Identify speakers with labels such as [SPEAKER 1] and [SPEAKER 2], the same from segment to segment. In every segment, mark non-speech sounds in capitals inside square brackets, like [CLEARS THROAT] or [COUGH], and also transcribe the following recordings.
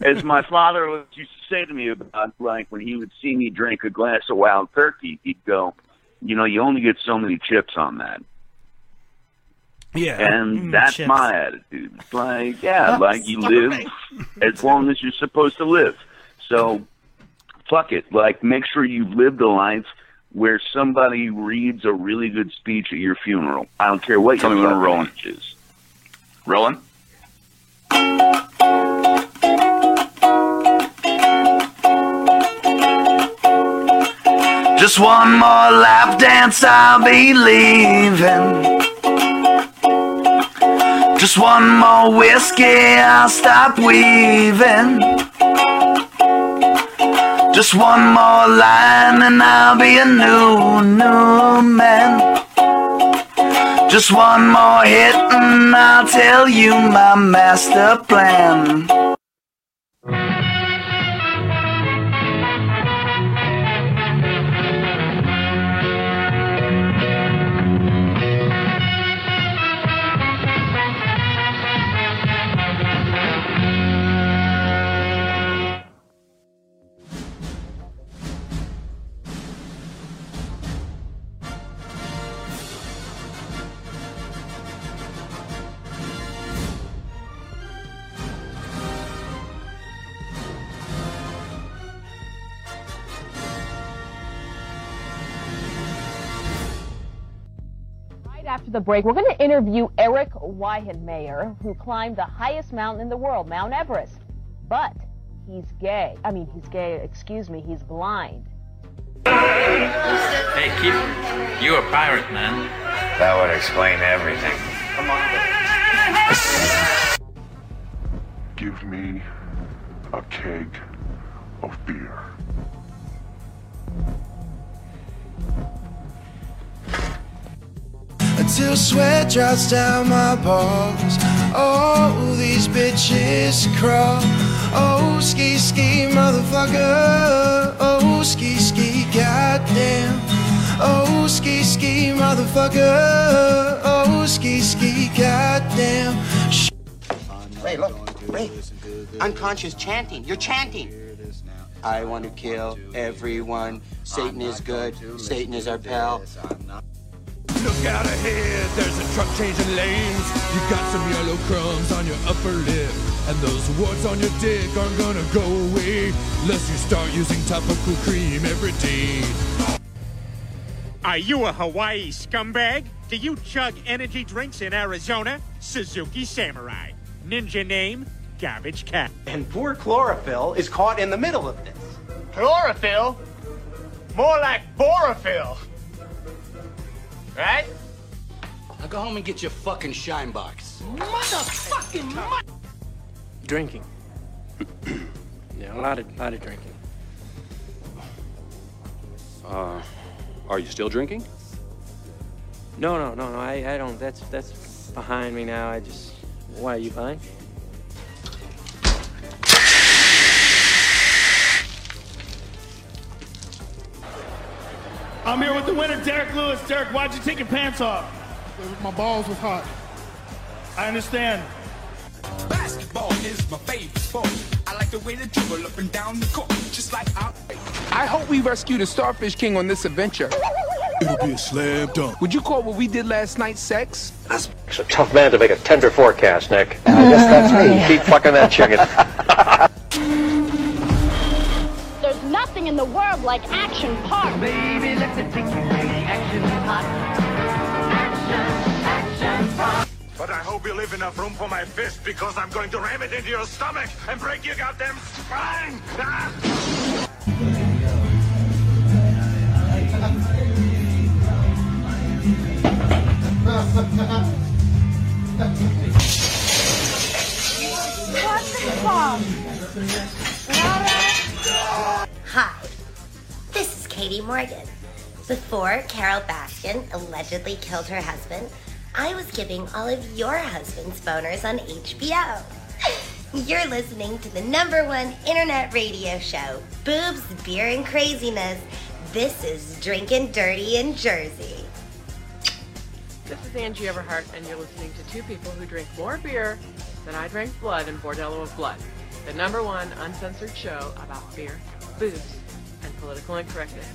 [SPEAKER 1] as my father was- used to say to me about, like when he would see me drink a glass of wild turkey, he'd go, "You know, you only get so many chips on that."
[SPEAKER 2] Yeah.
[SPEAKER 1] And
[SPEAKER 2] Mm,
[SPEAKER 1] that's
[SPEAKER 2] chips.
[SPEAKER 1] my attitude. It's like, yeah, like you live as long as you're supposed to live. So fuck it. Like make sure you've lived a life where somebody reads a really good speech at your funeral. I don't care what
[SPEAKER 3] Tell
[SPEAKER 1] your
[SPEAKER 3] me when I'm
[SPEAKER 1] fucking
[SPEAKER 3] rolling.
[SPEAKER 1] age is.
[SPEAKER 3] Rolling. Just one more lap dance, I'll be leaving. Just one more whiskey, I'll stop weaving. Just one more line, and I'll be a new, new man. Just one more hit and I'll tell you my master plan.
[SPEAKER 4] Right after the break, we're going to interview Eric Weihenmayer, who climbed the highest mountain in the world, Mount Everest. But he's gay. I mean, he's gay, excuse me, he's blind.
[SPEAKER 5] Hey, keep. You a pirate, man.
[SPEAKER 3] That would explain everything.
[SPEAKER 6] Give me a keg of beer.
[SPEAKER 7] Until sweat drops down my balls. Oh, these bitches crawl. Oh, ski ski, motherfucker. Oh, ski ski, goddamn. Oh, ski ski, motherfucker. Oh, ski ski, goddamn. Sh-
[SPEAKER 8] Ray, look. Ray. Unconscious chanting. You're chanting. I want to kill everyone. Satan is good. Satan is our pal.
[SPEAKER 9] Look out ahead, there's a truck changing lanes. You got some yellow crumbs on your upper lip, and those warts on your dick aren't gonna go away unless you start using topical cream every day.
[SPEAKER 10] Are you a Hawaii scumbag? Do you chug energy drinks in Arizona? Suzuki Samurai. Ninja name, Garbage Cat.
[SPEAKER 8] And poor chlorophyll is caught in the middle of this.
[SPEAKER 10] Chlorophyll? More like borophyll.
[SPEAKER 8] Right? Now go home and get your fucking shine box.
[SPEAKER 11] Motherfucking
[SPEAKER 12] Drinking. yeah, a lot of lot of drinking.
[SPEAKER 13] Uh, are you still drinking?
[SPEAKER 12] No, no, no, no. I, I don't. That's that's behind me now. I just. Why are you fine?
[SPEAKER 14] I'm here with the winner, Derek Lewis. Derek, why'd you take your pants off? My balls was hot. I understand.
[SPEAKER 15] Basketball is my favorite sport. I like the way they dribble up and down the court, just like I.
[SPEAKER 16] I hope we rescue the Starfish King on this adventure.
[SPEAKER 9] It'll be a slam dunk.
[SPEAKER 16] Would you call what we did last night sex? That's
[SPEAKER 17] It's a tough man to make a tender forecast, Nick. [LAUGHS] I guess that's me. Keep fucking that chicken.
[SPEAKER 18] There's nothing in the world like action park. Baby, let me take you to the action park. Action, action park.
[SPEAKER 19] But I hope you leave enough room for my fist because I'm going to ram it into your stomach and break your goddamn spine. Ah!
[SPEAKER 20] Hi, this is Katie Morgan. Before Carol Baskin allegedly killed her husband, I was giving all of your husband's boners on HBO. [LAUGHS] You're listening to the number one internet radio show, Boobs, Beer, and Craziness. This is Drinking Dirty in Jersey.
[SPEAKER 8] This is Angie Everhart, and you're listening to two people who drink more beer than I drank blood in Bordello of Blood.
[SPEAKER 21] the number one uncensored show about fear, boobs, and political incorrectness.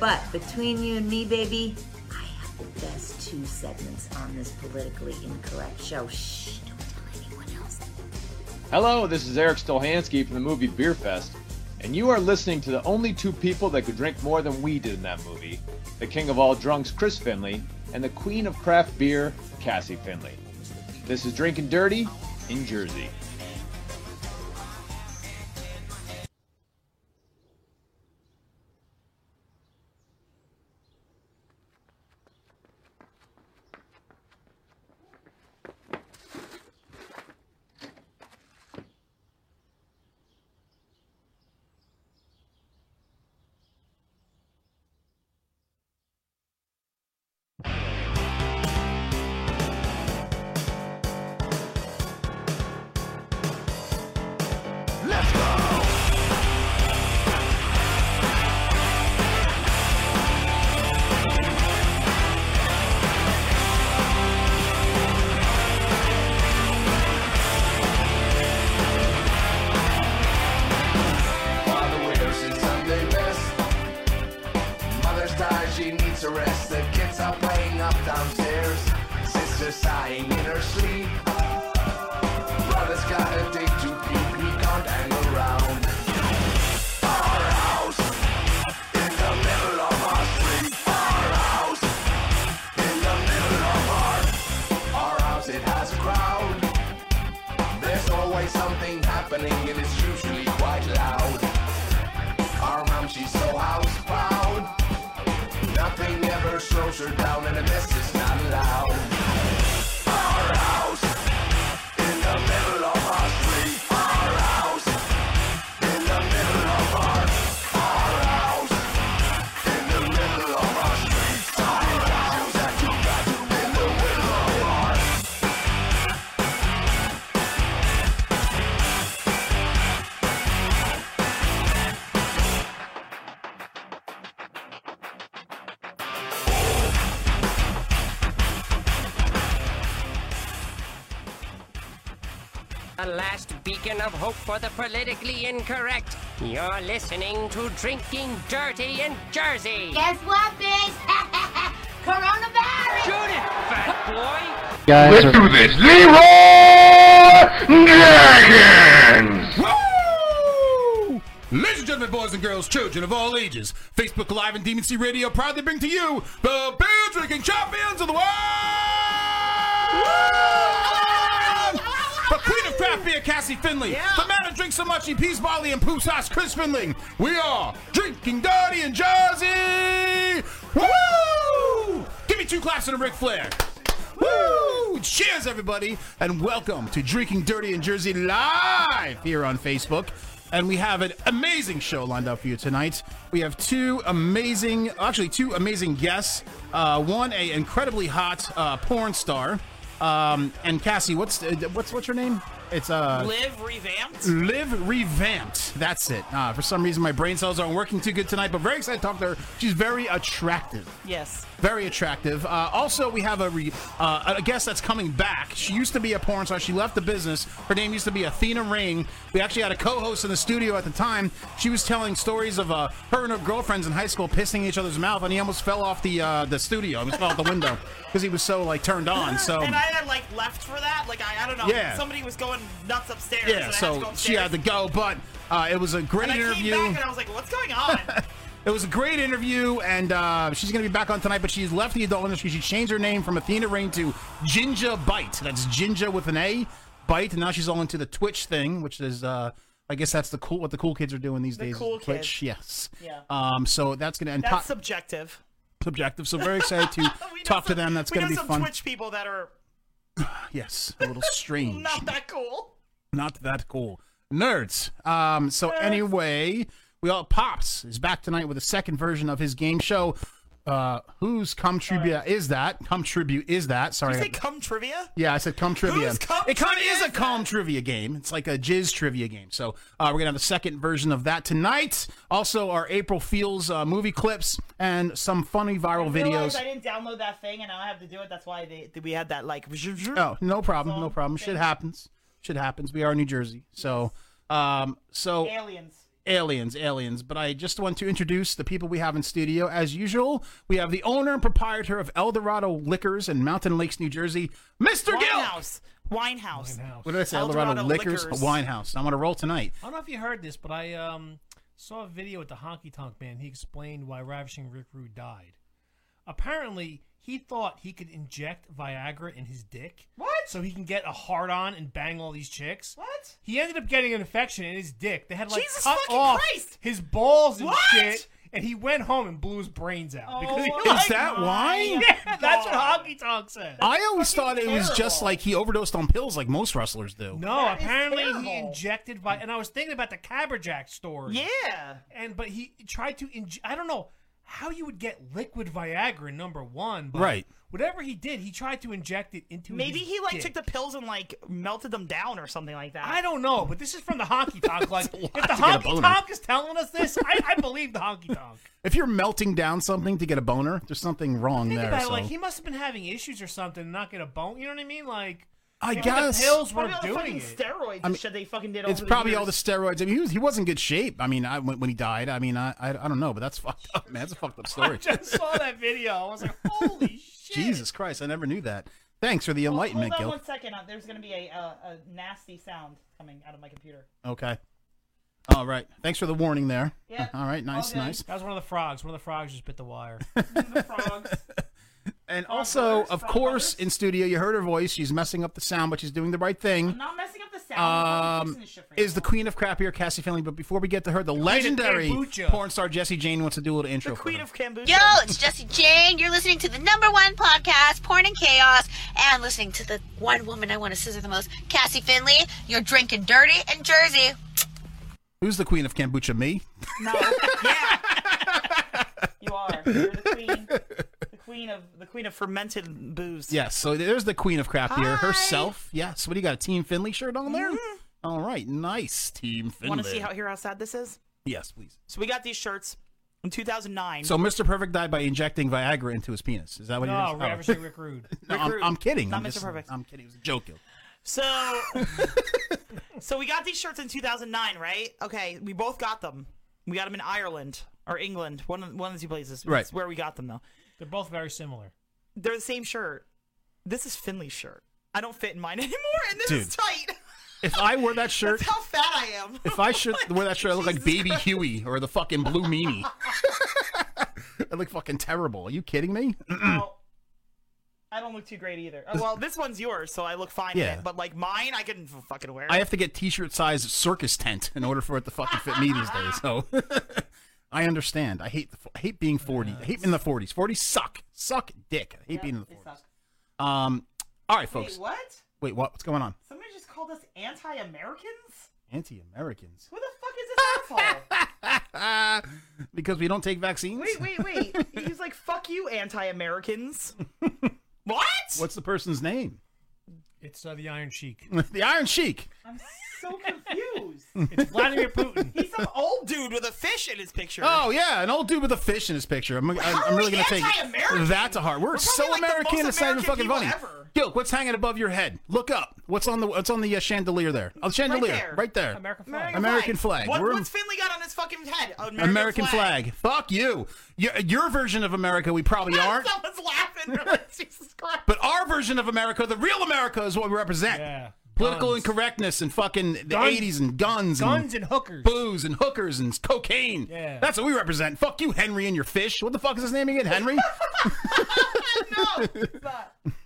[SPEAKER 4] But between you and me, baby, I have the best two segments on this politically incorrect show. Shh, don't tell anyone else.
[SPEAKER 22] Hello, this is Eric Stolhansky from the movie Beer Fest, and you are listening to the only two people that could drink more than we did in that movie the king of all drunks, Chris Finley, and the queen of craft beer, Cassie Finley. This is Drinking Dirty in Jersey.
[SPEAKER 23] Let's go!
[SPEAKER 7] Father wears his Sunday best. Mother's died, she needs a rest. The kids are playing up downstairs. Sister sighing in her sleep. Brother's got a date to keep. He can't hang around. Our house in the middle of our street. Our house in the middle of our. Our house it has a crowd. There's always something happening and it's usually quite loud. Our mom, she's so house proud. Nothing ever slows her down and a mess is not allowed. Our house in the middle of our street. Our house in the middle of our. Our house in the middle of our street. Our house that you got you in the middle of our.
[SPEAKER 8] The last beacon of hope for the politically incorrect. You're listening to Drinking Dirty in Jersey.
[SPEAKER 24] Guess what, bitch? Coronavirus! Shoot it, fat boy!
[SPEAKER 7] Guys Let's do this. Leroy Jenkins!
[SPEAKER 25] Ladies and gentlemen, boys and girls, children of all ages, Facebook Live and DMC Radio proudly bring to you the beer drinking champions of the world! The queen of craft beer, Cassie Finley. The man who drinks so much he pees barley and poops sauce, Chris Finley. We are drinking dirty in Jersey! Woo! Give me two claps and a Ric Flair. Woo! Cheers, everybody, and welcome to Drinking Dirty in Jersey live here on Facebook. And we have an amazing show lined up for you tonight. We have two amazing, actually, two amazing guests. Uh, one, a incredibly hot uh, porn star. Um, and Cassie, what's uh, what's what's your name? It's uh
[SPEAKER 26] Live revamped.
[SPEAKER 25] Live revamped. That's it. Uh, for some reason, my brain cells aren't working too good tonight, but very excited to talk to her. She's very attractive.
[SPEAKER 26] Yes.
[SPEAKER 25] Very attractive. Uh, also, we have a, re- uh, a guest that's coming back. She used to be a porn star. She left the business. Her name used to be Athena Ring. We actually had a co-host in the studio at the time. She was telling stories of uh, her and her girlfriends in high school pissing each other's mouth, and he almost fell off the uh, the studio. He almost fell out the window because he was so like turned on. So
[SPEAKER 26] And I had like left for that. Like I, I don't know.
[SPEAKER 25] Yeah.
[SPEAKER 26] Somebody was going nuts upstairs. and I
[SPEAKER 25] yeah,
[SPEAKER 26] had to
[SPEAKER 25] so
[SPEAKER 26] go
[SPEAKER 25] she had to go, but uh, it was a great
[SPEAKER 26] and I
[SPEAKER 25] interview.
[SPEAKER 26] came back and I was like, what's going on?
[SPEAKER 25] [LAUGHS] It was a great interview, and uh, she's going to be back on tonight. But she's left the adult industry. She changed her name from Athena Ring to Ginger Bite. That's Ginger with an A, Bite. And now she's all into the Twitch thing, which is, uh, I guess, that's the cool what the cool kids are doing these
[SPEAKER 26] The
[SPEAKER 25] days. is
[SPEAKER 26] cool
[SPEAKER 25] Twitch,
[SPEAKER 26] kids.
[SPEAKER 25] yes.
[SPEAKER 26] Yeah.
[SPEAKER 25] Um. So that's going to end.
[SPEAKER 26] That's
[SPEAKER 25] pop
[SPEAKER 26] subjective.
[SPEAKER 25] subjective. So very excited
[SPEAKER 26] [LAUGHS]
[SPEAKER 25] to talk to them. That's
[SPEAKER 26] we
[SPEAKER 25] going
[SPEAKER 26] know
[SPEAKER 25] to be
[SPEAKER 26] some
[SPEAKER 25] fun.
[SPEAKER 26] Twitch people that are
[SPEAKER 25] [SIGHS] Yes. A little strange.
[SPEAKER 26] [LAUGHS] not that cool.
[SPEAKER 25] Not that cool. Nerds. Um, so anyway, we all Pops is back tonight with a second version of his game show. Uh, whose cum trivia is that? Cum tribute is that? Sorry.
[SPEAKER 26] Did you say cum trivia?
[SPEAKER 25] yeah, I said cum trivia.
[SPEAKER 26] Whose cum
[SPEAKER 25] it kind of is a cum trivia game. It's like a jizz trivia game. So uh, we're gonna have a second version of that tonight. Also, our April Feels uh, movie clips and some funny viral videos.
[SPEAKER 26] Realized I didn't download that thing and now I have to do it. That's why they, we had that like.
[SPEAKER 25] Oh, no problem, no problem. Shit happens. Shit happens. We are in New Jersey, so Um, so
[SPEAKER 27] Aliens.
[SPEAKER 25] aliens, aliens. But I just want to introduce the people we have in studio. As usual, we have the owner and proprietor of El Dorado Liquors in Mountain Lakes, New Jersey, Mr. Gill.
[SPEAKER 10] Winehouse. Winehouse.
[SPEAKER 25] What did I say? El Dorado Liquors, Winehouse. wine house. I'm on a roll tonight.
[SPEAKER 10] I don't know if you heard this, but I um, saw a video with the Honky Tonk Man. He explained why Ravishing Rick Rude died. Apparently, he thought he could inject Viagra in his dick. What? So he can get a hard on and bang all these chicks. What? He ended up getting an infection in his dick. They had like
[SPEAKER 26] Jesus
[SPEAKER 10] cut
[SPEAKER 26] fucking
[SPEAKER 10] off
[SPEAKER 26] Christ!
[SPEAKER 10] his balls and
[SPEAKER 26] What? Oh
[SPEAKER 10] shit. And he went home and blew his brains out. because he
[SPEAKER 26] my
[SPEAKER 10] was like,
[SPEAKER 25] that why?
[SPEAKER 10] [LAUGHS] Yeah, that's what Honky Tonk said.
[SPEAKER 25] I always thought it was just like he overdosed on pills, like most wrestlers do.
[SPEAKER 10] No, apparently he injected by, and I was thinking about the Caberjack story. Yeah, and but he tried to inject. I don't know how you would get liquid Viagra. Number one, but
[SPEAKER 25] Right.
[SPEAKER 10] Whatever he did, he tried to inject it into.
[SPEAKER 26] Maybe
[SPEAKER 10] his
[SPEAKER 26] he like
[SPEAKER 10] dick.
[SPEAKER 26] took the pills and like melted them down or something like that.
[SPEAKER 10] I don't know, but this is from the honky
[SPEAKER 26] [LAUGHS]
[SPEAKER 10] tonk.
[SPEAKER 25] [LAUGHS]
[SPEAKER 10] Like, if the
[SPEAKER 25] to get a
[SPEAKER 10] honky
[SPEAKER 25] boner.
[SPEAKER 10] tonk is telling us this, I, I believe the honky tonk.
[SPEAKER 25] If you're melting down something to get a boner, there's something wrong
[SPEAKER 10] Think
[SPEAKER 25] there.
[SPEAKER 10] about it,
[SPEAKER 25] so.
[SPEAKER 10] like he must have been having issues or something, and not get a bone. You know what I mean? Like,
[SPEAKER 25] I
[SPEAKER 10] maybe the
[SPEAKER 25] guess.
[SPEAKER 10] pills
[SPEAKER 26] Probably
[SPEAKER 10] were
[SPEAKER 26] all the
[SPEAKER 10] doing
[SPEAKER 26] fucking
[SPEAKER 10] it.
[SPEAKER 26] steroids and
[SPEAKER 25] I mean,
[SPEAKER 26] shit they fucking did.
[SPEAKER 25] It's
[SPEAKER 26] over
[SPEAKER 25] probably all the
[SPEAKER 26] years.
[SPEAKER 25] steroids. I mean, he was, he was in good shape. I mean, I, when when he died, I mean, I, I I don't know, but that's [LAUGHS] fucked up, man. That's
[SPEAKER 27] [LAUGHS]
[SPEAKER 25] a fucked up story.
[SPEAKER 10] I saw that video.
[SPEAKER 25] [LAUGHS]
[SPEAKER 10] I was like,
[SPEAKER 25] Jesus Christ, I never knew that. Thanks for the enlightenment,
[SPEAKER 27] Hold on
[SPEAKER 25] Gil.
[SPEAKER 27] one second. Uh, There's gonna be a, uh, a nasty sound coming out of my computer.
[SPEAKER 25] Okay. All right. Thanks for the warning there. [LAUGHS] All right. Nice, nice.
[SPEAKER 10] That was one of the frogs. One of the frogs just bit
[SPEAKER 25] [LAUGHS]
[SPEAKER 10] the wire.
[SPEAKER 25] And also, of course, in studio, you heard her voice. She's messing up the sound, but she's doing the right thing.
[SPEAKER 27] I'm not messing up the sound. I'm
[SPEAKER 25] Um,
[SPEAKER 27] fixing this shit for you.
[SPEAKER 25] is the queen of crappier Cassie Finley? But before we get to her, the legendary
[SPEAKER 10] kombucha.
[SPEAKER 25] porn star Jesse Jane wants to do a little intro. for her.
[SPEAKER 26] of kombucha.
[SPEAKER 4] Yo, it's Jesse Jane. You're listening to the number one podcast, Porn and Chaos, and listening to the one woman I want to scissor the most, Cassie Finley. You're drinking dirty in Jersey.
[SPEAKER 25] Who's the queen of kombucha? Me.
[SPEAKER 27] You are. You're the queen. the queen of the queen of fermented booze.
[SPEAKER 25] Yes. So there's the queen of craft beer herself. Yes. What do you got? A Team Finley shirt on there? All right. Nice. Team Finley.
[SPEAKER 26] Want to Mm-hmm. see how hear how sad this is?
[SPEAKER 25] Yes, please.
[SPEAKER 26] So we got these shirts in 2009.
[SPEAKER 25] So Mr. Perfect died by injecting Viagra into his penis. Is Oh. that what
[SPEAKER 10] no,
[SPEAKER 25] you're
[SPEAKER 10] ravishing Rick Rude.
[SPEAKER 25] No, I'm- I'm kidding.
[SPEAKER 26] Not
[SPEAKER 25] I'm
[SPEAKER 26] Mr.
[SPEAKER 25] just-
[SPEAKER 26] Perfect.
[SPEAKER 25] I'm kidding. It was a [LAUGHS] joke. Gil. [LAUGHS]
[SPEAKER 26] So, so we got these shirts in 2009, right? Okay, we both got them. We got them in Ireland or England, one of one of the two places.
[SPEAKER 10] Right.
[SPEAKER 26] It's where we got them though.
[SPEAKER 10] They're both very similar.
[SPEAKER 26] They're the same shirt. This is Finley's shirt. I don't fit in mine [LAUGHS] anymore, and this is
[SPEAKER 25] Dude.
[SPEAKER 26] tight. [LAUGHS]
[SPEAKER 25] If I wore that shirt,
[SPEAKER 26] How fat I am.
[SPEAKER 25] if I should wear that shirt, I look like Baby Huey or the fucking Blue
[SPEAKER 26] [LAUGHS]
[SPEAKER 25] Meanie. [LAUGHS] I look fucking terrible. Are you kidding me? [CLEARS THROAT]
[SPEAKER 26] I don't look too great either. Oh, well, this one's yours, so I look fine. in
[SPEAKER 25] Yeah.
[SPEAKER 26] it, but like mine, I couldn't f- fucking wear. It.
[SPEAKER 25] I have to get t-shirt size circus tent in order for it to fucking fit me these days. So [LAUGHS] I understand. I hate the, I hate being 40. I hate in the 40s. 40s suck. Suck dick. I hate being in the 40s. Um all right, folks.
[SPEAKER 27] Wait, what?
[SPEAKER 25] Wait, what? What's going on?
[SPEAKER 27] Somebody just called us anti-Americans?
[SPEAKER 25] Anti-Americans.
[SPEAKER 27] Who the fuck is this
[SPEAKER 25] Ah, [LAUGHS] because we don't take vaccines? [LAUGHS]
[SPEAKER 26] Wait, wait, wait. He's like, "Fuck you, anti-Americans." what?
[SPEAKER 25] What's the person's name? [LAUGHS]
[SPEAKER 10] It's uh, the Iron Sheik.
[SPEAKER 25] the Iron Sheik.
[SPEAKER 27] I'm so confused.
[SPEAKER 10] It's Vladimir Putin.
[SPEAKER 26] He's some old dude with a fish in his picture.
[SPEAKER 25] Oh yeah, an old dude with a fish in his picture. I'm, I'm, I'm really gonna take
[SPEAKER 26] anti-American?
[SPEAKER 25] that to heart. We're,
[SPEAKER 26] We're
[SPEAKER 25] so
[SPEAKER 26] probably, like, the
[SPEAKER 25] American,
[SPEAKER 26] most
[SPEAKER 25] it's not even
[SPEAKER 26] American
[SPEAKER 25] fucking
[SPEAKER 26] people
[SPEAKER 25] funny.
[SPEAKER 26] ever.
[SPEAKER 25] Yo, what's hanging above your head? Look up. What's on the What's on the uh, chandelier there? Oh, the chandelier,
[SPEAKER 26] there.
[SPEAKER 25] right there.
[SPEAKER 26] American
[SPEAKER 25] flag. American
[SPEAKER 26] American
[SPEAKER 25] flag.
[SPEAKER 26] What,
[SPEAKER 25] We're-
[SPEAKER 26] what's Finley got on his fucking head? American,
[SPEAKER 25] American flag. Fuck you. Your, your version of America, we probably aren't.
[SPEAKER 26] [LAUGHS] Someone's laughing. They're
[SPEAKER 25] [LAUGHS]
[SPEAKER 26] like, Jesus Christ.
[SPEAKER 25] But our version of America, the real America, is what we represent. Yeah. Political incorrectness and fucking the
[SPEAKER 10] Guns.
[SPEAKER 25] 80s and guns.
[SPEAKER 10] Guns
[SPEAKER 25] and
[SPEAKER 10] and hookers.
[SPEAKER 25] Booze and hookers and cocaine.
[SPEAKER 10] Yeah.
[SPEAKER 25] That's what we represent. Fuck you, Henry and your fish. What the fuck is his name again?
[SPEAKER 10] [LAUGHS]
[SPEAKER 25] Henry?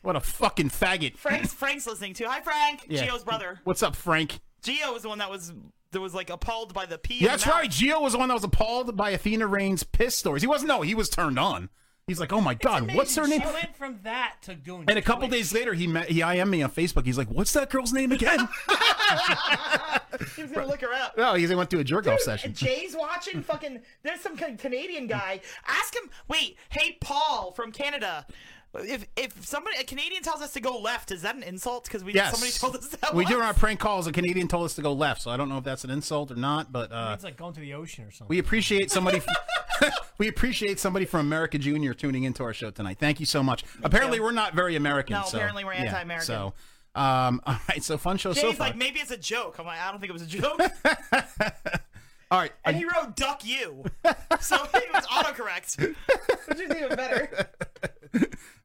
[SPEAKER 25] what a fucking faggot.
[SPEAKER 26] Frank's Frank's listening too. Hi, Frank.
[SPEAKER 25] Yeah.
[SPEAKER 26] Gio's brother.
[SPEAKER 25] What's up, Frank?
[SPEAKER 26] Gio was the one that was that was like appalled by the pee. in
[SPEAKER 25] Yeah, that's
[SPEAKER 26] the mouth.
[SPEAKER 25] right. Gio was the one that was appalled by Athena Rain's piss stories. He wasn't, no, he was turned on. He's like, oh my god, what's her name?
[SPEAKER 10] She went from that to doing.
[SPEAKER 25] And a couple days later, he met, he IM me on Facebook. He's like, "What's that girl's name again?"
[SPEAKER 26] He was gonna look her up.
[SPEAKER 25] no, he went to a jerk off
[SPEAKER 26] Dude,
[SPEAKER 25] session.
[SPEAKER 26] Jay's watching. Fucking, there's some kind of Canadian guy. Ask him. Wait, hey, Paul from Canada. If if somebody a Canadian tells us to go left, is that an insult? Because we
[SPEAKER 25] yes,
[SPEAKER 26] somebody told us that.
[SPEAKER 25] we do
[SPEAKER 26] once.
[SPEAKER 25] our prank calls. A Canadian told us to go left, so I don't know if that's an insult or not, but uh,
[SPEAKER 10] It's like going to the ocean or something.
[SPEAKER 25] we appreciate somebody. [LAUGHS] we appreciate somebody from America Junior tuning into our show tonight. Thank you so much. apparently, we're not very American.
[SPEAKER 26] No,
[SPEAKER 25] so-
[SPEAKER 26] apparently we're
[SPEAKER 25] yeah,
[SPEAKER 26] anti-American.
[SPEAKER 25] so, Um, [LAUGHS] all right, so fun show so
[SPEAKER 26] Jane's
[SPEAKER 25] far.
[SPEAKER 26] like, maybe it's a joke. I'm like, I don't think it was
[SPEAKER 25] [LAUGHS]
[SPEAKER 26] a joke.
[SPEAKER 25] all right,
[SPEAKER 26] and he wrote
[SPEAKER 25] [LAUGHS]
[SPEAKER 26] "duck you," so it was autocorrect, which is even better.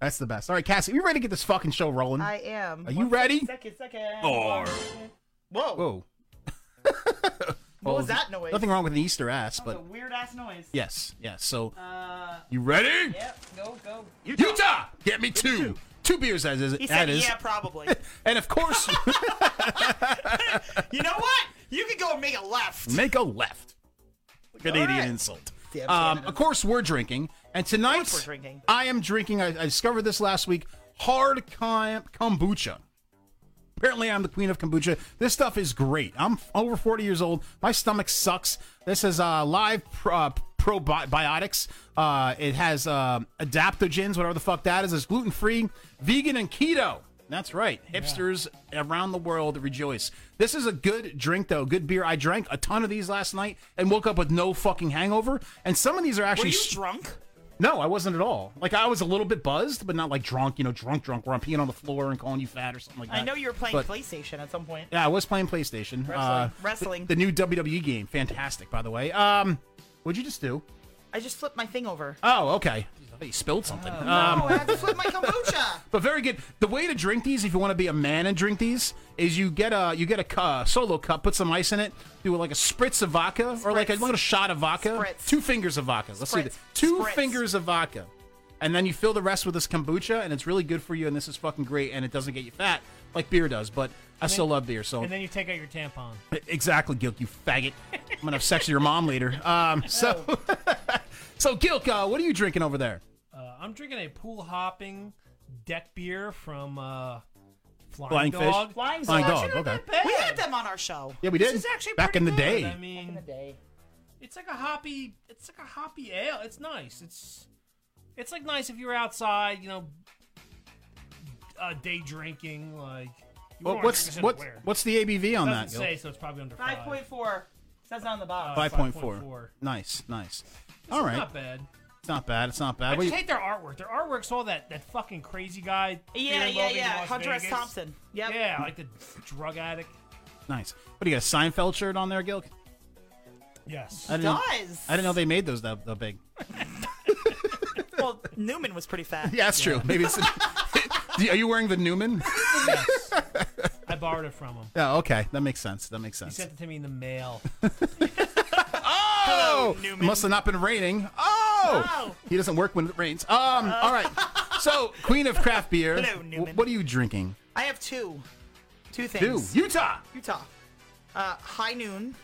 [SPEAKER 25] that's the best. All right, Cassie, we ready to get this fucking show rolling?
[SPEAKER 26] I am.
[SPEAKER 25] Are you
[SPEAKER 26] One
[SPEAKER 25] ready?
[SPEAKER 26] Second, second.
[SPEAKER 25] Or-
[SPEAKER 26] Whoa!
[SPEAKER 25] Whoa.
[SPEAKER 26] What was that noise?
[SPEAKER 25] Nothing wrong with an Easter ass, but
[SPEAKER 26] Weird ass noise.
[SPEAKER 25] yes, yes. So,
[SPEAKER 26] Uh,
[SPEAKER 25] you ready?
[SPEAKER 26] Yep. Go go.
[SPEAKER 25] Utah, get me two. two. beers, as is.
[SPEAKER 26] He
[SPEAKER 25] that
[SPEAKER 26] said,
[SPEAKER 25] is.
[SPEAKER 26] "Yeah, probably."
[SPEAKER 25] and of course,
[SPEAKER 26] you know what? You could go and make a
[SPEAKER 25] [LAUGHS]
[SPEAKER 26] left.
[SPEAKER 25] make a left. Canadian insult.
[SPEAKER 26] Damn
[SPEAKER 25] Um, of course, we're drinking, and tonight
[SPEAKER 26] we're drinking.
[SPEAKER 25] I am drinking. I, I discovered this last week. Hard com- kombucha. Apparently, I'm the queen of kombucha. This stuff is great. I'm f- over 40 years old. My stomach sucks. This is uh, live pro- uh, probiotics. Uh, it has uh, adaptogens, whatever the fuck that is. It's gluten free, vegan, and keto. That's right. Hipsters around the world rejoice. This is a good drink, though. Good beer. I drank a ton of these last night and woke up with no fucking hangover. And some of these are actually.
[SPEAKER 26] Were you
[SPEAKER 25] s-
[SPEAKER 26] drunk?
[SPEAKER 25] no, I wasn't at all. Like I was a little bit buzzed, but not like drunk. You know, drunk, drunk, where I'm peeing on the floor and calling you fat or something like that.
[SPEAKER 26] I know you were playing
[SPEAKER 25] But-
[SPEAKER 26] PlayStation at some point.
[SPEAKER 25] Yeah, I was playing PlayStation. Uh,
[SPEAKER 26] Wrestling.
[SPEAKER 25] The, the new WWE game, fantastic, by the way. Um, what'd you just do?
[SPEAKER 26] I just flipped my thing over.
[SPEAKER 25] Oh, okay. I thought you spilled something.
[SPEAKER 26] Oh, no, I had to flip my kombucha.
[SPEAKER 25] [LAUGHS] But very good. The way to drink these, if you want to be a man and drink these, is you get a you get a cu- uh, solo cup, put some ice in it, do like a spritz of vodka or like a little shot of vodka, two fingers of vodka. Let's see,
[SPEAKER 26] Spritz.
[SPEAKER 25] the- two
[SPEAKER 26] Spritz.
[SPEAKER 25] fingers of vodka, and then you fill the rest with this kombucha, and it's really good for you, and this is fucking great, and it doesn't get you fat like beer does. But I still love beer, so
[SPEAKER 10] And then you take out your [LAUGHS] tampon.
[SPEAKER 25] Exactly, Gilk, you faggot. I'm gonna have sex with your mom later. Um, so, [LAUGHS] so Gilk, uh, what are you drinking over there?
[SPEAKER 10] Uh, I'm drinking a pool hopping deck beer from uh,
[SPEAKER 25] Flying
[SPEAKER 10] Flying,
[SPEAKER 25] Fish?
[SPEAKER 10] Dog.
[SPEAKER 25] Flying Flying Dog, Dog, okay. okay.
[SPEAKER 26] We had them on our show.
[SPEAKER 25] Yeah, we did.
[SPEAKER 10] This is actually
[SPEAKER 25] back in the
[SPEAKER 10] pretty
[SPEAKER 25] day.
[SPEAKER 10] good. I mean, it's like a hoppy. It's like a hoppy ale. It's nice. It's it's like nice if you're outside, you know, uh, day drinking. Like, you
[SPEAKER 25] Well,
[SPEAKER 10] wanna drink
[SPEAKER 25] what's
[SPEAKER 10] this
[SPEAKER 25] what,
[SPEAKER 10] anywhere.
[SPEAKER 25] what's the ABV on
[SPEAKER 10] Doesn't
[SPEAKER 25] that?
[SPEAKER 10] say, so it's probably under five.
[SPEAKER 26] Five point four. Says on the bottom.
[SPEAKER 25] Five point four. Nice, nice. all right,
[SPEAKER 10] Not bad.
[SPEAKER 25] it's not bad. It's not
[SPEAKER 10] I
[SPEAKER 25] bad. What
[SPEAKER 10] just
[SPEAKER 25] do you-
[SPEAKER 10] hate their artwork. Their artwork's all that that fucking crazy guy.
[SPEAKER 26] Yeah,
[SPEAKER 10] Fear
[SPEAKER 26] yeah,
[SPEAKER 10] Logan in
[SPEAKER 26] yeah.
[SPEAKER 10] Las
[SPEAKER 26] Hunter S.
[SPEAKER 10] Vegas.
[SPEAKER 26] Thompson. Yep.
[SPEAKER 10] Yeah, like the drug addict.
[SPEAKER 25] nice. What do you got? A Seinfeld shirt on there, Gilk?
[SPEAKER 10] Yes.
[SPEAKER 25] I didn't,
[SPEAKER 26] [LAUGHS]
[SPEAKER 25] I didn't know they made those that, that big.
[SPEAKER 26] well, Newman was pretty
[SPEAKER 25] [LAUGHS]
[SPEAKER 26] fat.
[SPEAKER 25] Yeah, that's true. Maybe
[SPEAKER 26] [LAUGHS]
[SPEAKER 25] it's. Do- are you wearing the Newman?
[SPEAKER 10] I borrowed
[SPEAKER 25] [LAUGHS]
[SPEAKER 10] it from him.
[SPEAKER 25] Yeah. Okay, that makes sense. That makes
[SPEAKER 10] He
[SPEAKER 25] sense.
[SPEAKER 10] sent it to me in the mail.
[SPEAKER 25] Oh, must have not been raining. Oh, he doesn't work when it rains. Um, all right. So, Queen of Craft Beer,
[SPEAKER 26] Hello,
[SPEAKER 25] wh-
[SPEAKER 26] Newman.
[SPEAKER 25] what are you drinking?
[SPEAKER 26] I have two, two things.
[SPEAKER 25] Two. Utah.
[SPEAKER 26] Utah. Uh, High Noon,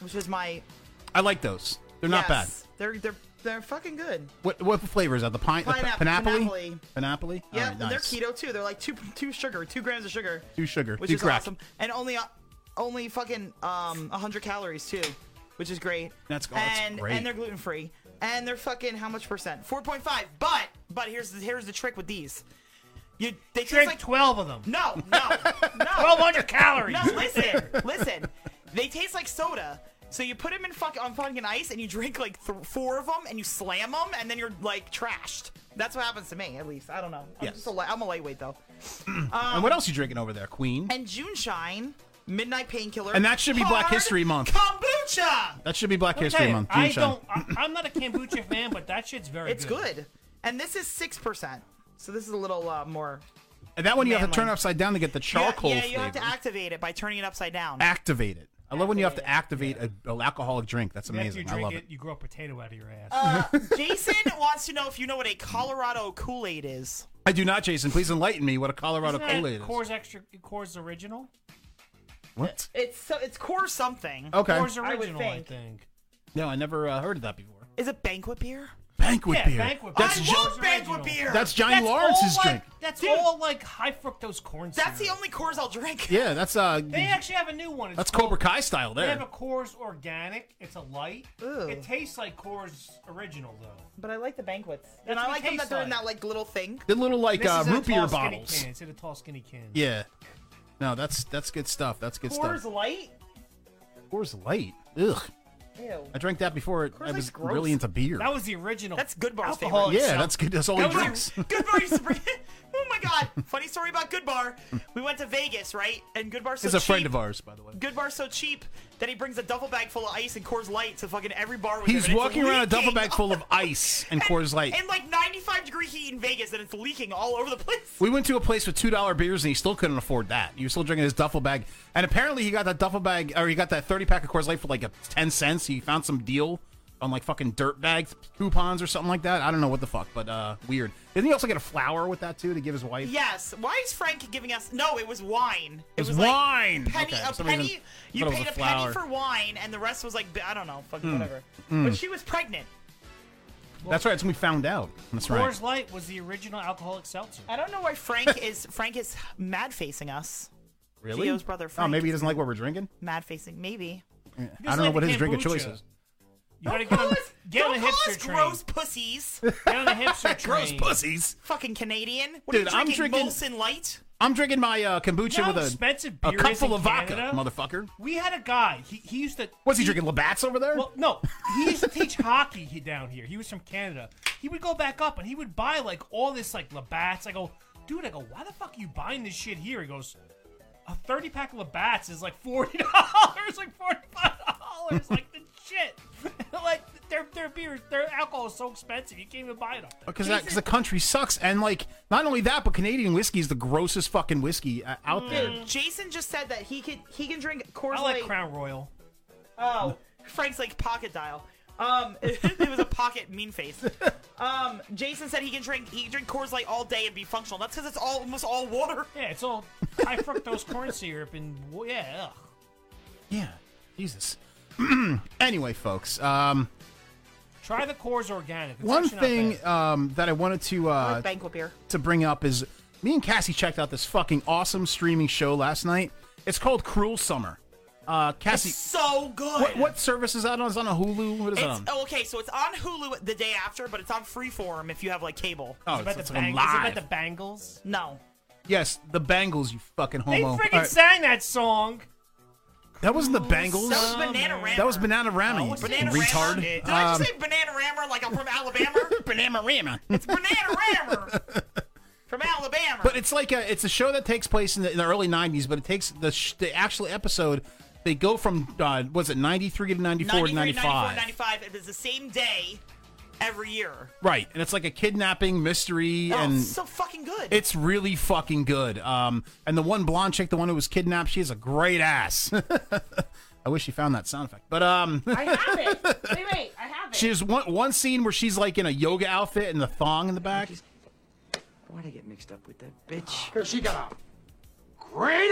[SPEAKER 26] which is my.
[SPEAKER 25] I like those. They're not bad.
[SPEAKER 26] Yes. They're they're they're fucking good.
[SPEAKER 25] What what flavor is that? The pine, the
[SPEAKER 26] Pineapple-
[SPEAKER 25] pi-
[SPEAKER 26] panapoli.
[SPEAKER 25] panapoli, panapoli. All
[SPEAKER 26] Yeah,
[SPEAKER 25] right,
[SPEAKER 26] and they're
[SPEAKER 25] nice.
[SPEAKER 26] keto too. They're like two two sugar, two grams of sugar,
[SPEAKER 25] Two sugar,
[SPEAKER 26] which
[SPEAKER 25] two
[SPEAKER 26] is
[SPEAKER 25] crack.
[SPEAKER 26] awesome, and only uh, only fucking um 100 calories too, which is great.
[SPEAKER 25] That's- oh, that's
[SPEAKER 26] and
[SPEAKER 25] great.
[SPEAKER 26] and they're gluten free, and they're fucking how much percent? 4.5. But but here's the, here's the trick with these. You they drink like
[SPEAKER 10] 12 of them.
[SPEAKER 26] No, no,
[SPEAKER 10] [LAUGHS]
[SPEAKER 26] no.
[SPEAKER 10] 1,200 calories.
[SPEAKER 26] No, listen, listen. They taste like soda. So you put them in fuck on fucking ice and you drink like th- four of them and you slam them and then you're like trashed. That's what happens to me at least. I don't know. I'm
[SPEAKER 25] Yes.
[SPEAKER 26] just a li- I'm a lightweight though.
[SPEAKER 25] [CLEARS THROAT] and
[SPEAKER 26] Um,
[SPEAKER 25] what else you drinking over there, Queen?
[SPEAKER 26] And June Shine, Midnight Painkiller.
[SPEAKER 25] And that should be Black
[SPEAKER 26] Hard
[SPEAKER 25] History Month.
[SPEAKER 26] Kombucha.
[SPEAKER 25] That should be Black History
[SPEAKER 10] Hey,
[SPEAKER 25] Month.
[SPEAKER 10] I
[SPEAKER 25] Moonshine.
[SPEAKER 10] don't. I, I'm not a kombucha [LAUGHS] fan, but that shit's very.
[SPEAKER 26] It's good. And this is 6%. So this is a little uh, more
[SPEAKER 25] And that one you have to
[SPEAKER 26] Manly.
[SPEAKER 25] turn upside down to get the charcoal
[SPEAKER 26] Yeah, yeah you
[SPEAKER 25] flavor.
[SPEAKER 26] have to activate it by turning it upside down.
[SPEAKER 25] activate it. I love when you have to activate a, an alcoholic drink. That's
[SPEAKER 10] After you
[SPEAKER 25] amazing. I
[SPEAKER 10] drink
[SPEAKER 25] love
[SPEAKER 10] it,
[SPEAKER 25] it.
[SPEAKER 10] you grow a potato out of your ass.
[SPEAKER 26] Uh,
[SPEAKER 10] [LAUGHS]
[SPEAKER 26] Jason wants to know if you know what a Colorado Kool-Aid is.
[SPEAKER 25] I do not, Jason. Please enlighten me what a Colorado
[SPEAKER 10] Isn't that
[SPEAKER 25] Kool Aid is.
[SPEAKER 10] Coors extra, Coors original.
[SPEAKER 25] What?
[SPEAKER 26] It's so it's core something.
[SPEAKER 25] Okay.
[SPEAKER 10] Coors
[SPEAKER 26] I would
[SPEAKER 10] original, I think.
[SPEAKER 26] think.
[SPEAKER 25] No, I never uh, heard of that before.
[SPEAKER 26] Is it banquet beer?
[SPEAKER 25] Banquet
[SPEAKER 10] Yeah,
[SPEAKER 25] beer.
[SPEAKER 10] banquet beer.
[SPEAKER 25] That's
[SPEAKER 10] I
[SPEAKER 25] Jo-
[SPEAKER 10] love
[SPEAKER 26] Banquet beer.
[SPEAKER 25] That's Johnny Lawrence's
[SPEAKER 26] all,
[SPEAKER 25] drink.
[SPEAKER 26] Like,
[SPEAKER 10] That's all like high fructose corn syrup.
[SPEAKER 26] that's the only Coors I'll drink.
[SPEAKER 25] Yeah, that's uh.
[SPEAKER 10] They actually have a new one. It's
[SPEAKER 25] That's
[SPEAKER 10] called-
[SPEAKER 25] Cobra Kai style
[SPEAKER 10] They
[SPEAKER 25] there.
[SPEAKER 10] have a Coors Organic. It's a light. It tastes like Coors Original though.
[SPEAKER 26] But I like the banquets,
[SPEAKER 10] That's
[SPEAKER 26] and I
[SPEAKER 10] what
[SPEAKER 26] like
[SPEAKER 10] it
[SPEAKER 26] them
[SPEAKER 10] tastes
[SPEAKER 26] that they're in
[SPEAKER 10] like.
[SPEAKER 26] that like little thing.
[SPEAKER 25] The little like
[SPEAKER 10] This
[SPEAKER 25] uh,
[SPEAKER 10] is in a
[SPEAKER 25] root beer
[SPEAKER 10] tall, skinny
[SPEAKER 25] bottles.
[SPEAKER 10] Can. It's in a tall skinny can.
[SPEAKER 25] Yeah. No, that's that's good stuff. That's good
[SPEAKER 26] Coors
[SPEAKER 25] stuff.
[SPEAKER 26] Light.
[SPEAKER 25] Coors Light. Ugh.
[SPEAKER 26] Ew.
[SPEAKER 25] I drank that before it- I was really into beer.
[SPEAKER 10] That was the original.
[SPEAKER 26] That's Good Bars
[SPEAKER 10] Alcoholic
[SPEAKER 26] favorite.
[SPEAKER 25] yeah, that's good. That's all he [LAUGHS]
[SPEAKER 26] That was
[SPEAKER 25] drinks.
[SPEAKER 26] Good Bars. [LAUGHS] oh my god, God, funny story about Good Bar. We went to Vegas, right? And Good Bar's so
[SPEAKER 25] He's a
[SPEAKER 26] cheap.
[SPEAKER 25] friend of ours, by the way.
[SPEAKER 26] Good Bar's so cheap that he brings a duffel bag full of ice and Coors Light to fucking every bar. With him,
[SPEAKER 25] He's
[SPEAKER 26] and it's
[SPEAKER 25] walking around a duffel
[SPEAKER 26] leaking
[SPEAKER 25] bag full of ice and Coors Light.
[SPEAKER 26] in like 95 degree heat in Vegas, and it's leaking all over the
[SPEAKER 25] [LAUGHS]
[SPEAKER 26] place.
[SPEAKER 25] We went to a place with two dollar beers, and he still couldn't afford that. He was still drinking his duffel bag, and apparently he got that duffel bag, or he got that thirty pack of Coors Light for like a ten cents. He found some deal on like fucking dirt bags, coupons, or something like that. I don't know what the fuck, but uh, weird. Didn't he also get a flower with that too to give his wife?
[SPEAKER 26] Yes. Why is Frank giving us? No, it was wine.
[SPEAKER 25] It was
[SPEAKER 26] like
[SPEAKER 25] wine!
[SPEAKER 26] penny,
[SPEAKER 25] Okay,
[SPEAKER 26] a
[SPEAKER 25] for some reason,
[SPEAKER 26] penny.
[SPEAKER 25] I
[SPEAKER 26] You
[SPEAKER 25] thought it was
[SPEAKER 26] paid
[SPEAKER 25] a
[SPEAKER 26] a,
[SPEAKER 25] flower.
[SPEAKER 26] penny for wine, and the rest was like I don't know, fucking
[SPEAKER 25] Hmm.
[SPEAKER 26] whatever.
[SPEAKER 25] Hmm.
[SPEAKER 26] But she was pregnant.
[SPEAKER 25] That's right. That's when we found out. That's right.
[SPEAKER 10] Coors Light was the original alcoholic seltzer.
[SPEAKER 26] I don't know why Frank [LAUGHS] is Frank is mad facing us.
[SPEAKER 25] Really?
[SPEAKER 26] Gio's brother
[SPEAKER 25] Oh,
[SPEAKER 26] Frank
[SPEAKER 25] maybe he
[SPEAKER 26] is
[SPEAKER 25] doesn't like what we're drinking.
[SPEAKER 26] Mad facing, maybe.
[SPEAKER 25] I don't know what his drinking choice is.
[SPEAKER 10] You gotta get on, get
[SPEAKER 26] Don't
[SPEAKER 10] on the
[SPEAKER 26] call
[SPEAKER 10] hipster
[SPEAKER 26] us
[SPEAKER 10] train.
[SPEAKER 26] gross pussies.
[SPEAKER 10] Get on the
[SPEAKER 26] [LAUGHS]
[SPEAKER 10] hipster
[SPEAKER 25] Gross
[SPEAKER 10] train.
[SPEAKER 25] pussies.
[SPEAKER 26] Fucking Canadian. What
[SPEAKER 25] Dude,
[SPEAKER 26] are
[SPEAKER 25] I'm
[SPEAKER 26] you drinking?
[SPEAKER 25] drinking-
[SPEAKER 26] Molson Light.
[SPEAKER 25] I'm drinking my uh, kombucha
[SPEAKER 10] You know how
[SPEAKER 25] with a,
[SPEAKER 10] expensive
[SPEAKER 25] a
[SPEAKER 10] beer
[SPEAKER 25] cup
[SPEAKER 10] is
[SPEAKER 25] full
[SPEAKER 10] in
[SPEAKER 25] of
[SPEAKER 10] Canada?
[SPEAKER 25] vodka, motherfucker.
[SPEAKER 10] We had a guy. He, he used to.
[SPEAKER 25] What's he, drinking? Labatt's over there?
[SPEAKER 10] Well, no. He used to teach hockey he- down here. He was from Canada. He would go back up and he would buy like all this like Labatt's. I go, dude. I go, why the fuck are you buying this shit here? He goes, a thirty pack of Labatt's is like forty [LAUGHS] dollars, like forty five dollars, like the shit. [LAUGHS] like their their beer, their alcohol is so expensive. You can't even buy it up. there.
[SPEAKER 25] Because the country sucks, and like not only that, but Canadian whiskey is the grossest fucking whiskey uh, out there.
[SPEAKER 10] Mm.
[SPEAKER 26] Dude, Jason just said that he could he can drink Coors
[SPEAKER 10] I like
[SPEAKER 26] Light.
[SPEAKER 10] Crown Royal.
[SPEAKER 26] Oh, Frank's like pocket dial. Um, [LAUGHS] it was a pocket
[SPEAKER 25] [LAUGHS]
[SPEAKER 26] mean face. Um, Jason said he can drink he can drink Coors Light all day and be functional. That's because it's all almost all water.
[SPEAKER 10] Yeah, it's all high fructose corn syrup and well, yeah. Ugh.
[SPEAKER 25] Yeah, Jesus. [CLEARS THROAT] anyway, folks, um,
[SPEAKER 10] Try the Coors Organic. It's
[SPEAKER 25] one
[SPEAKER 10] actually not
[SPEAKER 25] thing um, that I wanted to uh,
[SPEAKER 26] banquet beer.
[SPEAKER 25] to bring up is me and Cassie checked out this fucking awesome streaming show last night. It's called Cruel Summer. Uh, Cassie,
[SPEAKER 26] so good.
[SPEAKER 25] What, what service is that on? Is on a Hulu? What is it
[SPEAKER 26] It's,
[SPEAKER 25] on?
[SPEAKER 26] oh, okay, so it's on Hulu the day after, but it's on Freeform if you have like cable.
[SPEAKER 25] Oh, It's about it's- the it's on Bang- is it about live. Um, the
[SPEAKER 10] Bangles?
[SPEAKER 26] No.
[SPEAKER 25] Yes, the Bangles. You fucking
[SPEAKER 10] They
[SPEAKER 25] homo.
[SPEAKER 10] freaking
[SPEAKER 25] All right.
[SPEAKER 10] sang that song.
[SPEAKER 25] That wasn't the Bengals.
[SPEAKER 10] That was Banana
[SPEAKER 25] That was Banana Rama, you
[SPEAKER 26] Banana
[SPEAKER 25] retard.
[SPEAKER 26] Rammer? Did I
[SPEAKER 25] Um,
[SPEAKER 26] just say Banana Rammer like I'm from Alabama?
[SPEAKER 25] [LAUGHS] Banana Rammer.
[SPEAKER 26] It's Banana Rammer from Alabama.
[SPEAKER 25] But it's like a it's a show that takes place in the, in the early '90s, but it takes the sh- the actual episode. They go from uh, was it '93 to '94 to
[SPEAKER 26] 93, 94,
[SPEAKER 25] '95,
[SPEAKER 26] 95. It is the same day every year.
[SPEAKER 25] right? And it's like a kidnapping mystery,
[SPEAKER 26] Oh,
[SPEAKER 25] and
[SPEAKER 26] it's so fucking good.
[SPEAKER 25] it's really fucking good. Um, and the one blonde chick, the one who was kidnapped, she has a great ass. [LAUGHS] I wish she found that sound effect, but um,
[SPEAKER 18] I have
[SPEAKER 25] [LAUGHS]
[SPEAKER 18] it. Wait, wait, I have it.
[SPEAKER 25] she has one one scene where she's like in a yoga outfit and the thong in the back.
[SPEAKER 28] Why'd I get mixed up with that bitch?
[SPEAKER 25] Here she got
[SPEAKER 28] Great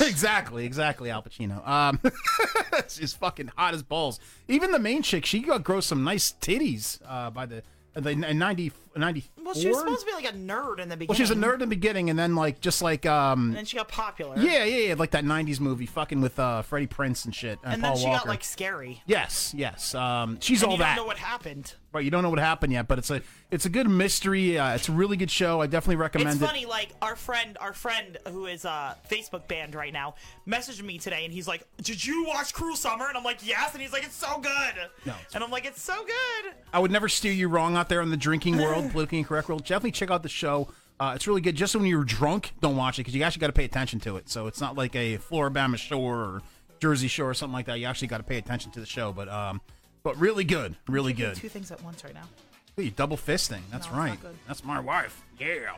[SPEAKER 25] [LAUGHS] exactly, exactly, Al Pacino. Um, [LAUGHS] she's fucking hot as balls. Even the main chick, she got grow some nice titties uh, by the the in 90, 94?
[SPEAKER 26] Well, she was supposed to be like a nerd in the beginning.
[SPEAKER 25] Well, she was a nerd in the beginning, and then like just like
[SPEAKER 26] And
[SPEAKER 25] um,
[SPEAKER 26] then she got popular.
[SPEAKER 25] yeah, yeah, yeah, like that '90s movie, fucking with uh, Freddie Prince and shit, and,
[SPEAKER 26] And
[SPEAKER 25] Paul
[SPEAKER 26] then she
[SPEAKER 25] Walker.
[SPEAKER 26] got like scary.
[SPEAKER 25] yes, yes, um, she's
[SPEAKER 26] and
[SPEAKER 25] all
[SPEAKER 26] you
[SPEAKER 25] that.
[SPEAKER 26] don't know what happened.
[SPEAKER 25] Right, you don't know what happened yet, but it's a it's a good mystery. Uh, it's a really good show. I definitely recommend
[SPEAKER 26] It's
[SPEAKER 25] it.
[SPEAKER 26] funny, like our friend, our friend who is uh, Facebook banned right now, messaged me today, and he's like, "Did you watch Cruel Summer?" And I'm like, "Yes," and he's like, "It's so good."
[SPEAKER 25] No,
[SPEAKER 26] and I'm like, "It's so good."
[SPEAKER 25] I would never steer you wrong out there in the drinking
[SPEAKER 26] [LAUGHS]
[SPEAKER 25] world, politically incorrect world. Definitely check out the show. Uh, it's really good. Just when you're drunk, don't watch it because you actually got to pay attention to it. So it's not like a Floribama Shore or Jersey Shore or something like that. You actually got to pay attention to the show. But um, but really good, really
[SPEAKER 26] Doing
[SPEAKER 25] good.
[SPEAKER 26] Two things at once right now.
[SPEAKER 25] Hey, you double fisting. That's
[SPEAKER 26] No, it's not
[SPEAKER 25] right.
[SPEAKER 26] good.
[SPEAKER 25] That's my wife. Yeah.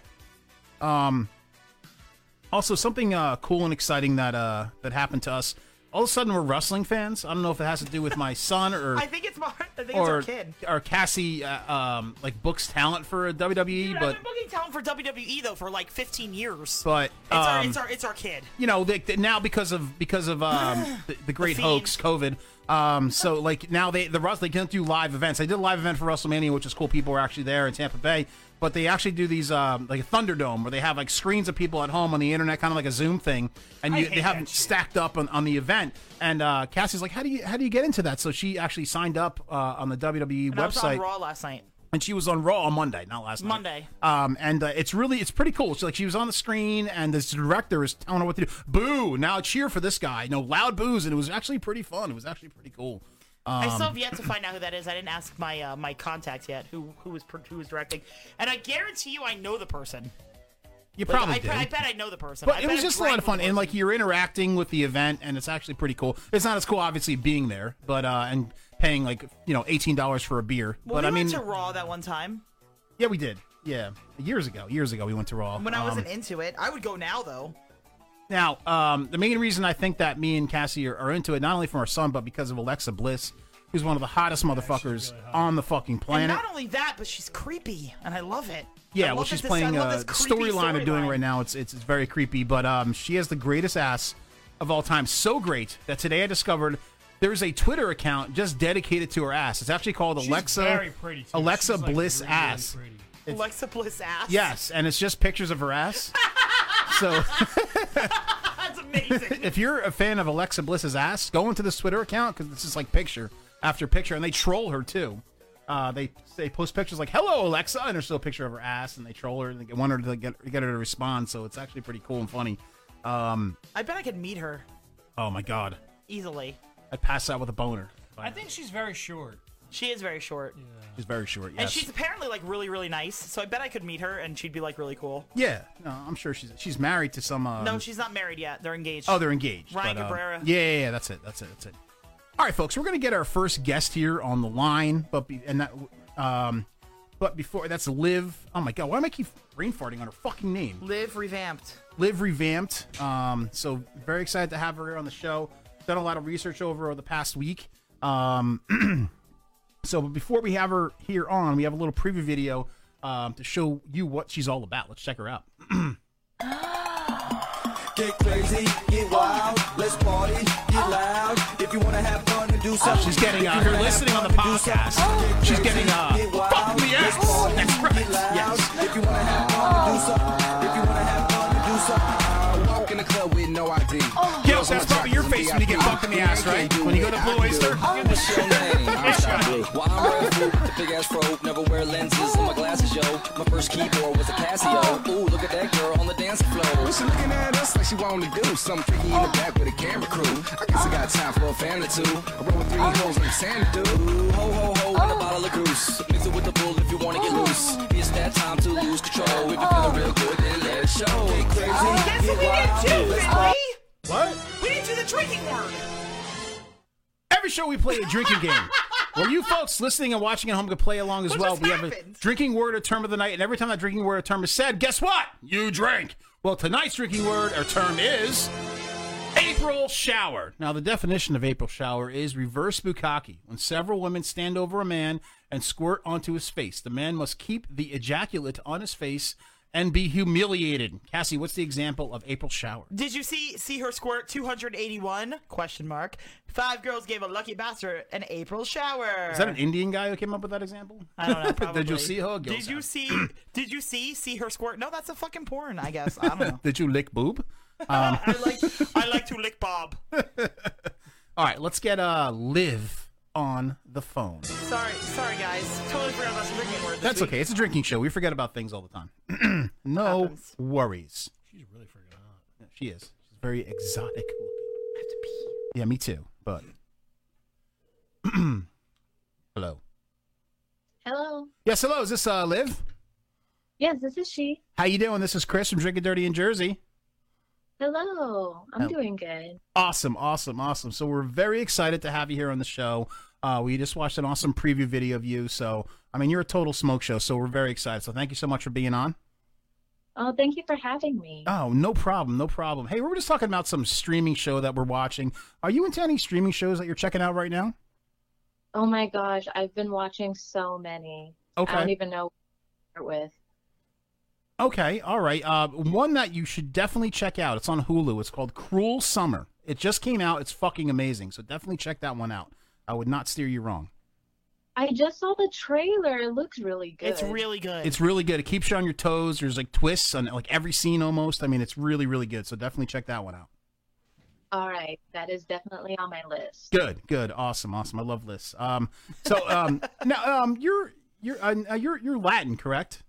[SPEAKER 25] Um. Also, something uh, cool and exciting that uh, that happened to us. All of a sudden, we're wrestling fans. I don't know if it has to do with my son or
[SPEAKER 26] [LAUGHS] I think it's my, I think
[SPEAKER 25] or,
[SPEAKER 26] it's our kid.
[SPEAKER 25] or Cassie uh, um, like books talent for WWE,
[SPEAKER 26] Dude,
[SPEAKER 25] E, but
[SPEAKER 26] I've been booking talent for WWE though for like 15 years.
[SPEAKER 25] but
[SPEAKER 26] it's, our,
[SPEAKER 25] um,
[SPEAKER 26] it's our, it's our kid.
[SPEAKER 25] you know they, they- now because of because of
[SPEAKER 26] [SIGHS]
[SPEAKER 25] um, the, the great
[SPEAKER 26] The
[SPEAKER 25] hoax, COVID. Um, so like now they the Rus- they can't do live events. They did a live event for WrestleMania, which is cool. People were actually there in Tampa Bay, but they actually do these um, like a Thunderdome where they have like screens of people at home on the internet, kind of like a Zoom thing, and
[SPEAKER 10] I
[SPEAKER 25] you,
[SPEAKER 10] hate
[SPEAKER 25] they have them stacked up on, on the event. And uh, Cassie's like, how do you how do you get into that? So she actually signed up uh, on the WWE
[SPEAKER 26] And
[SPEAKER 25] website
[SPEAKER 26] I was on Raw last night.
[SPEAKER 25] and she was on Raw on Monday, not last night.
[SPEAKER 26] Monday.
[SPEAKER 25] Um, and uh, it's really it's pretty cool. She like she was on the screen, and this director is telling her what to do. Boo! Now cheer for this guy. No loud boos, and it was actually pretty fun. It was actually pretty cool. Um,
[SPEAKER 26] I still have yet to find out who that is. I didn't ask my uh, my contact yet who who was pr- who was directing, and I guarantee you I know the person.
[SPEAKER 25] You
[SPEAKER 26] Like,
[SPEAKER 25] probably
[SPEAKER 26] I,
[SPEAKER 25] did.
[SPEAKER 26] I bet I know the person. I
[SPEAKER 25] But it
[SPEAKER 26] bet
[SPEAKER 25] was
[SPEAKER 26] I
[SPEAKER 25] just a lot
[SPEAKER 26] drank
[SPEAKER 25] of fun,
[SPEAKER 26] with
[SPEAKER 25] and like you're interacting with the event, and it's actually pretty cool. It's not as cool, obviously, being there, but uh, and paying like you know eighteen dollars for a beer.
[SPEAKER 26] Well,
[SPEAKER 25] but
[SPEAKER 26] we
[SPEAKER 25] I mean,
[SPEAKER 26] went to Raw that one time
[SPEAKER 25] yeah, we did. Yeah, years ago, years ago, we went to Raw.
[SPEAKER 26] when I
[SPEAKER 25] Um,
[SPEAKER 26] wasn't into it. I would go now though.
[SPEAKER 25] Now, um, the main reason I think that me and Cassie are, are into it, not only from our son, but because of Alexa Bliss, who's one of the hottest motherfuckers on the fucking
[SPEAKER 26] And
[SPEAKER 25] planet.
[SPEAKER 26] not only that, but she's creepy, and I love it. I
[SPEAKER 25] Yeah, well,
[SPEAKER 26] love
[SPEAKER 25] she's
[SPEAKER 26] this- I
[SPEAKER 25] playing
[SPEAKER 26] love
[SPEAKER 25] uh,
[SPEAKER 26] this
[SPEAKER 25] the
[SPEAKER 26] creepy
[SPEAKER 25] storyline they're doing
[SPEAKER 26] storyline.
[SPEAKER 25] right now. It's, it's it's very creepy, but um, she has the greatest ass of all time. So great that today I discovered there's a Twitter account just dedicated to her ass. It's actually called
[SPEAKER 10] She's
[SPEAKER 25] Alexa
[SPEAKER 10] very pretty, too.
[SPEAKER 25] Alexa
[SPEAKER 10] She's, like,
[SPEAKER 25] Bliss
[SPEAKER 10] really, really
[SPEAKER 25] ass.
[SPEAKER 26] Alexa Bliss ass.
[SPEAKER 25] Yes, and it's just pictures of her
[SPEAKER 26] [LAUGHS]
[SPEAKER 25] ass. so
[SPEAKER 26] That's amazing.
[SPEAKER 25] if you're a fan of Alexa Bliss's ass, go into this Twitter account because this is like picture after picture, and they troll her too. Uh, they they post pictures like "Hello Alexa," and there's still a picture of her ass, and they troll her and they want her to get get her to respond. So it's actually pretty cool and funny. Um,
[SPEAKER 26] I bet I could meet her
[SPEAKER 25] oh my god,
[SPEAKER 26] easily.
[SPEAKER 25] I passed out with a boner.
[SPEAKER 26] I think she's very short. She is very short.
[SPEAKER 25] She's very short. Yes.
[SPEAKER 26] And she's apparently like really, really nice. So I bet I could meet her and she'd be like really cool.
[SPEAKER 25] yeah, no, I'm sure she's she's married to some. Um,
[SPEAKER 26] no, she's not married yet. They're engaged.
[SPEAKER 25] Oh, they're engaged.
[SPEAKER 26] Ryan
[SPEAKER 25] but, um,
[SPEAKER 26] Cabrera.
[SPEAKER 25] yeah, yeah, yeah, that's it. That's it. That's it. All right, folks, we're gonna get our first guest here on the line, but be, and that, um, but before that's Liv. Oh my god, why am I keep brain farting on her fucking name?
[SPEAKER 26] Live revamped.
[SPEAKER 25] Liv revamped. Um, so very excited to have her here on the show. Done a lot of research over over the past week. Um, [CLEARS THROAT] so but before we have her here on, we have a little preview video um, to show you what she's all about. Let's check her out.
[SPEAKER 22] Get crazy, get wild, let's party, get loud. If you wanna have fun and do something,
[SPEAKER 25] she's getting,
[SPEAKER 22] if
[SPEAKER 25] uh,
[SPEAKER 22] you
[SPEAKER 25] her
[SPEAKER 22] wanna
[SPEAKER 25] listening
[SPEAKER 22] have
[SPEAKER 25] on the
[SPEAKER 22] fun and do
[SPEAKER 25] podcast.
[SPEAKER 22] something, get
[SPEAKER 25] She's getting, uh,
[SPEAKER 22] get wild,
[SPEAKER 25] fuck in the
[SPEAKER 22] let's
[SPEAKER 25] ass.
[SPEAKER 22] party,
[SPEAKER 25] That's
[SPEAKER 22] get
[SPEAKER 25] right,
[SPEAKER 22] loud.
[SPEAKER 25] yes.
[SPEAKER 22] If you wanna have fun and do something, if you wanna have fun and do something, walk in the club with no ID.
[SPEAKER 25] Gil, that's probably your face when you get fucked in the ass, right? When you go to Blue Oyster.
[SPEAKER 22] What's your name? I'm Shy Blue. Well, I'm Red Fruit, the big ass pro. Never wear lenses on my glasses, yo. My first keyboard was a Casio. Ooh, look at that girl on the dance floor. Oh.
[SPEAKER 29] But Oh. she looking at us like she wanted to do something freaky in the back with a camera crew. I guess I got time for a fan or two. I roll with three
[SPEAKER 22] Oh.
[SPEAKER 29] hoes like Santa do.
[SPEAKER 22] Ho, ho, ho, and a bottle of goose. Mix it with the bull if you wanna
[SPEAKER 29] Oh.
[SPEAKER 22] get loose. It's that time to lose control. If you feeling real good, then let it show. Get crazy,
[SPEAKER 26] Guess
[SPEAKER 22] get
[SPEAKER 26] what Oh, we
[SPEAKER 22] wild,
[SPEAKER 26] didn't do,
[SPEAKER 22] let's
[SPEAKER 26] Finley?
[SPEAKER 25] What?
[SPEAKER 26] We didn't do the drinking word.
[SPEAKER 25] Every show we play a drinking game. Well, you folks listening and watching at home can play along as well. We have a drinking word or term of the night, and every time that drinking word or term is said, guess what? You drink. Well, tonight's drinking word or term is April shower. Now, the definition of April shower is reverse bukkake, when several women stand over a man and squirt onto his face. The man must keep the ejaculate on his face and be humiliated. Cassie, what's the example of April shower?
[SPEAKER 26] Did you see see her squirt 281? Question mark. Five girls gave a lucky bastard an April shower.
[SPEAKER 25] Is that an Indian guy who came up with that example?
[SPEAKER 26] I don't know.
[SPEAKER 25] [LAUGHS]
[SPEAKER 26] Probably.
[SPEAKER 25] Did you see her? Gil
[SPEAKER 26] Did you
[SPEAKER 25] Scott? [CLEARS THROAT]
[SPEAKER 26] see? Did you see? See her squirt? No, that's a fucking porn.
[SPEAKER 25] [LAUGHS]
[SPEAKER 26] I guess. I don't know.
[SPEAKER 25] Did you lick boob? Um,
[SPEAKER 26] I like to lick Bob.
[SPEAKER 25] all right, let's get uh Liv on the phone.
[SPEAKER 26] Sorry, sorry guys. Totally forgot about the drinking word. This
[SPEAKER 25] That's
[SPEAKER 26] week.
[SPEAKER 25] okay. It's a drinking show. We forget about things all the time. [CLEARS THROAT] no worries. She's really freaking hot. She is. She's very exotic looking. I have to pee. Yeah, me too. But [CLEARS THROAT] hello.
[SPEAKER 30] Hello.
[SPEAKER 25] Yes, hello. Is this uh Liv?
[SPEAKER 30] Yes, this is she.
[SPEAKER 25] How you doing? This is Chris from Drinking Dirty in Jersey.
[SPEAKER 30] Hello. I'm
[SPEAKER 25] Hello.
[SPEAKER 30] doing good.
[SPEAKER 25] Awesome, awesome, awesome. So we're very excited to have you here on the show. Uh, we just watched an awesome preview video of you. So I mean, you're a total smoke show. So we're very excited. So thank you so much for being on.
[SPEAKER 30] Oh, thank you for having me.
[SPEAKER 25] Oh, no problem, no problem. Hey, we were just talking about some streaming show that we're watching. Are you into any streaming shows that you're checking out right now?
[SPEAKER 30] Oh my gosh, I've been watching so many.
[SPEAKER 25] Okay.
[SPEAKER 30] I don't even know what to start with.
[SPEAKER 25] Okay, all right. Uh, one that you should definitely check out. It's on Hulu. It's called Cruel Summer. It just came out. It's fucking amazing. So definitely check that one out. I would not steer you wrong.
[SPEAKER 30] I just saw the trailer. It looks really good.
[SPEAKER 26] It's really good.
[SPEAKER 25] It's really good. It keeps you on your toes. There's like twists on like every scene almost. I mean, it's really really good. So definitely check that one out.
[SPEAKER 30] All right, that is definitely on my list.
[SPEAKER 25] Good, good, awesome, awesome. I love lists. Um, so um, [LAUGHS] now um, you're you're uh, you're you're Latin, correct?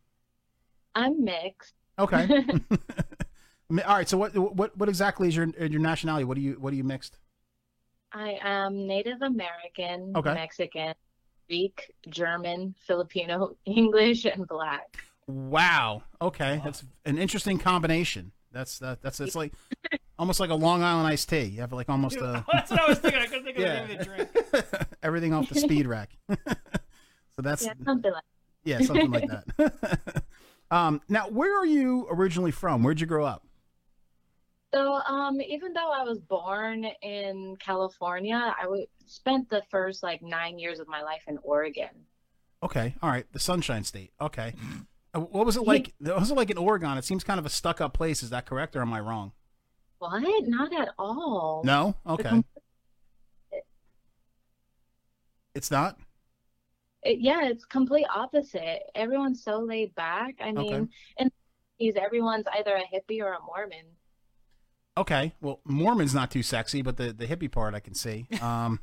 [SPEAKER 30] I'm mixed.
[SPEAKER 25] Okay. [LAUGHS] Mi- All right. So what what what exactly is your your nationality? What do you what do you mixed?
[SPEAKER 30] I am Native American,
[SPEAKER 25] Okay.
[SPEAKER 30] [LAUGHS] Mexican, Greek, German, Filipino, English, and Black.
[SPEAKER 25] Wow. Okay, that's an interesting combination. That's that. That's it's [LAUGHS] like almost like a Long Island iced tea. You have like almost [LAUGHS] uh, a
[SPEAKER 10] [LAUGHS] That's what I was thinking. I couldn't think of the name of the drink.
[SPEAKER 25] everything off the speed rack. [LAUGHS] so that's
[SPEAKER 30] yeah, um, something like.
[SPEAKER 25] yeah, something like that. um, now, where are you originally from? Where'd you grow up?
[SPEAKER 30] So, um, even though I was born in California, I w- spent the first like nine years of my life in Oregon.
[SPEAKER 25] Okay, all right, the Sunshine State. Okay, Uh, what was it like? What was it like in Oregon? It seems kind of a stuck-up place. Is that correct, or am I wrong?
[SPEAKER 30] What? Not at all.
[SPEAKER 25] No.
[SPEAKER 30] The
[SPEAKER 25] Okay.
[SPEAKER 30] com-
[SPEAKER 25] It's not.
[SPEAKER 30] it- yeah, it's complete opposite. Everyone's so laid back. I mean, in the 80s, everyone's either a hippie or a Mormon.
[SPEAKER 25] Okay. Well, Mormon's not too sexy, but the, the hippie part I can see. Um,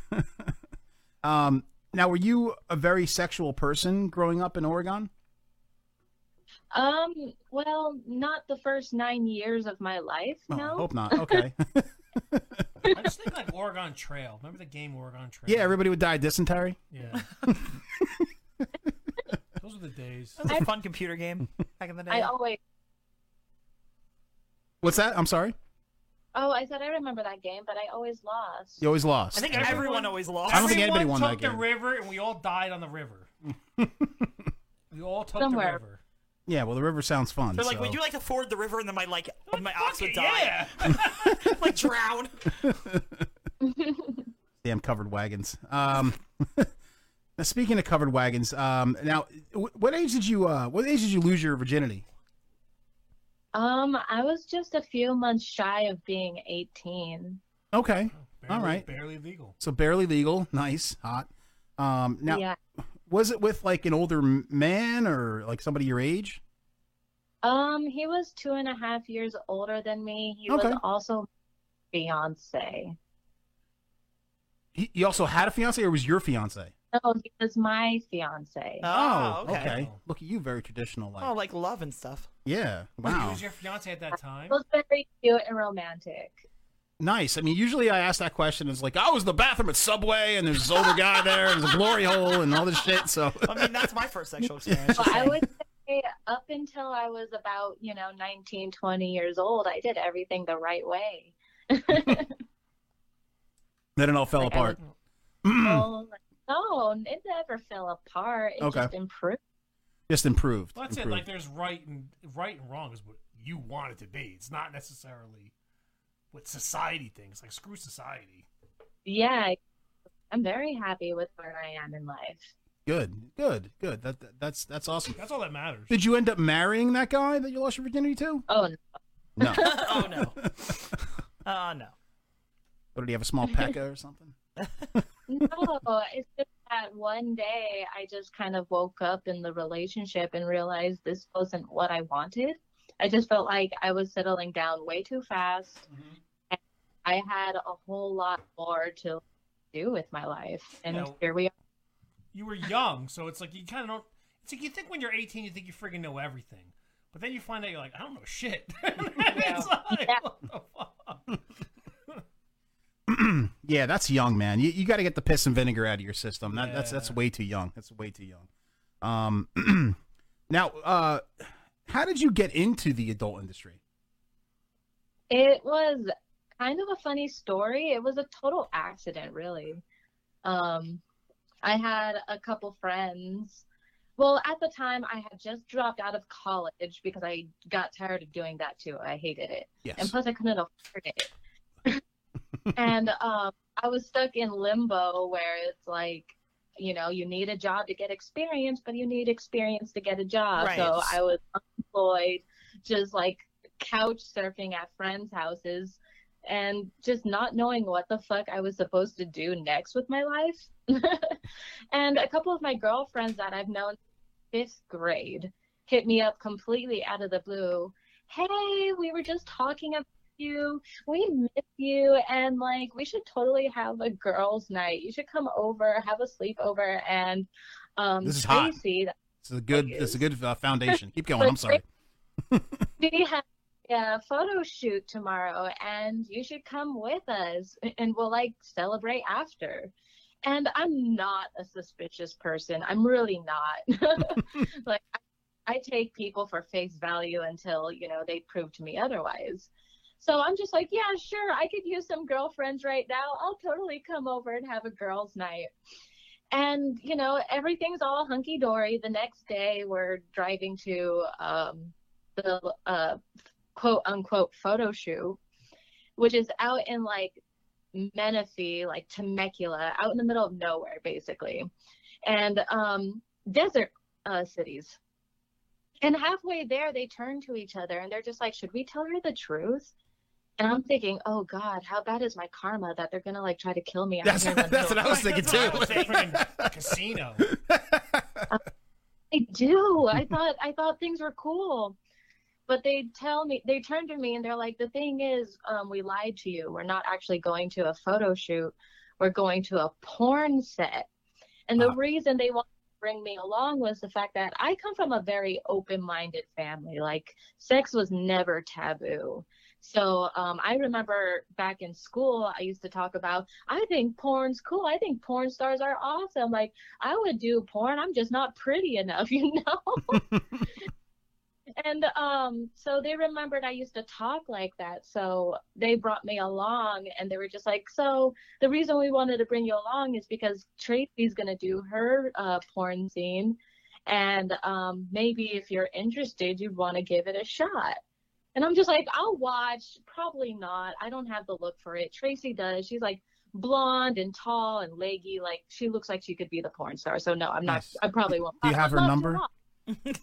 [SPEAKER 25] [LAUGHS] um, now, were you a very sexual person growing up in Oregon?
[SPEAKER 30] Um, well, not the first nine years of my life.
[SPEAKER 25] Oh, I
[SPEAKER 30] no.
[SPEAKER 25] hope
[SPEAKER 30] [LAUGHS]
[SPEAKER 25] not. Okay.
[SPEAKER 10] I just think like Oregon Trail. Remember the game Oregon Trail?
[SPEAKER 25] yeah, everybody would die of dysentery.
[SPEAKER 10] Yeah. Those were the days.
[SPEAKER 26] That was a fun computer game back in the day.
[SPEAKER 30] I always.
[SPEAKER 25] [LAUGHS] What's that? I'm sorry.
[SPEAKER 30] Oh, I said I remember that game, but I always lost.
[SPEAKER 25] You always lost. I think
[SPEAKER 26] everyone always lost.
[SPEAKER 25] I don't think anybody won
[SPEAKER 10] took
[SPEAKER 25] that
[SPEAKER 10] the
[SPEAKER 25] game.
[SPEAKER 10] river, and we all died on the river. we all took the
[SPEAKER 26] Somewhere.
[SPEAKER 10] river.
[SPEAKER 25] Yeah. Well, the river sounds fun.
[SPEAKER 26] They're like,
[SPEAKER 25] so-
[SPEAKER 26] would you like to ford the river and then my like
[SPEAKER 10] Oh,
[SPEAKER 26] my ox would die? [LAUGHS] like drown.
[SPEAKER 25] damn covered wagons. Um, [LAUGHS] now speaking of covered wagons, um, now wh- what age did you uh, what age did you lose your virginity?
[SPEAKER 30] Um, I was just a few months shy of being 18.
[SPEAKER 25] Okay, all right.
[SPEAKER 10] Oh, Barely legal.
[SPEAKER 25] So barely legal, nice, hot. Um, now,
[SPEAKER 30] Yeah.
[SPEAKER 25] was it with like an older m- man or like somebody your age?
[SPEAKER 30] Um, he was two and a half years older than me. He was
[SPEAKER 25] Okay.
[SPEAKER 30] also fiance.
[SPEAKER 25] He, you also had a fiance, or was your fiance?
[SPEAKER 30] No, he was my fiance. Ah,
[SPEAKER 25] Oh, Look at you, very traditional like.
[SPEAKER 26] Oh, like love and stuff.
[SPEAKER 25] Yeah, wow,
[SPEAKER 10] Who's your fiance at that time?
[SPEAKER 30] It was very cute
[SPEAKER 25] [LAUGHS]
[SPEAKER 30] and romantic.
[SPEAKER 25] nice. I mean, usually I ask that question. It's like, I was in the bathroom at Subway, and there's this older guy there, and there's a glory hole, and all this shit.
[SPEAKER 30] [LAUGHS]
[SPEAKER 25] So
[SPEAKER 26] I mean, that's my first
[SPEAKER 25] [LAUGHS]
[SPEAKER 26] sexual experience.
[SPEAKER 30] But I would say up until I was about, you know, 19, 20 years old, I did everything the right
[SPEAKER 25] [CLEARS THROAT]
[SPEAKER 30] way.
[SPEAKER 25] then it all fell apart. Mm-hmm.
[SPEAKER 30] Oh, no, it never fell apart. It
[SPEAKER 25] Okay.
[SPEAKER 30] just improved.
[SPEAKER 25] Just improved.
[SPEAKER 10] Well, that's it.
[SPEAKER 25] improved.
[SPEAKER 10] Like there's right and right and wrong is what you want it to be. It's not necessarily what society thinks. Like screw society.
[SPEAKER 30] Yeah, I'm very happy with where I am in life.
[SPEAKER 25] Good, good, good. That, that that's that's awesome.
[SPEAKER 10] That's all that matters.
[SPEAKER 25] Did you end up marrying that guy that you lost your virginity to?
[SPEAKER 30] Oh no.
[SPEAKER 10] [LAUGHS]
[SPEAKER 25] No.
[SPEAKER 26] oh no.
[SPEAKER 25] [LAUGHS]
[SPEAKER 10] Uh,
[SPEAKER 26] Oh no.
[SPEAKER 25] Or did he have a
[SPEAKER 30] [LAUGHS]
[SPEAKER 25] small pecker or something?
[SPEAKER 30] No, it's just that one day I just kind of woke up in the relationship and realized this wasn't what I wanted. I just felt like I was settling down way too fast. And I had a whole lot more to do with my life. And
[SPEAKER 10] No.
[SPEAKER 30] here we are.
[SPEAKER 10] You were young, so it's like you kind of don't. It's like you think when you're 18, you think you friggin' know everything, but then you find out you're like, I don't know shit. [LAUGHS] It's like, what the fuck? [LAUGHS]
[SPEAKER 25] yeah, that's young, man. You, you got to get the piss and vinegar out of your system. That, That's that's way too young. That's way too young. Um, [CLEARS THROAT] now, uh, how did you get into the adult industry?
[SPEAKER 30] It was kind of a funny story. It was a total accident, really. Um, I had a couple friends. Well, at the time, I had just dropped out of college because I got tired of doing that too. I hated it.
[SPEAKER 25] Yes.
[SPEAKER 30] And plus, I couldn't afford it. and um, I was stuck in limbo where it's like, you know, you need a job to get experience, but you need experience to get a job.
[SPEAKER 3] Right.
[SPEAKER 30] So I was unemployed, just like couch surfing at friends' houses and just not knowing what the fuck I was supposed to do next with my life. and a couple of my girlfriends that I've known since fifth grade hit me up completely out of the blue. Hey, we were just talking about you. We miss you. And like, we should totally have a girls' night. You should come over, have a sleepover. And um,
[SPEAKER 25] This is hot.
[SPEAKER 30] Tracy,
[SPEAKER 25] This is a good. This is a good uh, foundation. Keep going. I'm sorry.
[SPEAKER 30] we have a photo shoot tomorrow and you should come with us and we'll like celebrate after And I'm not a suspicious person. I'm really not. [LAUGHS] like I, I take people for face value until, you know, they prove to me otherwise. So I'm just like, yeah, sure, I could use some girlfriends right now. I'll totally come over and have a girls' night. And, you know, everything's all hunky dory. The next day, we're driving to um, the uh, quote unquote photo shoot, which is out in like Menifee, like Temecula, out in the middle of nowhere, basically, and um, desert uh, cities. And halfway there, they turn to each other and they're just like, should we tell her the truth? And I'm thinking, oh God, how bad is my karma that they're gonna like try to kill me? out
[SPEAKER 25] That's,
[SPEAKER 30] here in
[SPEAKER 14] [LAUGHS]
[SPEAKER 30] the
[SPEAKER 25] that's what I was thinking too. [LAUGHS]
[SPEAKER 10] casino.
[SPEAKER 30] I do. I thought I thought things were cool. But they tell me they turn to me and they're like, the thing is, um, we lied to you. We're not actually going to a photo shoot. We're going to a porn set. And the reason they wanted to bring me along was the fact that I come from a very open minded family. Like sex was never taboo. So um, I remember back in school, I used to talk about, I think porn's cool. I think porn stars are awesome. Like, I would do porn. I'm just not pretty enough, [LAUGHS] you know? and um, so they remembered I used to talk like that. So they brought me along and they were just like, So the reason we wanted to bring you along is because Tracy's going to do her uh, porn scene. And um, maybe if you're interested, you'd want to give it a shot. And I'm just like, I'll watch. Probably not. I don't have the look for it. Tracy does. She's like blonde and tall and leggy. Like she looks like she could be the porn star. So no, I'm not. I probably won't.
[SPEAKER 25] Do you
[SPEAKER 30] I-
[SPEAKER 25] have
[SPEAKER 30] I'd
[SPEAKER 25] her
[SPEAKER 30] love to
[SPEAKER 25] number?
[SPEAKER 30] watch.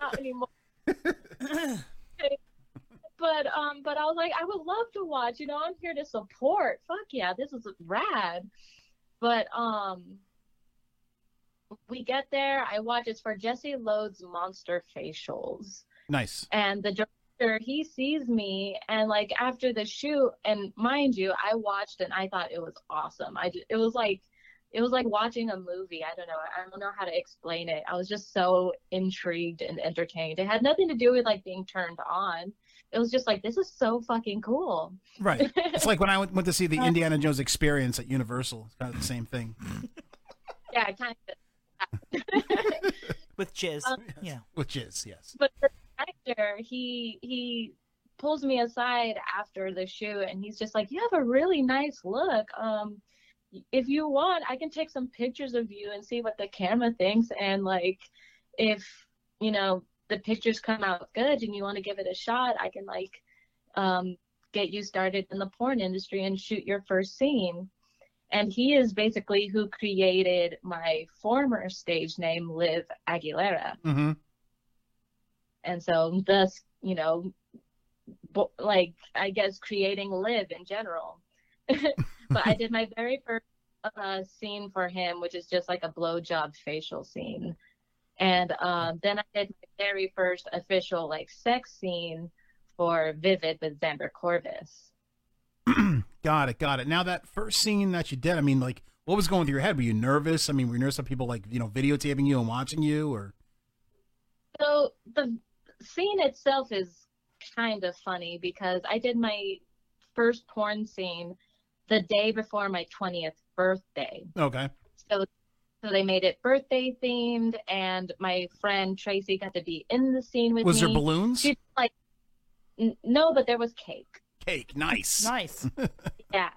[SPEAKER 30] Not anymore. but um, but I was like, I would love to watch. You know, I'm here to support. Fuck yeah, this is rad. But um, we get there. I watch. It's for Jesse Lode's Monster Facials
[SPEAKER 25] Nice.
[SPEAKER 30] and the director he sees me and like after the shoot and mind you i watched and i thought it was awesome i ju- it was like it was like watching a movie i don't know i don't know how to explain it i was just so intrigued and entertained it had nothing to do with like being turned on it was just like this is so fucking cool
[SPEAKER 25] Right. It's like when I went, went to see the Indiana Jones experience at Universal. It's kind of the same thing
[SPEAKER 30] yeah kind of
[SPEAKER 26] with jizz.
[SPEAKER 30] Um,
[SPEAKER 14] [LAUGHS]
[SPEAKER 26] yeah.
[SPEAKER 25] Which is yes.
[SPEAKER 30] but the actor he he pulls me aside after the shoot and he's just like you have a really nice look um if you want i can take some pictures of you and see what the camera thinks and like if you know the pictures come out good and you want to give it a shot i can like um get you started in the porn industry and shoot your first scene and he is basically who created my former stage name liv aguilera
[SPEAKER 25] Mm-hmm.
[SPEAKER 30] and so thus you know bo- like i guess creating live in general [LAUGHS] but i did my very first uh, scene for him which is just like a blowjob facial scene and um, then i did my very first official like sex scene for vivid with xander corvus
[SPEAKER 25] Got it. Got it. Now that first scene that you did, I mean, like, what was going through your head? Were you nervous? I mean, were you nervous of people like you know videotaping you and watching you, or
[SPEAKER 30] So the scene itself is kind of funny because I did my first porn scene the day before my 20th birthday.
[SPEAKER 25] okay?
[SPEAKER 30] So so they made it birthday themed and my friend Tracy got to be in the scene with
[SPEAKER 25] Was
[SPEAKER 30] me.
[SPEAKER 25] there balloons?
[SPEAKER 30] She, like n- no, but there was cake.
[SPEAKER 25] Cake. Nice. [LAUGHS]
[SPEAKER 26] Nice.
[SPEAKER 30] Yeah.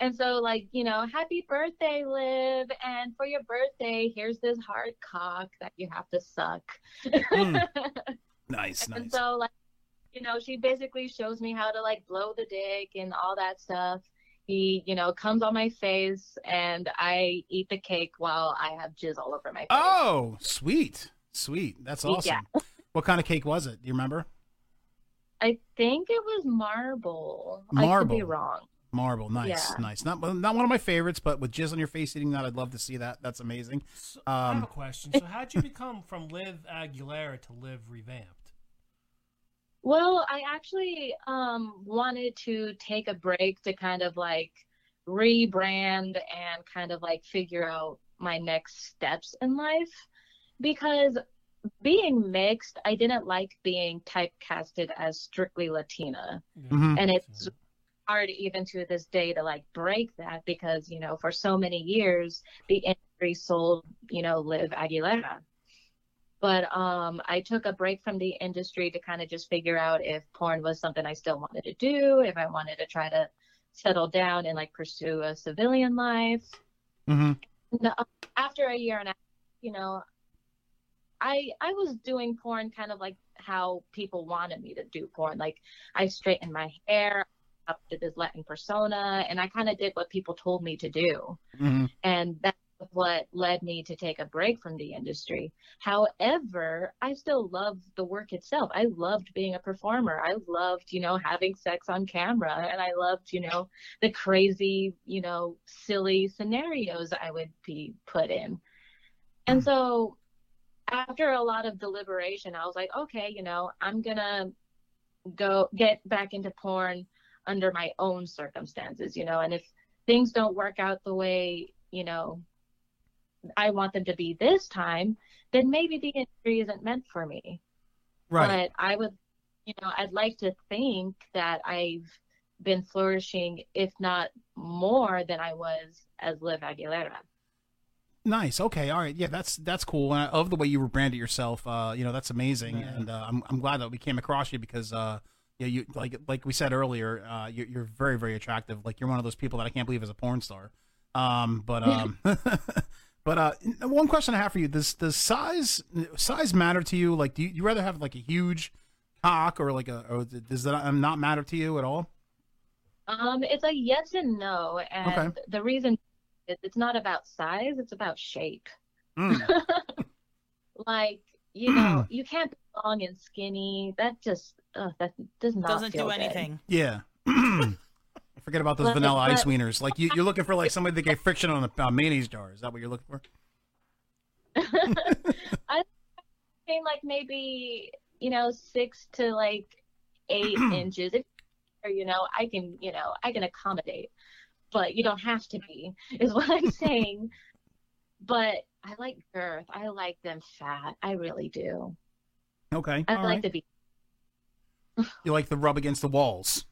[SPEAKER 30] And so, like, you know, happy birthday, Liv. And for your birthday, here's this hard cock that you have to suck.
[SPEAKER 25] nice.
[SPEAKER 30] And so, like, you know, she basically shows me how to, like, blow the dick and all that stuff. He, you know, comes on my face and I eat the cake while I have jizz all over my face.
[SPEAKER 25] Oh, sweet, sweet. That's
[SPEAKER 30] Yeah.
[SPEAKER 25] awesome. What kind of cake was it? Do you remember?
[SPEAKER 30] I think it was marble. I could be
[SPEAKER 25] Marble.
[SPEAKER 30] wrong.
[SPEAKER 25] Marble, nice,
[SPEAKER 30] Yeah.
[SPEAKER 25] nice. Not not one of my favorites, but with jizz on your face eating that, I'd love to see that. That's amazing.
[SPEAKER 10] I have
[SPEAKER 25] Um,
[SPEAKER 10] a question. So, how'd you become from Live Aguilera to Live Revamped?
[SPEAKER 30] Well, I actually um, wanted to take a break to kind of like rebrand and kind of like figure out my next steps in life because being mixed, I didn't like being typecasted as strictly Latina.
[SPEAKER 10] Yeah.
[SPEAKER 30] And it's, hard even to this day to like break that because you know for so many years the industry sold you know Liv Aguilera. But um, I took a break from the industry to kind of just figure out if porn was something I still wanted to do, if I wanted to try to settle down and like pursue a civilian life.
[SPEAKER 14] Mm-hmm.
[SPEAKER 30] No, after a year and a half, you know, I I was doing porn kind of like how people wanted me to do porn. Like I straightened my hair, up to this Latin persona, and I kind of did what people told me to do,
[SPEAKER 25] Mm-hmm.
[SPEAKER 30] and that's what led me to take a break from the industry. However, I still loved the work itself. I loved being a performer. I loved, you know, having sex on camera, and I loved, you know, the crazy, you know, silly scenarios I would be put in. And so after a lot of deliberation, I was like, okay, you know, I'm gonna go get back into porn under my own circumstances, you know, and if things don't work out the way, you know, I want them to be this time, then maybe the industry isn't meant for me.
[SPEAKER 3] Right.
[SPEAKER 30] But I would, you know, I'd like to think that I've been flourishing, if not more than I was as Liv Aguilera.
[SPEAKER 25] Nice. Okay. All right. Yeah. That's that's cool. And I love the way you rebranded yourself. Uh, you know, that's amazing. And uh, I'm I'm glad that we came across you because uh, yeah, you like like we said earlier, uh, you're, you're very very attractive. Like you're one of those people that I can't believe is a porn star. Um, but um, [LAUGHS] but uh, one question I have for you: Does does size size matter to you? Like, do you, you rather have like a huge cock or like a or does that um, not matter to you at all?
[SPEAKER 30] Um, it's a yes and no, and
[SPEAKER 25] Okay.
[SPEAKER 30] the reason is it's not about size; it's about shape. [LAUGHS] like you know, you can't be long and skinny. That just uh, that does not
[SPEAKER 26] Doesn't
[SPEAKER 30] feel
[SPEAKER 26] do
[SPEAKER 30] good.
[SPEAKER 26] anything.
[SPEAKER 25] Yeah. [CLEARS THROAT] Forget about those
[SPEAKER 30] But-
[SPEAKER 25] vanilla ice
[SPEAKER 30] but-
[SPEAKER 25] wieners. Like you, you're looking for like somebody that gave friction on a uh, mayonnaise jar. Is that what you're looking for?
[SPEAKER 30] I think like maybe you know six to like eight inches. If, or you know, I can you know I can accommodate, but you don't have to be [LAUGHS] is what I'm saying. but I like girth. I like them fat. I really do.
[SPEAKER 25] Okay.
[SPEAKER 30] I
[SPEAKER 25] all
[SPEAKER 30] like
[SPEAKER 25] right.
[SPEAKER 30] to be
[SPEAKER 25] You like the rub against the walls.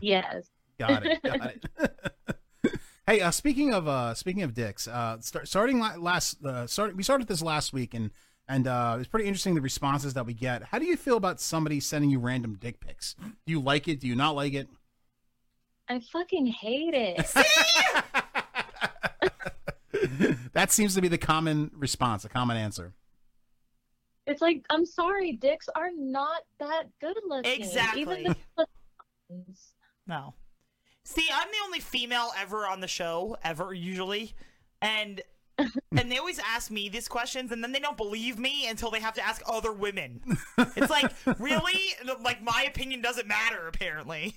[SPEAKER 30] yes.
[SPEAKER 25] Hmm. Got it. Got it. [LAUGHS] Hey, uh, speaking of uh, speaking of dicks, uh, start, starting la- last, uh, start, we started this last week, and and uh, it's pretty interesting the responses that we get. How do you feel about somebody sending you random dick pics? Do you like it? Do you not like it?
[SPEAKER 30] [LAUGHS] I fucking
[SPEAKER 25] [LAUGHS]
[SPEAKER 30] hate it.
[SPEAKER 25] That seems to be the common response, the common answer.
[SPEAKER 30] It's like, I'm sorry, dicks are not that good looking.
[SPEAKER 26] Exactly.
[SPEAKER 30] Even the,
[SPEAKER 26] No. See, I'm the only female ever on the show, ever usually, and and they always ask me these questions, and then they don't believe me until they have to ask other women. It's like, really, like my opinion doesn't matter apparently.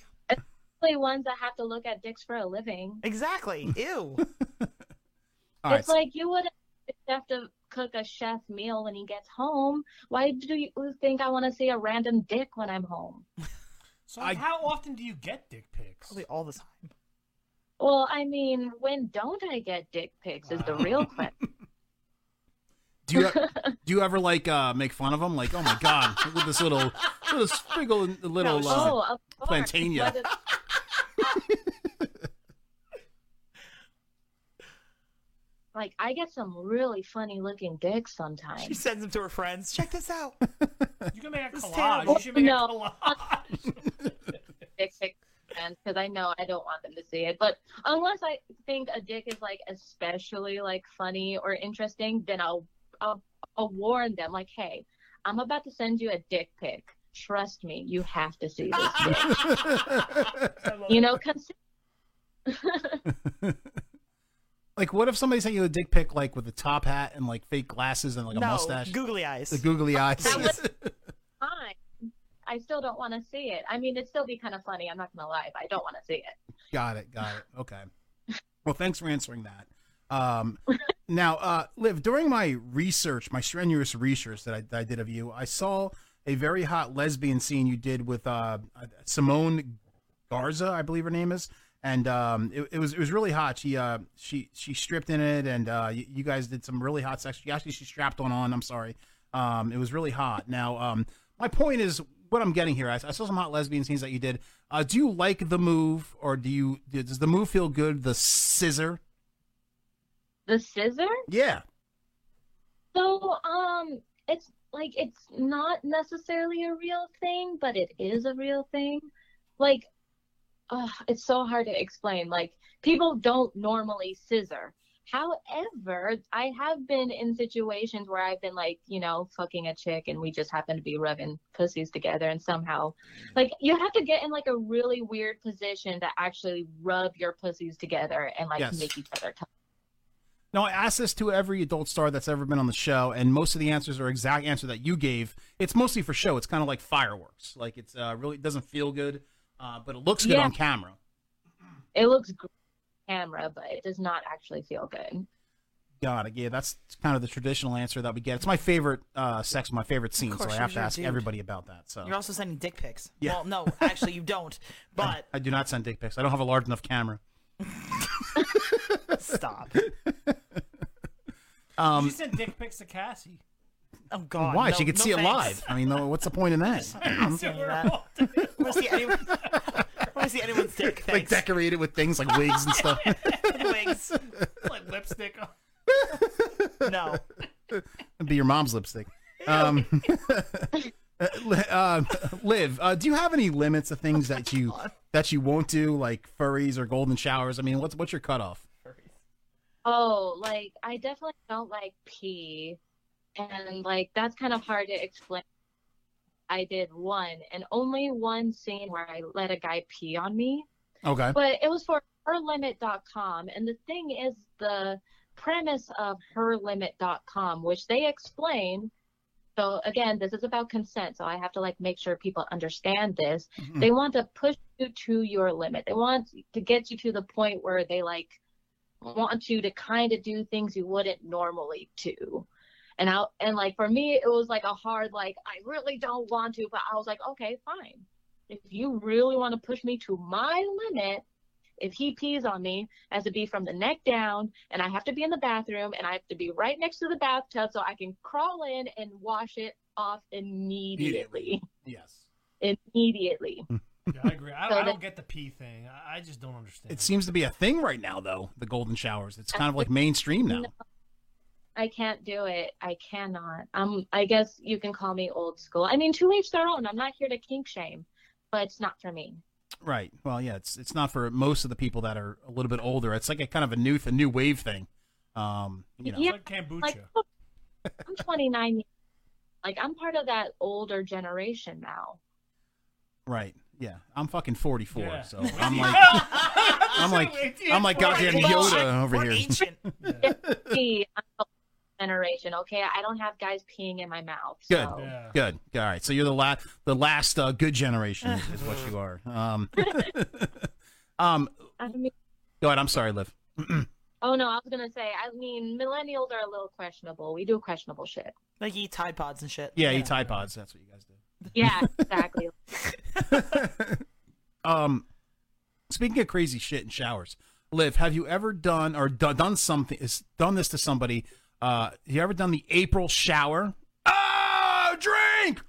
[SPEAKER 30] only ones that have to look at dicks for a living.
[SPEAKER 26] Exactly.
[SPEAKER 30] [LAUGHS]
[SPEAKER 26] Ew.
[SPEAKER 25] All right.
[SPEAKER 30] it's like you wouldn't have to cook a chef meal when he gets home. Why do you think I want to see a random dick when I'm home?
[SPEAKER 10] So like, how often do you get dick pics? Probably
[SPEAKER 26] all the time.
[SPEAKER 30] Well, I mean, when don't I get dick pics is
[SPEAKER 25] [LAUGHS]
[SPEAKER 30] the real question.
[SPEAKER 25] Do
[SPEAKER 30] [LAUGHS]
[SPEAKER 25] you do you ever like uh, make fun of them? Like, oh my god, look at this little, look at this little little
[SPEAKER 30] oh,
[SPEAKER 25] uh,
[SPEAKER 30] of course.
[SPEAKER 25] plantania.
[SPEAKER 30] But it's-
[SPEAKER 26] [LAUGHS]
[SPEAKER 30] like I get some really funny looking dicks sometimes.
[SPEAKER 26] She sends them to her friends. Check this out.
[SPEAKER 10] You can
[SPEAKER 30] [LAUGHS]
[SPEAKER 10] make a
[SPEAKER 26] It's
[SPEAKER 10] collage.
[SPEAKER 26] terrible.
[SPEAKER 10] You should make
[SPEAKER 30] No.
[SPEAKER 10] a collage.
[SPEAKER 30] [LAUGHS] dick pic because I know I don't want them to see it. But unless I think a dick is like especially like funny or interesting, then I'll I'll, I'll warn them like, hey, I'm about to send you a dick pic. Trust me, you have to see this. dick." you know, consider
[SPEAKER 25] Like, what if somebody sent you a dick pic, like with a top hat and like fake glasses and like a
[SPEAKER 26] no,
[SPEAKER 25] mustache,
[SPEAKER 26] googly eyes.
[SPEAKER 25] the googly eyes?
[SPEAKER 30] fine. I still don't want to see it. I mean, it'd still be kind of funny. I'm not gonna lie, but I don't want to see it.
[SPEAKER 25] [LAUGHS] Got it. Got it. Okay. Well, thanks for answering that. Um, now, uh, Liv, during my research, my strenuous research that I, that I did of you, I saw a very hot lesbian scene you did with uh, Simone Garza, I believe her name is, and um, it, it was it was really hot. She uh, she she stripped in it, and uh, you, you guys did some really hot sex. She actually she strapped on on. I'm sorry. Um, it was really hot. Now, um, my point is, what I'm getting here. I, I saw some hot lesbian scenes that you did. Uh, do you like the move, or do you does the move feel good? The scissor.
[SPEAKER 30] The scissor?
[SPEAKER 25] Yeah.
[SPEAKER 30] So, um, it's like it's not necessarily a real thing, but it is a real thing. Like, uh, it's so hard to explain. Like, people don't normally scissor. However, I have been in situations where I've been like, you know, fucking a chick and we just happen to be rubbing pussies together and somehow like you have to get in like a really weird position to actually rub your pussies together and like
[SPEAKER 25] Yes.
[SPEAKER 30] make each other touch.
[SPEAKER 25] No, I asked this to every adult star that's ever been on the show, and most of the answers are exact answer that you gave. It's mostly for show. It's kind of like fireworks. Like it's uh, really it doesn't feel good, uh, but it looks good
[SPEAKER 30] Yeah.
[SPEAKER 25] on camera.
[SPEAKER 30] It looks great on camera, but it does not actually feel good.
[SPEAKER 25] God, yeah, that's kind of the traditional answer that we get. It's my favorite uh, sex, my favorite scene, so
[SPEAKER 26] course,
[SPEAKER 25] I have
[SPEAKER 26] you're
[SPEAKER 25] to
[SPEAKER 26] a
[SPEAKER 25] ask
[SPEAKER 26] dude.
[SPEAKER 25] everybody about that. So
[SPEAKER 26] You're also sending dick [LAUGHS] pics.
[SPEAKER 25] Yeah.
[SPEAKER 26] Well, no, actually, you don't. But
[SPEAKER 25] [LAUGHS] I do not send dick pics. I don't have a large enough camera.
[SPEAKER 26] stop.
[SPEAKER 25] Um,
[SPEAKER 10] she sent dick pics to Cassie.
[SPEAKER 26] Oh God!
[SPEAKER 25] why?
[SPEAKER 26] no-
[SPEAKER 25] she could
[SPEAKER 26] no
[SPEAKER 25] see
[SPEAKER 26] thanks.
[SPEAKER 25] it live. I mean, no, what's the point in
[SPEAKER 26] [LAUGHS]
[SPEAKER 25] that?
[SPEAKER 10] [LAUGHS]
[SPEAKER 26] I'm
[SPEAKER 25] [LAUGHS]
[SPEAKER 26] saying that. Want to see anyone? Want to see [LAUGHS] anyone's dick?
[SPEAKER 25] like decorated with things like wigs and
[SPEAKER 26] [LAUGHS]
[SPEAKER 25] stuff.
[SPEAKER 26] Wigs.
[SPEAKER 10] Like lipstick. on-
[SPEAKER 26] No.
[SPEAKER 25] It'd be your mom's lipstick. Um, [LAUGHS] li- uh, Liv, uh, do you have any limits of things that
[SPEAKER 26] [LAUGHS]
[SPEAKER 25] you that you won't do, like furries or golden showers? I mean, what's what's your cutoff?
[SPEAKER 30] Oh, like I definitely don't like pee. And like that's kind of hard to explain. I did one and only one scene where I let a guy pee on me.
[SPEAKER 25] Okay.
[SPEAKER 30] But it was for herlimit.com. And the thing is, the premise of herlimit.com, which they explain. So again, this is about consent. So I have to like make sure people understand this.
[SPEAKER 3] Mhm.
[SPEAKER 30] They want to push you to your limit. They want to get you to the point where they like want you to kind of do things you wouldn't normally do. And I and like for me, it was like a hard like I really don't want to, but I was like, okay, fine. If you really want to push me to my limit, if he pees on me, it has to be from the neck down, and I have to be in the bathroom, and I have to be right next to the bathtub so I can crawl in and wash it off immediately.
[SPEAKER 25] Yes.
[SPEAKER 30] Immediately.
[SPEAKER 10] Yeah, I agree. I,
[SPEAKER 30] So
[SPEAKER 10] I
[SPEAKER 30] that-
[SPEAKER 10] don't get the pee thing. I, I just don't understand.
[SPEAKER 25] It seems to be a thing right now, though. The golden showers. It's kind of like mainstream now.
[SPEAKER 30] I can't do it. I cannot. Um, I guess you can call me old school. I mean, to each their own. I'm not here to kink shame, but it's not for me.
[SPEAKER 25] Right. Well, yeah. It's it's not for most of the people that are a little bit older. It's like a kind of a new a new wave thing. Um, you know.
[SPEAKER 30] yeah,
[SPEAKER 10] kombucha.
[SPEAKER 30] Like, oh, I'm 29. Like I'm part of that older generation now.
[SPEAKER 25] Right. Yeah. I'm fucking 44,
[SPEAKER 10] Yeah.
[SPEAKER 30] [LAUGHS]
[SPEAKER 25] so Oh, [LAUGHS] I'm like I'm like I'm like goddamn
[SPEAKER 30] [LAUGHS]
[SPEAKER 25] Yoda over
[SPEAKER 30] We're
[SPEAKER 25] here. [LAUGHS]
[SPEAKER 30] ancient. It's me. I'm the older generation. Okay, I don't have guys peeing in my mouth.
[SPEAKER 25] Good.
[SPEAKER 30] so-
[SPEAKER 25] Good. All right. So you're the last the last uh, good generation is, is what you are. Um [LAUGHS] Um
[SPEAKER 30] I mean,
[SPEAKER 25] go ahead. I'm sorry, Liv.
[SPEAKER 30] oh no, I was gonna say. I mean, millennials are a little questionable. We do questionable shit.
[SPEAKER 26] Like eat Tide Pods and shit.
[SPEAKER 25] Yeah, eat Tide Pods. That's what you guys do.
[SPEAKER 30] [LAUGHS] Yeah, exactly.
[SPEAKER 25] Um speaking of crazy shit and showers, Liv, have you ever done or do, done something is done this to somebody? Uh have you ever done the April shower? Oh, drink.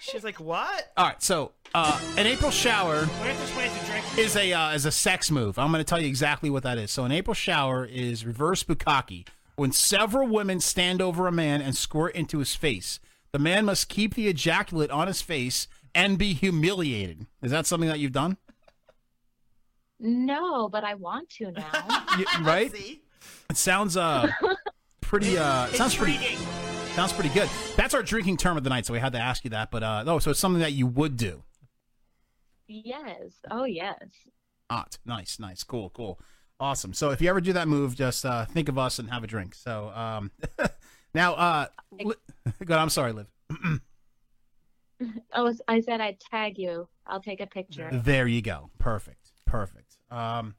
[SPEAKER 26] She's like, what?
[SPEAKER 25] All right, so uh, an April shower
[SPEAKER 10] Weirdest way to drink.
[SPEAKER 25] is a uh, is a sex move. I'm going to tell you exactly what that is. So an April shower is reverse bukkake, when several women stand over a man and squirt into his face. The man must keep the ejaculate on his face and be humiliated. Is that something that you've done?
[SPEAKER 30] No, but I want to now.
[SPEAKER 25] You- right? It sounds uh pretty [LAUGHS] uh it sounds pretty sounds pretty good. That's our drinking term of the night, so we had to ask you that. But uh no, so it's something that you would do.
[SPEAKER 30] yes. Oh yes.
[SPEAKER 25] Hot. Nice, nice, cool, cool. Awesome. So if you ever do that move, just uh, think of us and have a drink. So um, [LAUGHS] now, uh, li- [LAUGHS] God, I'm sorry, Liv.
[SPEAKER 30] [LAUGHS] Oh, I said I'd tag you. I'll take a picture.
[SPEAKER 25] There you go. Perfect, perfect. Um,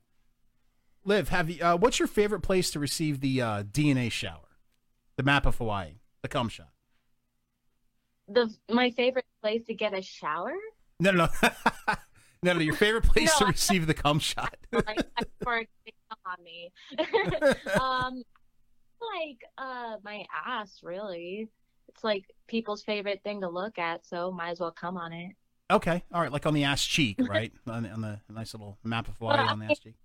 [SPEAKER 25] Liv, have you? Uh, what's your favorite place to receive the uh, DNA shower, the map of Hawaii, the cum shot?
[SPEAKER 30] The my favorite place to get a shower.
[SPEAKER 25] No, [LAUGHS] no, no, no, no. Your favorite place to
[SPEAKER 30] No, I-
[SPEAKER 25] receive the cum shot.
[SPEAKER 30] like I- [LAUGHS] for example, on me. [LAUGHS] um, like uh, my ass really. it's like people's favorite thing to look at, so might as well come on it.
[SPEAKER 25] Okay, all right, like on the ass
[SPEAKER 26] [LAUGHS]
[SPEAKER 25] cheek, right? on, on the nice little map of Hawaii
[SPEAKER 30] Well,
[SPEAKER 25] on the
[SPEAKER 30] I-
[SPEAKER 25] ass cheek.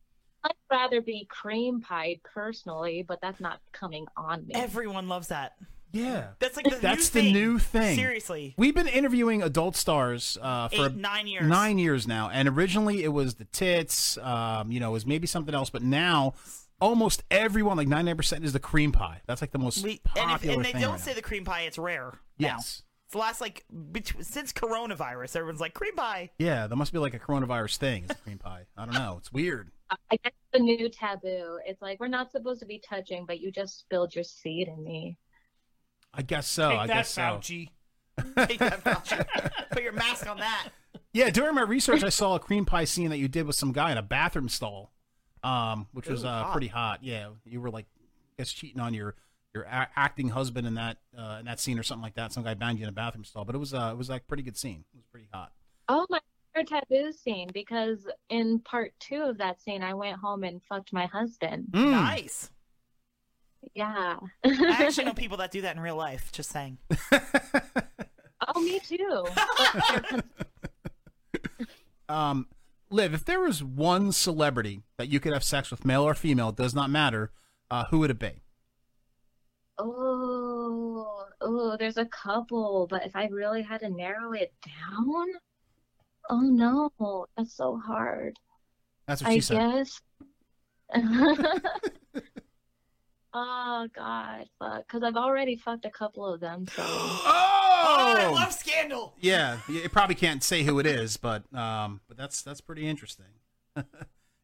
[SPEAKER 30] I'd rather be cream pie personally, but that's not coming on me.
[SPEAKER 26] Everyone loves that.
[SPEAKER 25] Yeah.
[SPEAKER 26] That's like the
[SPEAKER 25] That's
[SPEAKER 26] new
[SPEAKER 25] the
[SPEAKER 26] thing.
[SPEAKER 25] new thing.
[SPEAKER 26] Seriously.
[SPEAKER 25] we've been interviewing adult stars uh, for
[SPEAKER 26] Eight, nine years.
[SPEAKER 25] nine years now, and originally it was the tits, um, you know, it was maybe something else, but now almost everyone, like ninety nine percent, is the cream pie. That's like the most
[SPEAKER 26] We, and, if,
[SPEAKER 25] popular
[SPEAKER 26] and they
[SPEAKER 25] thing.
[SPEAKER 26] don't
[SPEAKER 25] right
[SPEAKER 26] say the cream pie, it's rare.
[SPEAKER 25] now.
[SPEAKER 26] now.
[SPEAKER 25] yes,
[SPEAKER 26] It's the last like bet- since coronavirus, everyone's like cream
[SPEAKER 30] [LAUGHS]
[SPEAKER 26] pie.
[SPEAKER 25] yeah, there must be like a coronavirus thing. Is the cream pie? I don't know. It's weird.
[SPEAKER 30] I guess the new taboo. It's like we're not supposed to be touching, but you just spilled your seed in me.
[SPEAKER 25] I guess so.
[SPEAKER 10] Take
[SPEAKER 25] I
[SPEAKER 10] that,
[SPEAKER 25] guess so.
[SPEAKER 10] Fauci.
[SPEAKER 25] [LAUGHS]
[SPEAKER 26] Put your mask on that.
[SPEAKER 25] Yeah, during my research, I saw a cream pie scene that you did with some guy in a bathroom stall, um, which was
[SPEAKER 10] Ooh,
[SPEAKER 25] uh,
[SPEAKER 10] hot.
[SPEAKER 25] pretty hot. Yeah, you were like, I guess cheating on your your a- acting husband in that uh, in that scene or something like that. Some guy bound you in a bathroom stall, but it was uh, it was like pretty good scene. It was pretty hot.
[SPEAKER 30] Oh my favorite taboo scene because in part two of that scene, I went home and fucked my husband.
[SPEAKER 25] Mm.
[SPEAKER 26] Nice.
[SPEAKER 30] Yeah.
[SPEAKER 26] I actually know people that do that in real life. Just saying.
[SPEAKER 30] Oh, me
[SPEAKER 26] [LAUGHS]
[SPEAKER 30] too.
[SPEAKER 25] Um, Liv, if there was one celebrity that you could have sex with, male or female, it does not matter, uh, who would it be?
[SPEAKER 30] oh, oh, there's a couple, but if I really had to narrow it down, oh no, that's so hard.
[SPEAKER 25] That's what
[SPEAKER 30] I
[SPEAKER 25] she said.
[SPEAKER 6] [LAUGHS]
[SPEAKER 30] guess. oh God, fuck! Because I've already fucked a couple of them, so.
[SPEAKER 25] Oh,
[SPEAKER 26] love scandal.
[SPEAKER 25] Yeah, you you probably can't say who it is, but um, but that's that's pretty interesting. [LAUGHS]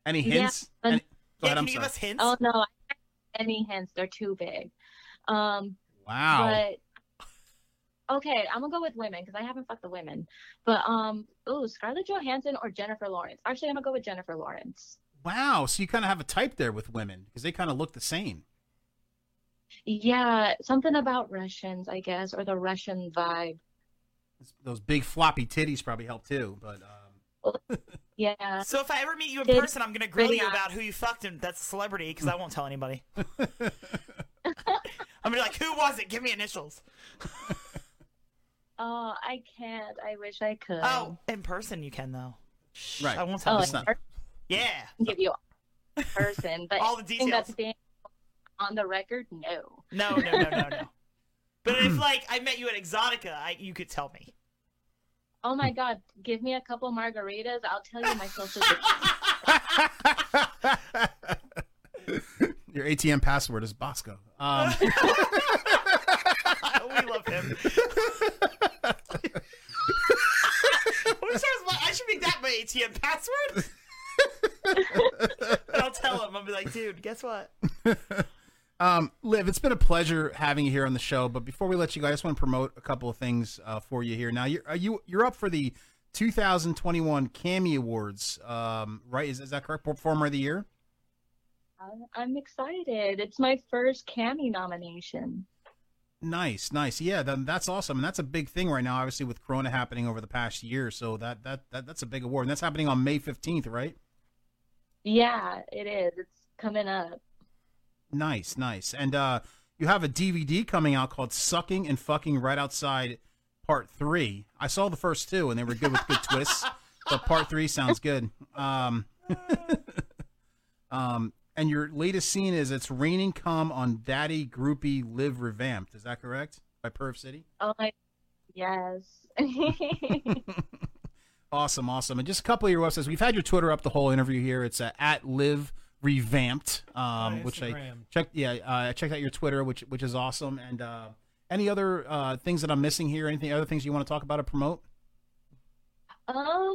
[SPEAKER 25] Any
[SPEAKER 30] Yeah,
[SPEAKER 25] hints?
[SPEAKER 30] but-
[SPEAKER 25] Any- go ahead, I'm sorry.
[SPEAKER 26] hints?
[SPEAKER 30] Oh no, I can't give any hints. They're too big. Um,
[SPEAKER 25] Wow.
[SPEAKER 30] But okay, I'm gonna go with women because I haven't fucked the women. But um, ooh, Scarlett Johansson or Jennifer Lawrence. Actually, I'm gonna go with Jennifer Lawrence.
[SPEAKER 25] Wow, so you kind of have a type there with women because they kind of look the same.
[SPEAKER 30] Yeah, something about Russians, I guess, or the Russian vibe.
[SPEAKER 25] Those big floppy titties probably help too, but um,
[SPEAKER 30] Yeah.
[SPEAKER 26] So if I ever meet you in
[SPEAKER 30] It's
[SPEAKER 26] person, I'm gonna grill
[SPEAKER 30] really
[SPEAKER 26] you
[SPEAKER 30] not-
[SPEAKER 26] about who you fucked and that's a celebrity because I won't tell anybody. I'm gonna be like, who was it? Give me initials.
[SPEAKER 30] Oh, I can't. I wish I could.
[SPEAKER 26] Oh, in person you can though. Shh,
[SPEAKER 25] Right.
[SPEAKER 26] I won't
[SPEAKER 30] Oh,
[SPEAKER 26] tell.
[SPEAKER 30] in
[SPEAKER 26] anybody. yeah.
[SPEAKER 30] give you a person, but
[SPEAKER 26] All the
[SPEAKER 30] anything that's
[SPEAKER 26] details.
[SPEAKER 30] being on the record, no.
[SPEAKER 26] No, no, no, no, no. But if like I met you at Exotica, I, you could tell me.
[SPEAKER 30] Oh
[SPEAKER 25] Hmm.
[SPEAKER 30] my god, give me a couple margaritas, I'll tell you
[SPEAKER 25] [LAUGHS]
[SPEAKER 30] my social. sec-
[SPEAKER 25] your ATM password is Bosco. Um,
[SPEAKER 26] we love him. What is ours? I should make that my ATM password. and I'll tell him. I'll be like, dude, guess what?
[SPEAKER 25] Um, Liv, it's been a pleasure having you here on the show. But before we let you go, I just want to promote a couple of things uh, for you here. Now, you're are you you're up for the 2021 Cammy Awards, um, right? Is, is that correct? Performer of the year.
[SPEAKER 30] I'm excited. It's my first Cammy nomination.
[SPEAKER 25] Nice, nice. Yeah, then that's awesome, and that's a big thing right now. Obviously, with Corona happening over the past year, so that that, that that's a big award, and that's happening on May 15th, right?
[SPEAKER 30] Yeah, it is. It's coming up.
[SPEAKER 25] Nice, nice. And uh, you have a DVD coming out called "Sucking and Fucking Right Outside Part 3. I saw the first two, and they were good with good twists, but Part Three sounds good. Um, [LAUGHS] um, and your latest scene is it's raining cum on Daddy Groupie Live Revamped. Is that correct? By Perv City.
[SPEAKER 30] Oh my, yes. [LAUGHS]
[SPEAKER 25] Awesome, awesome. And just a couple of your websites. We've had your Twitter up the whole interview here. It's uh, at live revamped, um,
[SPEAKER 10] On
[SPEAKER 25] which I
[SPEAKER 10] Instagram.
[SPEAKER 25] checked. Yeah, uh, I checked out your Twitter, which which is awesome. And uh, any other uh, things that I'm missing here? Anything other things you want to talk about or promote?
[SPEAKER 30] um,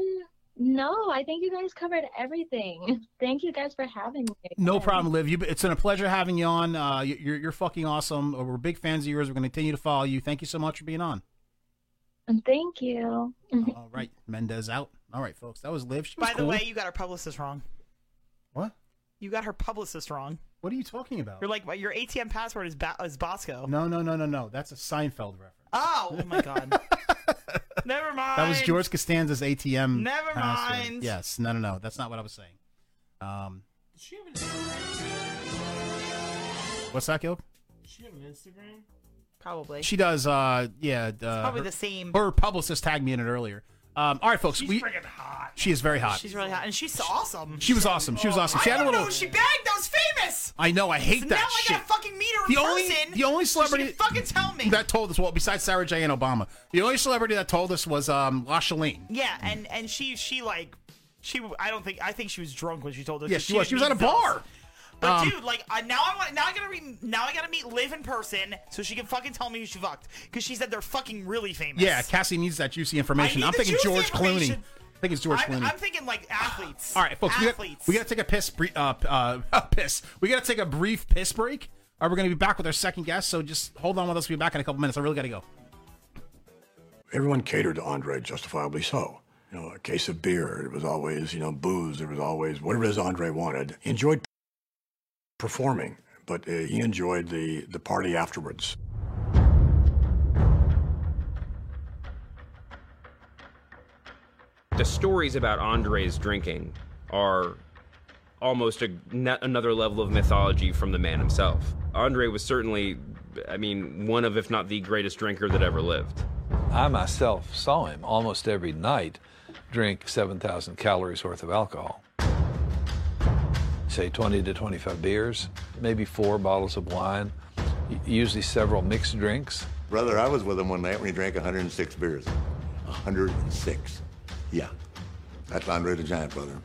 [SPEAKER 30] no, I think you guys covered everything. Thank you guys for having me.
[SPEAKER 25] No problem, Liv. You, it's been a pleasure having you on. Uh, you- you're you're fucking awesome. Uh, We're big fans of yours. We're going to continue to follow you. Thank you so much for being on.
[SPEAKER 30] And Thank you.
[SPEAKER 25] All right, Mendez out. All right, folks. That was Liv. She was
[SPEAKER 26] By the
[SPEAKER 25] cool.
[SPEAKER 26] way, you got our publicist wrong.
[SPEAKER 25] What?
[SPEAKER 26] You got her publicist wrong.
[SPEAKER 25] What are you talking about?
[SPEAKER 26] You're like, well, your ATM password is, ba- is Bosco.
[SPEAKER 25] No, no, no, no, no. That's a Seinfeld reference.
[SPEAKER 26] Oh, oh my god. Never mind.
[SPEAKER 25] That was George Costanza's ATM.
[SPEAKER 26] Never
[SPEAKER 25] password.
[SPEAKER 26] mind.
[SPEAKER 25] Yes, no, no, no. That's not what I was saying. Um,
[SPEAKER 10] She have an Instagram?
[SPEAKER 25] what's that, Gil?
[SPEAKER 10] She have an Instagram?
[SPEAKER 26] Probably.
[SPEAKER 25] She does. Uh, yeah. uh,
[SPEAKER 26] probably
[SPEAKER 25] her-
[SPEAKER 26] the same.
[SPEAKER 25] Her publicist tagged me in it earlier. Um, all right, folks. we,
[SPEAKER 26] hot.
[SPEAKER 25] She is very hot.
[SPEAKER 26] She's really hot, and she's awesome.
[SPEAKER 25] She was awesome. She was awesome.
[SPEAKER 26] I
[SPEAKER 25] She had a
[SPEAKER 26] didn't
[SPEAKER 25] little-
[SPEAKER 26] know she banged. That was famous.
[SPEAKER 25] I know. I hate
[SPEAKER 26] So
[SPEAKER 25] that
[SPEAKER 26] now
[SPEAKER 25] shit.
[SPEAKER 26] I gotta fucking meet her in
[SPEAKER 25] the only
[SPEAKER 26] person.
[SPEAKER 25] the only celebrity
[SPEAKER 26] fucking tell me
[SPEAKER 25] that told us well besides Sarah J and Obama the only celebrity that told us was um Lachline.
[SPEAKER 26] Yeah, and and she she like she I don't think I think she was drunk when she told us.
[SPEAKER 25] Yeah, she was. She was at
[SPEAKER 26] didn't
[SPEAKER 25] a
[SPEAKER 26] meet
[SPEAKER 25] bar.
[SPEAKER 26] Phyllis. But
[SPEAKER 25] Um,
[SPEAKER 26] dude, like uh, now I want now I gotta re- now I gotta meet Liv in person so she can fucking tell me who she fucked because she said they're fucking really famous.
[SPEAKER 25] Yeah, Cassie needs that juicy information.
[SPEAKER 26] I need
[SPEAKER 25] I'm
[SPEAKER 26] the
[SPEAKER 25] thinking
[SPEAKER 26] juicy
[SPEAKER 25] George Clooney.
[SPEAKER 26] information.
[SPEAKER 25] I think it's George
[SPEAKER 26] I'm,
[SPEAKER 25] Clooney.
[SPEAKER 26] I'm thinking like
[SPEAKER 25] [SIGHS]
[SPEAKER 26] athletes.
[SPEAKER 25] All right, folks, we got,
[SPEAKER 26] athletes.
[SPEAKER 25] we got to take a piss bre- uh, p- uh, [LAUGHS] piss. We got to take a brief piss break. Or we're going to be back with our second guest, so just hold on with us. We'll be back in a couple minutes. I really got to go.
[SPEAKER 3] everyone catered to Andre, justifiably so. You know, a case of beer, it was always, you know, booze, it was always whatever it is Andre wanted. He enjoyed performing, but uh, he enjoyed the, the party afterwards.
[SPEAKER 31] the stories about Andre's drinking are almost a, n- another level of mythology from the man himself. Andre was certainly, I mean, one of, if not the greatest drinker that ever lived.
[SPEAKER 13] I myself saw him almost every night drink 7,000 calories worth of alcohol. Say 20 to 25 beers, maybe four bottles of wine, u- usually several mixed drinks.
[SPEAKER 8] Brother, I was with him one night when he drank 106 beers. 106. Yeah. That's Andre the Giant, brother.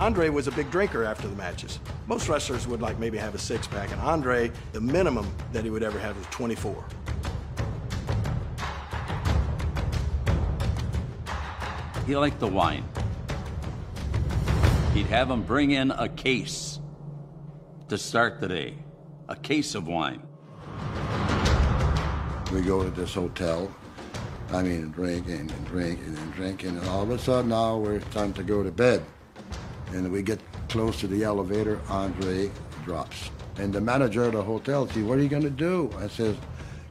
[SPEAKER 15] Andre was a big drinker after the matches. Most wrestlers would like maybe have a six pack, and Andre, the minimum that he would ever have was 24.
[SPEAKER 8] He liked the wine. He'd have him bring in a case to start the day, a case of wine.
[SPEAKER 32] We go to this hotel, I mean, drinking and drinking and drinking, and all of a sudden now we're time to go to bed. And we get close to the elevator, Andre drops. And the manager of the hotel says, what are you going to do? I says,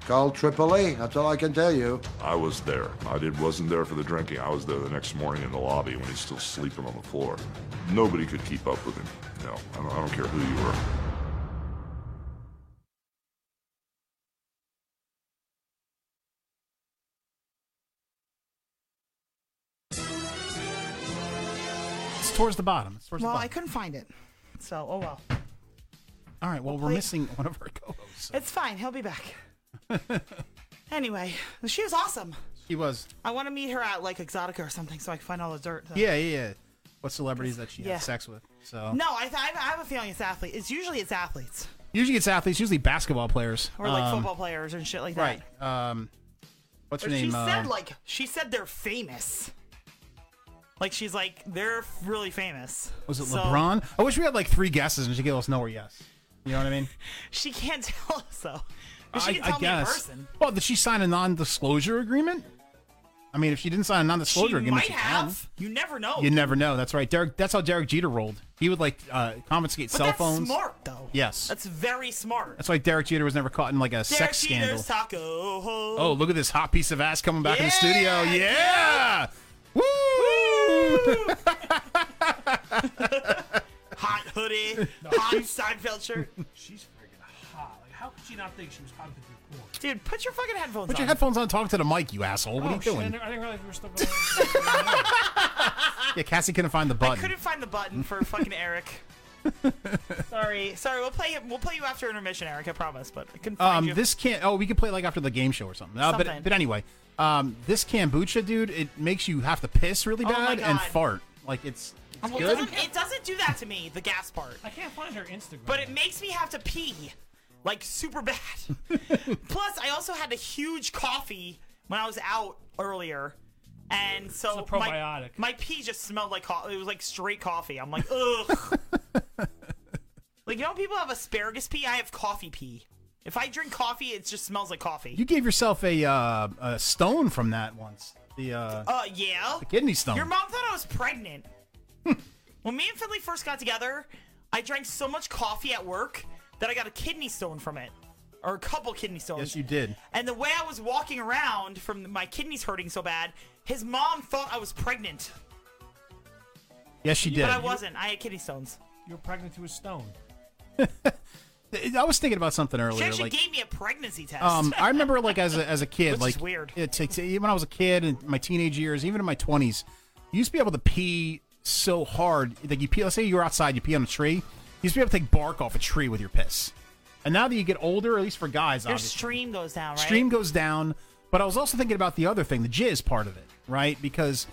[SPEAKER 32] call AAA, that's all I can tell you.
[SPEAKER 33] I was there. I did wasn't there for the drinking. I was there the next morning in the lobby when he's still sleeping on the floor. Nobody could keep up with him. No, I don't, I don't care who you were.
[SPEAKER 25] It's towards the bottom. It's towards
[SPEAKER 26] well,
[SPEAKER 25] the
[SPEAKER 26] I
[SPEAKER 25] bottom.
[SPEAKER 26] couldn't find it, so oh
[SPEAKER 25] [LAUGHS]
[SPEAKER 26] well.
[SPEAKER 25] All right, well, we're
[SPEAKER 26] play-
[SPEAKER 25] missing one of our co-hosts.
[SPEAKER 26] It's fine. He'll
[SPEAKER 25] [LAUGHS]
[SPEAKER 26] be back. anyway, she was awesome.
[SPEAKER 25] He was,
[SPEAKER 26] I want to meet her at like Exotica or something so I can find all the dirt.
[SPEAKER 25] yeah, yeah, yeah. What celebrities that she
[SPEAKER 26] Yeah.
[SPEAKER 25] had sex with? So
[SPEAKER 26] No, I, th- I have- I have a feeling it's athletes. It's usually it's athletes
[SPEAKER 25] usually it's athletes, usually basketball players
[SPEAKER 26] or like
[SPEAKER 25] Um,
[SPEAKER 26] football players and shit like that.
[SPEAKER 25] Right. Um, what's
[SPEAKER 26] But
[SPEAKER 25] her name?
[SPEAKER 26] She said
[SPEAKER 25] Uh,
[SPEAKER 26] like she said they're famous. Like she's like they're f- really famous.
[SPEAKER 25] was it
[SPEAKER 26] So,
[SPEAKER 25] LeBron? I wish we had like three guesses and she gave us no or yes. You know what I mean?
[SPEAKER 26] She can't [LAUGHS] tell us though. But
[SPEAKER 25] I,
[SPEAKER 26] she can
[SPEAKER 25] I
[SPEAKER 26] tell me in
[SPEAKER 25] guess.
[SPEAKER 26] person.
[SPEAKER 25] Well, did she sign a non-disclosure agreement? I mean, if she didn't sign a non-disclosure
[SPEAKER 26] She
[SPEAKER 25] agreement,
[SPEAKER 26] might
[SPEAKER 25] she can.
[SPEAKER 26] have. You never know.
[SPEAKER 25] You never know. That's right. Derek. That's how Derek Jeter rolled. He would like uh, confiscate
[SPEAKER 26] But
[SPEAKER 25] cell
[SPEAKER 26] that's
[SPEAKER 25] phones.
[SPEAKER 26] smart though.
[SPEAKER 25] Yes.
[SPEAKER 26] That's very smart.
[SPEAKER 25] That's why Derek Jeter was never caught in like a sex
[SPEAKER 26] Derek
[SPEAKER 25] scandal.
[SPEAKER 26] Jeter's taco. Ho.
[SPEAKER 25] Oh, look at this hot piece of ass coming back in the studio. Yeah. Woo!
[SPEAKER 26] hot
[SPEAKER 25] [LAUGHS]
[SPEAKER 26] hoodie, hot Seinfeld shirt.
[SPEAKER 10] She's freaking hot. Like, how could she not think she was hot to do porn?
[SPEAKER 26] Dude, put your fucking headphones
[SPEAKER 25] Put
[SPEAKER 26] on.
[SPEAKER 25] your headphones on. and Talk to the mic, you asshole. What
[SPEAKER 10] oh,
[SPEAKER 25] are you
[SPEAKER 10] shit, I
[SPEAKER 25] doing?
[SPEAKER 10] didn't- I didn't realize we were still going.
[SPEAKER 25] Yeah, Cassie couldn't find the
[SPEAKER 26] I
[SPEAKER 25] button.
[SPEAKER 26] couldn't find the
[SPEAKER 25] [LAUGHS]
[SPEAKER 26] button for fucking Eric. sorry, sorry. We'll play. We'll play you after intermission, Eric. I promise. But I couldn't find
[SPEAKER 25] Um,
[SPEAKER 26] you.
[SPEAKER 25] this can't. Oh, we could play like after the game show or something. Uh,
[SPEAKER 26] Something.
[SPEAKER 25] But but anyway, um, this kombucha dude, it makes you have to piss really
[SPEAKER 26] Oh my
[SPEAKER 25] bad and
[SPEAKER 26] God.
[SPEAKER 25] fart. Like it's, it's
[SPEAKER 26] Well, it,
[SPEAKER 25] good.
[SPEAKER 26] doesn't, it doesn't do that to me. The gas part. I
[SPEAKER 10] can't find her Instagram.
[SPEAKER 26] But it makes me have to pee, like super bad.
[SPEAKER 10] [LAUGHS]
[SPEAKER 26] Plus, I also had a huge coffee when I was out earlier. And so
[SPEAKER 10] It's a probiotic.
[SPEAKER 26] My, my pee just smelled like coffee. It was like straight coffee.
[SPEAKER 10] [LAUGHS]
[SPEAKER 26] I'm like, ugh. like you know, people have asparagus pee. I have coffee pee. If I drink coffee, it just smells like coffee.
[SPEAKER 25] You gave yourself a uh, a stone from that once. The uh,
[SPEAKER 26] Uh, yeah.
[SPEAKER 25] The kidney stone.
[SPEAKER 26] Your mom thought I was pregnant. [LAUGHS] when me and Finley first got together, I drank so much coffee at work that I got a kidney stone from it, or a couple kidney stones.
[SPEAKER 25] yes, you did.
[SPEAKER 26] And the way I was walking around from my kidneys hurting so bad, his mom thought I was pregnant.
[SPEAKER 25] Yes, she did.
[SPEAKER 26] But I wasn't. I had kidney stones.
[SPEAKER 10] You were pregnant to a stone.
[SPEAKER 25] I was thinking about something
[SPEAKER 26] She
[SPEAKER 25] earlier.
[SPEAKER 26] actually
[SPEAKER 25] Like,
[SPEAKER 26] gave me a pregnancy test.
[SPEAKER 25] um, I remember like as a, as a kid,
[SPEAKER 26] Which
[SPEAKER 25] like
[SPEAKER 26] is weird.
[SPEAKER 25] It takes when I was a kid and my teenage years, even in my twenties, you used to be able to pee so hard that you pee. Let's say you were outside, you pee on a tree. You used to be able to take bark off a tree with your piss. And now that you get older, at least for guys,
[SPEAKER 26] [LAUGHS] Your
[SPEAKER 25] obviously,
[SPEAKER 26] stream goes down, right?
[SPEAKER 25] stream goes down. But I was also thinking about the other thing, the jizz part of it, right? Because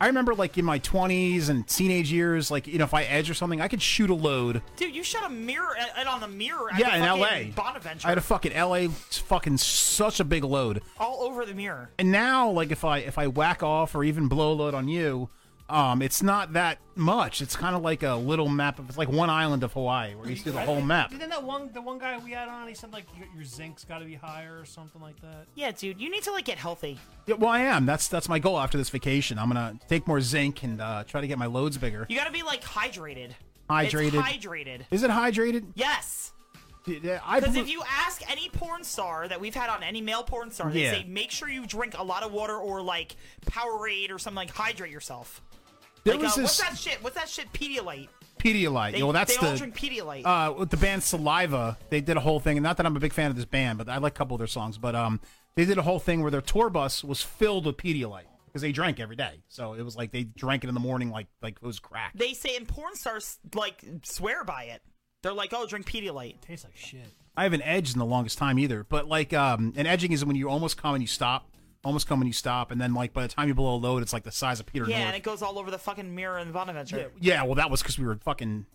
[SPEAKER 25] I remember like in my twenties and teenage years, like you know, if I edge or something, I could shoot a load.
[SPEAKER 26] Dude, you shot a mirror it on the mirror. At
[SPEAKER 25] Yeah,
[SPEAKER 26] the
[SPEAKER 25] in
[SPEAKER 26] fucking
[SPEAKER 25] LA.
[SPEAKER 26] Bonaventure.
[SPEAKER 25] I had a fucking LA fucking such a big load.
[SPEAKER 26] all over the mirror.
[SPEAKER 25] And now like if I if I whack off or even blow a load on you, um it's not that much. It's kind of like a little map of it's like one island of Hawaii where [LAUGHS] you see the
[SPEAKER 10] I
[SPEAKER 25] whole
[SPEAKER 10] think-
[SPEAKER 25] map.
[SPEAKER 10] Didn't that one the one guy we had on? He said like your, your zinc's got to be higher or something like that.
[SPEAKER 26] Yeah, dude, you need to like get healthy.
[SPEAKER 25] Yeah, well, I am. That's that's my goal after this vacation. I'm going to take more zinc and uh, try to get my loads bigger.
[SPEAKER 26] [LAUGHS] You gotta be like hydrated.
[SPEAKER 25] Hydrated.
[SPEAKER 26] It's hydrated.
[SPEAKER 25] Is it hydrated?
[SPEAKER 26] Yes.
[SPEAKER 25] I
[SPEAKER 26] Because
[SPEAKER 25] bel-
[SPEAKER 26] if you ask any porn star that we've had on any male porn star, they
[SPEAKER 25] Yeah.
[SPEAKER 26] say make sure you drink a lot of water or like Powerade or something like hydrate yourself.
[SPEAKER 25] There
[SPEAKER 26] like,
[SPEAKER 25] was
[SPEAKER 26] uh,
[SPEAKER 25] this-
[SPEAKER 26] what's that shit? What's that shit? Pedialyte.
[SPEAKER 25] Pedialyte.
[SPEAKER 26] They-
[SPEAKER 25] well, that's
[SPEAKER 26] they
[SPEAKER 25] the
[SPEAKER 26] all drink Pedialyte.
[SPEAKER 25] Uh, with the band Saliva, they did a whole thing. And not that I'm a big fan of this band, but I like a couple of their songs. But um, they did a whole thing where their tour bus was filled with Pedialyte because they drank every day. So it was like they drank it in the morning, like like it was crack.
[SPEAKER 26] They say and porn stars like swear by it. They're like, oh, drink Pedialyte.
[SPEAKER 10] tastes like shit.
[SPEAKER 25] I haven't edged in the longest time either. But like, um, and edging is when you almost come and you stop, almost come and you stop, and then like by the time you blow a load, it's like the size of Peter
[SPEAKER 26] yeah,
[SPEAKER 25] North.
[SPEAKER 26] and it goes all over the fucking mirror in the Bonaventure.
[SPEAKER 25] Yeah, well, that was because we were fucking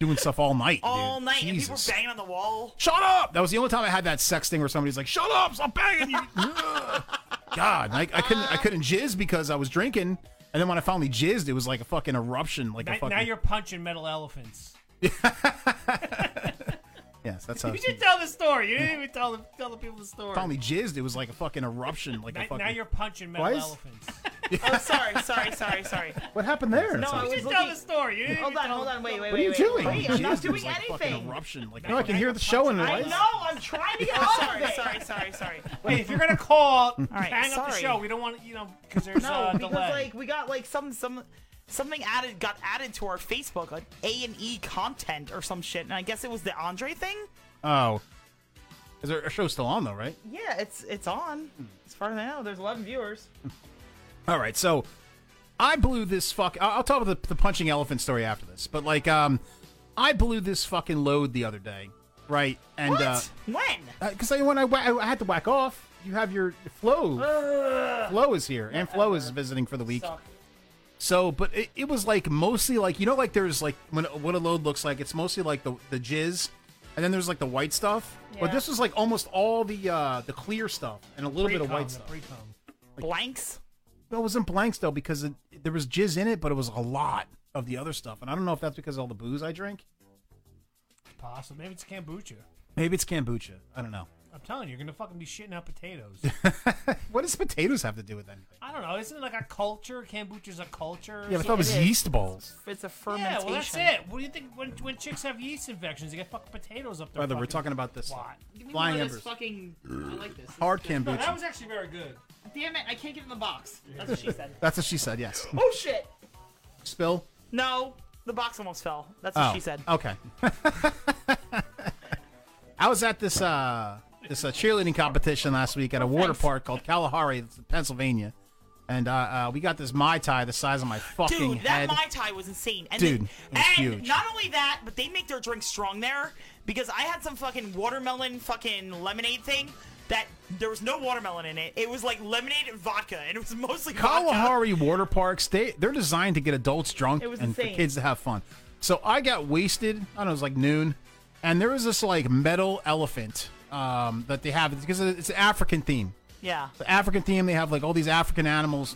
[SPEAKER 25] doing stuff all night.
[SPEAKER 26] all
[SPEAKER 25] dude.
[SPEAKER 26] night,
[SPEAKER 25] Jesus.
[SPEAKER 26] and people banging on the wall.
[SPEAKER 25] Shut up! That was the only time I had that sex thing where somebody's like, "Shut up! Stop banging
[SPEAKER 10] [LAUGHS]
[SPEAKER 25] you!" God, I, I couldn't, I couldn't jizz because I was drinking, and then when I finally jizzed, it was like a fucking eruption, like a
[SPEAKER 10] now,
[SPEAKER 25] fucking.
[SPEAKER 10] now you're punching metal elephants.
[SPEAKER 25] yes,
[SPEAKER 10] [LAUGHS]
[SPEAKER 25] that's how.
[SPEAKER 10] you should tell the story. You didn't even tell the tell the people the story. [LAUGHS]
[SPEAKER 25] finally jizzed, it was like a fucking eruption, like
[SPEAKER 10] now,
[SPEAKER 25] a fucking.
[SPEAKER 10] now you're punching metal
[SPEAKER 25] Why is- [LAUGHS]
[SPEAKER 10] elephants.
[SPEAKER 26] oh, sorry, sorry, sorry, sorry.
[SPEAKER 25] What happened there?
[SPEAKER 26] No,
[SPEAKER 25] That's
[SPEAKER 26] I
[SPEAKER 25] how-
[SPEAKER 26] was
[SPEAKER 10] Just tell the story. You didn't
[SPEAKER 26] Hold
[SPEAKER 10] even
[SPEAKER 26] on,
[SPEAKER 10] tell
[SPEAKER 26] hold
[SPEAKER 10] the
[SPEAKER 26] on, wait,
[SPEAKER 10] story.
[SPEAKER 26] wait,
[SPEAKER 25] What are you
[SPEAKER 26] wait,
[SPEAKER 25] doing?
[SPEAKER 26] Wait, I'm not
[SPEAKER 25] Jizzed
[SPEAKER 26] doing
[SPEAKER 25] was like fucking
[SPEAKER 26] anything.
[SPEAKER 25] eruption, like no, I can hear the show in
[SPEAKER 26] I
[SPEAKER 25] life.
[SPEAKER 26] know. I'm trying to get
[SPEAKER 10] [LAUGHS] Sorry,
[SPEAKER 26] over. Sorry, sorry, [LAUGHS] sorry,
[SPEAKER 10] Wait, if you're
[SPEAKER 25] [LAUGHS]
[SPEAKER 10] gonna call,
[SPEAKER 26] right,
[SPEAKER 10] hang up the
[SPEAKER 26] sorry.
[SPEAKER 10] show. We don't want you know because there's
[SPEAKER 26] no,
[SPEAKER 10] uh,
[SPEAKER 26] because
[SPEAKER 10] delay.
[SPEAKER 26] like we got like some some something added got added to our Facebook like A and E content or some shit, and I guess it was the Andre thing.
[SPEAKER 25] Oh, is there a show still on though? Right.
[SPEAKER 26] Yeah, it's it's on. As far as I know, there's 11 viewers.
[SPEAKER 25] All right, so I blew this fuck. I- I'll talk about the, the punching elephant story after this, but like, um, I blew this fucking load the other day, right? And
[SPEAKER 26] What?
[SPEAKER 25] uh,
[SPEAKER 26] when?
[SPEAKER 25] Because I when I, wa- I had to whack off, you have your flow. Flo is here, and Flo is visiting for the week. So, but it, it was like mostly like you know, like there's like when what a load looks like. It's mostly like the the jizz, and then there's like the white stuff. But
[SPEAKER 26] Yeah.
[SPEAKER 25] this was like almost all the uh the clear stuff and a little bit of
[SPEAKER 10] Pre-com,
[SPEAKER 25] white
[SPEAKER 10] the
[SPEAKER 25] stuff.
[SPEAKER 10] pre-com.
[SPEAKER 26] Blanks.
[SPEAKER 25] No, it wasn't blanks though because it, there was jizz in it, but it was a lot of the other stuff, and I don't know if that's because of all the booze I drink.
[SPEAKER 10] Possible. Maybe it's kombucha.
[SPEAKER 25] Maybe it's kombucha. I don't know. [LAUGHS]
[SPEAKER 10] I'm telling you, you're gonna fucking be shitting out potatoes.
[SPEAKER 25] What does potatoes have to do with anything?
[SPEAKER 10] I don't know. Isn't it like a culture? Kombucha's a culture. or
[SPEAKER 25] Yeah, but I thought it was
[SPEAKER 10] something?
[SPEAKER 25] yeast balls.
[SPEAKER 26] It's a
[SPEAKER 10] Yeah,
[SPEAKER 26] fermentation.
[SPEAKER 10] well, that's it. What do you think when, when chicks have yeast infections? They get fucking potatoes up their.
[SPEAKER 25] Brother, we're
[SPEAKER 10] fucking
[SPEAKER 25] talking about this
[SPEAKER 10] What?
[SPEAKER 25] Give me Flying one of this embers.
[SPEAKER 26] fucking. I
[SPEAKER 25] [CLEARS THROAT]
[SPEAKER 26] like this.
[SPEAKER 25] hard kombucha.
[SPEAKER 10] that was actually very good.
[SPEAKER 26] Damn it! I can't get in the box. That's what she said.
[SPEAKER 25] That's what she said. Yes.
[SPEAKER 26] [LAUGHS] oh shit!
[SPEAKER 25] Spill.
[SPEAKER 26] No, the box almost fell. That's what
[SPEAKER 25] Oh,
[SPEAKER 26] she said.
[SPEAKER 25] Okay. [LAUGHS] I was at this uh, this uh, cheerleading competition last week at a water park called Kalahari, it's in Pennsylvania, and uh, uh, we got this mai tai the size of my fucking
[SPEAKER 26] Dude, that
[SPEAKER 25] head.
[SPEAKER 26] Mai Tai was insane. And
[SPEAKER 25] Dude,
[SPEAKER 26] they-
[SPEAKER 25] it was
[SPEAKER 26] and
[SPEAKER 25] huge.
[SPEAKER 26] not only that, but they make their drink strong there because I had some fucking watermelon fucking lemonade thing that there was no watermelon in it. It was like lemonade and vodka, and it was mostly vodka.
[SPEAKER 25] Kalahari water parks, they they're designed to get adults drunk
[SPEAKER 26] It was
[SPEAKER 25] and for
[SPEAKER 26] insane.
[SPEAKER 25] kids to have fun. So I got wasted. I don't know, it was like noon, and there was this like metal elephant um, that they have because it's an African theme.
[SPEAKER 26] Yeah.
[SPEAKER 25] the African theme. They have like all these African animals,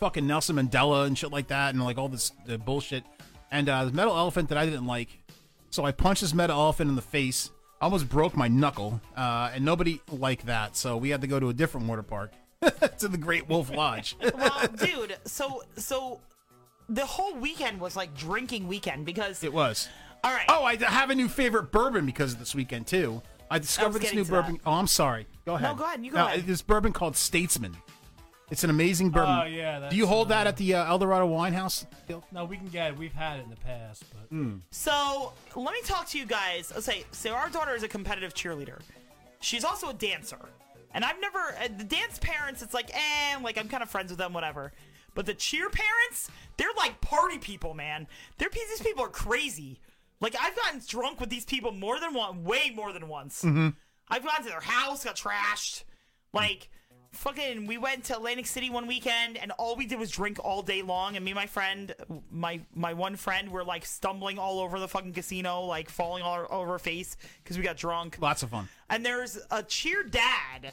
[SPEAKER 25] fucking Nelson Mandela and shit like that, and like all this the bullshit. And uh, the metal elephant that I didn't like, so I punched this metal elephant in the face. I almost broke my knuckle, uh, and nobody liked that. So we had to go to a different water park, [LAUGHS] to the Great Wolf Lodge.
[SPEAKER 26] [LAUGHS] well, dude, so so the whole weekend was like drinking weekend because
[SPEAKER 25] it was.
[SPEAKER 26] All right.
[SPEAKER 25] Oh, I have a new favorite bourbon because of this weekend too. I discovered this
[SPEAKER 26] getting
[SPEAKER 25] new
[SPEAKER 26] to that.
[SPEAKER 25] bourbon. Oh, I'm sorry. Go ahead.
[SPEAKER 26] go ahead, you go
[SPEAKER 25] Now,
[SPEAKER 26] ahead.
[SPEAKER 25] This bourbon called Statesman. It's an amazing bourbon.
[SPEAKER 10] Oh, yeah, that's
[SPEAKER 25] Do you hold that at the uh, El Dorado Wine House?
[SPEAKER 10] No, we can get it. We've had it in the past, but
[SPEAKER 26] Hmm.
[SPEAKER 25] Mm.
[SPEAKER 26] So let me talk to you guys. Let's say, so our daughter is a competitive cheerleader. She's also a dancer, and I've never uh, the dance parents. It's like, eh, like I'm kind of friends with them, whatever. But the cheer parents, they're like party people, man. They're these people are crazy. Like I've gotten drunk with these people more than one, way more than once. I've gone to their house, got trashed. Like, fucking, we went to Atlantic City one weekend, and all we did was drink all day long. And me and my friend, my my one friend, were like stumbling all over the fucking casino, like falling all over our face because we got drunk.
[SPEAKER 25] Lots of fun.
[SPEAKER 26] And there's a cheer dad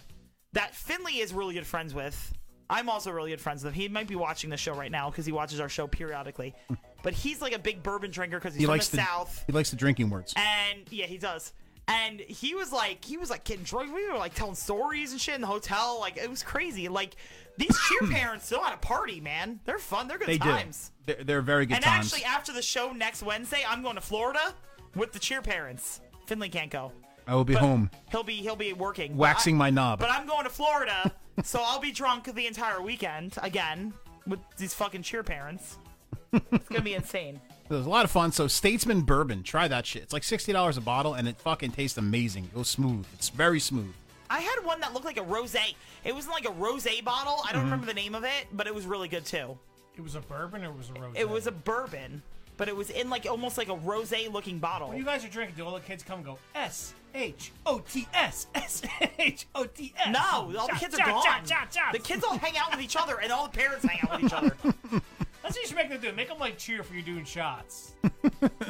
[SPEAKER 26] that Finley is really good friends with. I'm also really good friends with him. He might be watching the show right now because he watches our show periodically. But he's like a big bourbon drinker because he's
[SPEAKER 25] he
[SPEAKER 26] from
[SPEAKER 25] likes
[SPEAKER 26] the South.
[SPEAKER 25] He likes the drinking words.
[SPEAKER 26] And yeah, he does. And he was like, he was like getting drunk. We were like telling stories and shit in the hotel. Like it was crazy. Like these cheer parents still had a party, man. They're fun. They're good
[SPEAKER 25] Hmm. they
[SPEAKER 26] times.
[SPEAKER 25] do. They're, they're very good
[SPEAKER 26] and
[SPEAKER 25] times.
[SPEAKER 26] actually, after the show next Wednesday, I'm going to Florida with the cheer parents. Finley can't go.
[SPEAKER 25] I will be home
[SPEAKER 26] He'll be he'll be working.
[SPEAKER 25] waxing my knob.
[SPEAKER 26] But I'm going to Florida, so I'll be drunk the entire weekend again with these fucking cheer parents. It's gonna be insane.
[SPEAKER 25] It was a lot of fun. So Statesman Bourbon, try that shit. It's like sixty dollars a bottle, and it fucking tastes amazing. It goes smooth. It's very smooth.
[SPEAKER 26] I had one that looked like a rose. It was like a rose bottle. I
[SPEAKER 10] Mm-hmm.
[SPEAKER 26] don't
[SPEAKER 25] Mhm.
[SPEAKER 26] remember the name of it, but it was really good too.
[SPEAKER 10] it was a bourbon or it was a rose.
[SPEAKER 26] It was a bourbon, but it was in like almost like a rose looking bottle.
[SPEAKER 10] When you guys are drinking, do all the kids come and go S H O T S S H O T S?
[SPEAKER 26] no, all the
[SPEAKER 10] Shot,
[SPEAKER 26] kids are
[SPEAKER 10] shot,
[SPEAKER 26] gone.
[SPEAKER 10] shot, shot, shot.
[SPEAKER 26] The kids all hang out with each other, and all the parents hang out
[SPEAKER 10] [LAUGHS]
[SPEAKER 26] with each other.
[SPEAKER 10] That's what you should make them do. Make them like [LAUGHS] cheer for you doing shots.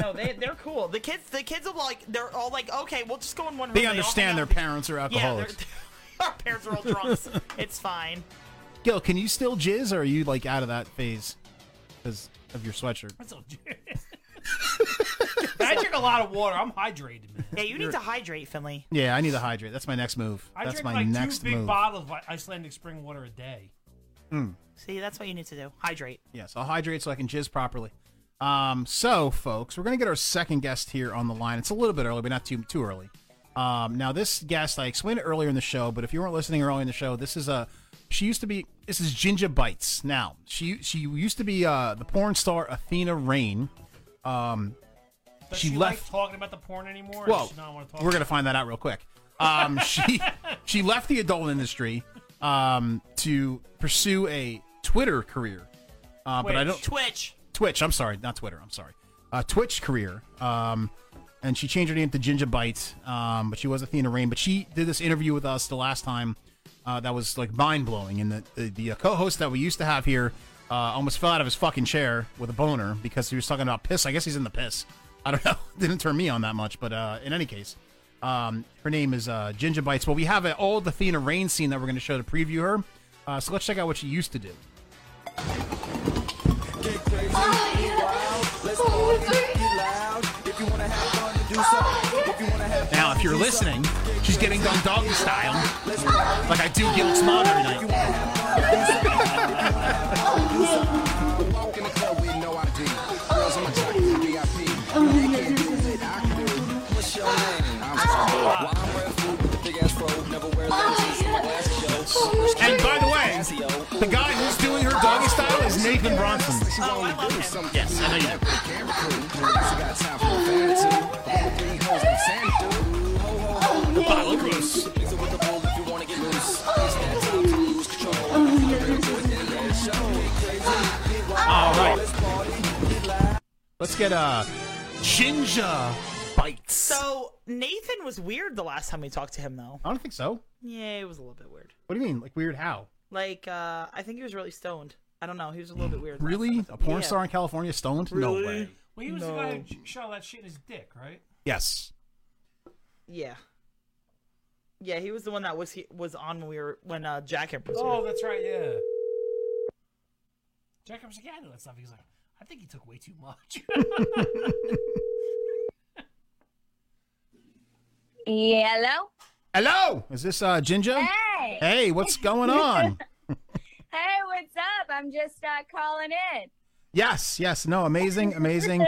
[SPEAKER 26] No, they they're cool. The kids the kids are like they're all like okay, we'll just go in one room.
[SPEAKER 25] They
[SPEAKER 26] all
[SPEAKER 25] understand
[SPEAKER 26] hang
[SPEAKER 25] their
[SPEAKER 26] out
[SPEAKER 25] parents are
[SPEAKER 26] with- Yeah,
[SPEAKER 25] alcoholics.
[SPEAKER 26] they're- [LAUGHS] our parents are all drunks. it's fine.
[SPEAKER 25] Gil, can you still jizz, or are you like out of that phase because of your sweatshirt?
[SPEAKER 10] I drink a lot of water. I'm hydrated, man.
[SPEAKER 26] Yeah, you need to hydrate, Finley.
[SPEAKER 25] Yeah, I need to hydrate. That's my next move.
[SPEAKER 10] I
[SPEAKER 25] That's
[SPEAKER 10] drink
[SPEAKER 25] my
[SPEAKER 10] like
[SPEAKER 25] next
[SPEAKER 10] two big
[SPEAKER 25] move.
[SPEAKER 10] bottles of Icelandic spring water a day.
[SPEAKER 25] Mm.
[SPEAKER 26] See, that's what you need to do. Hydrate.
[SPEAKER 25] Yes, I'll hydrate so I can jizz properly. Um, so, folks, we're gonna get our second guest here on the line. It's a little bit early, but not too too early. Um, now, this guest I explained it earlier in the show, but if you weren't listening early in the show, this is a she used to be. This is Ginger Bites. Now, she she used to be uh, the porn star Athena Rain. Um,
[SPEAKER 10] Does
[SPEAKER 25] she,
[SPEAKER 10] she,
[SPEAKER 25] left.
[SPEAKER 10] like talking about the porn anymore? or
[SPEAKER 25] Well,
[SPEAKER 10] does she not want to talk
[SPEAKER 25] we're gonna find that out real quick. Um,
[SPEAKER 10] [LAUGHS]
[SPEAKER 25] she she left the adult industry um, to pursue a Twitter career, uh, but I don't
[SPEAKER 26] Twitch.
[SPEAKER 25] Twitch. I'm sorry, not Twitter. I'm sorry. Uh, Twitch career. Um, and she changed her name to Ginger Bites. Um, but she was Athena Rain. But she did this interview with us the last time. Uh, that was like mind blowing. And the the, the uh, co-host that we used to have here uh, almost fell out of his fucking chair with a boner because he was talking about piss. I guess he's in the piss. I don't [LAUGHS] know. Didn't turn me on that much. But uh, in any case, um, her name is uh, Ginger Bites. Well, we have an old Athena Rain scene that we're going to show to preview her. Uh, so let's check out what she used to do. Now, if you're listening, she's getting done doggy style, like I do Gil's mom every night. Oh. Oh, And by the way, the guy who's doing her doggy style is Nathan Bronson. Yes, I know you. do. All right. Let's get uh, ginger bites.
[SPEAKER 26] So Nathan was weird the last time we talked to him though.
[SPEAKER 25] I don't think so.
[SPEAKER 26] Yeah, it was a little bit weird.
[SPEAKER 25] What do you mean? Like weird? How?
[SPEAKER 26] Like, uh, I think he was really stoned. I don't know. He was a little bit weird.
[SPEAKER 25] Really? A porn
[SPEAKER 26] Yeah.
[SPEAKER 25] star in California stoned? No way.
[SPEAKER 10] Well, he was the guy
[SPEAKER 26] No.
[SPEAKER 10] who j- shot that shit in his dick, right?
[SPEAKER 25] Yes.
[SPEAKER 26] Yeah. Yeah, he was the one that was he was on when we were when uh, Jack had
[SPEAKER 10] Oh, that's right. Yeah. Jack was like, yeah, I know that stuff. He's like, I think he took way too much. [LAUGHS]
[SPEAKER 6] Hello.
[SPEAKER 25] Hello. Is this uh, Ginger?
[SPEAKER 6] Hey.
[SPEAKER 25] Hey, what's going on?
[SPEAKER 6] Hey, what's up? I'm just uh, calling in.
[SPEAKER 25] yes. Yes. No. Amazing. Amazing.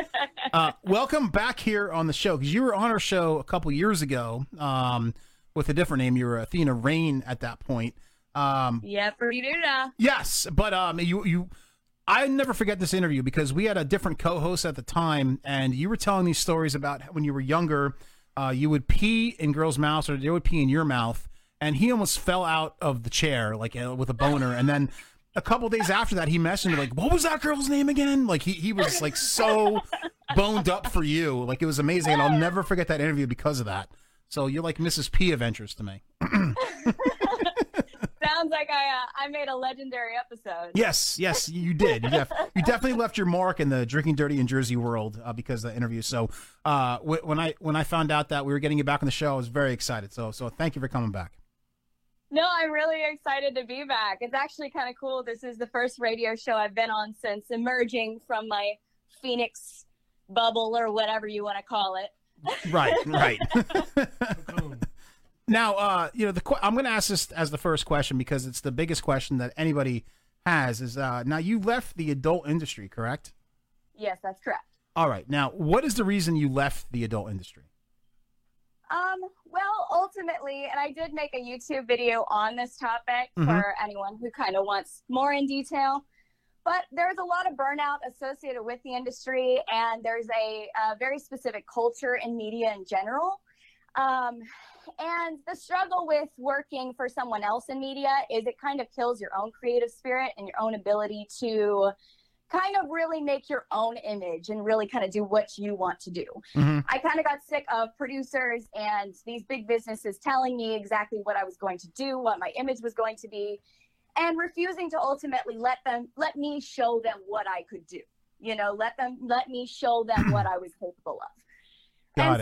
[SPEAKER 25] Uh, welcome back here on the show because you were on our show a couple years ago um, with a different name. You were Athena Rain at that point. Um,
[SPEAKER 6] Yeah, pretty doo
[SPEAKER 25] Yes, but um, you you, I never forget this interview because we had a different co-host at the time, and you were telling these stories about when you were younger, uh, you would pee in girls' mouths or they would pee in your mouth, and he almost fell out of the chair like uh, with a boner, and then. A couple days after that, he messaged me like, "What was that girl's name again?" Like he, he was like so boned up for you, like it was amazing, and I'll never forget that interview because of that. So you're like Mrs. P Adventures to me.
[SPEAKER 6] [LAUGHS] Sounds like I uh, I made a legendary episode.
[SPEAKER 25] Yes, yes, you did. You, def- you definitely left your mark in the drinking dirty in Jersey world uh, because of the interview. So uh, wh- when I when I found out that we were getting you back on the show, I was very excited. So so thank you for coming back.
[SPEAKER 6] No, I'm really excited to be back. It's actually kind of cool. This is the first radio show I've been on since emerging from my Phoenix bubble or whatever you want to call it.
[SPEAKER 25] Right, right. [LAUGHS] now uh, you know the qu- I'm going to ask this as the first question because it's the biggest question that anybody has. Is uh, now you left the adult industry, correct?
[SPEAKER 6] Yes, that's correct.
[SPEAKER 25] All right. Now, what is the reason you left the adult industry?
[SPEAKER 6] Um, well, ultimately, and I did make a YouTube video on this topic
[SPEAKER 25] Mhm.
[SPEAKER 6] for anyone who kind of wants more in detail. But there's a lot of burnout associated with the industry, and there's a, uh very specific culture in media in general. Um, and the struggle with working for someone else in media is it kind of kills your own creative spirit and your own ability to kind of really make your own image and really kind of do what you want to do.
[SPEAKER 34] Mhm.
[SPEAKER 6] I kind of got sick of producers and these big businesses telling me exactly what I was going to do, what my image was going to be, and refusing to ultimately let them let me show them what I could do. You know, let them let me show
[SPEAKER 34] [CLEARS THROAT]
[SPEAKER 6] them what I was capable of
[SPEAKER 34] Got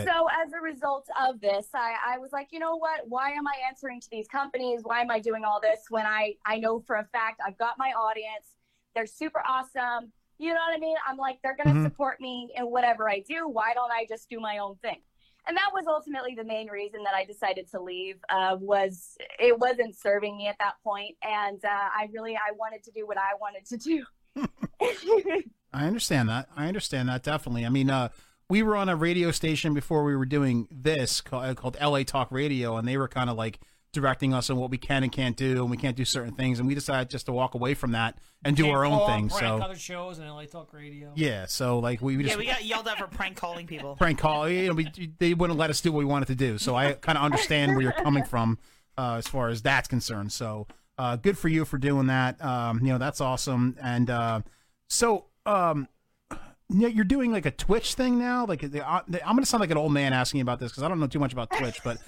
[SPEAKER 6] and
[SPEAKER 34] it.
[SPEAKER 6] so as a result of this I, I was like you know what why am i answering to these companies why am i doing all this when i i know for a fact i've got my audience they're super awesome you know what i mean i'm like they're gonna
[SPEAKER 34] Mhm.
[SPEAKER 6] support me in whatever i do why don't i just do my own thing and that was ultimately the main reason that i decided to leave uh, was it wasn't serving me at that point and uh, i really i wanted to do what i wanted to do [LAUGHS]
[SPEAKER 25] I understand that. I understand that definitely. I mean, uh, we were on a radio station before we were doing this called, called LA Talk Radio, and they were kind of like directing us on what we can and can't do, and we can't do certain things, and we decided just to walk away from that and do
[SPEAKER 10] Can't
[SPEAKER 25] our own
[SPEAKER 10] call,
[SPEAKER 25] thing.
[SPEAKER 10] prank
[SPEAKER 25] So
[SPEAKER 10] other shows and LA Talk Radio.
[SPEAKER 25] yeah, so like we, we just
[SPEAKER 26] yeah, we got yelled at for prank calling people.
[SPEAKER 25] prank call. You know, we, they wouldn't let us do what we wanted to do. So I kind of understand where you're coming from uh, as far as that's concerned. So uh, good for you for doing that. Um, you know, that's awesome. And uh, so um, you know, you're doing like a Twitch thing now. Like the, uh, the- I'm going to sound like an old man asking you about this because I don't know too much about Twitch. But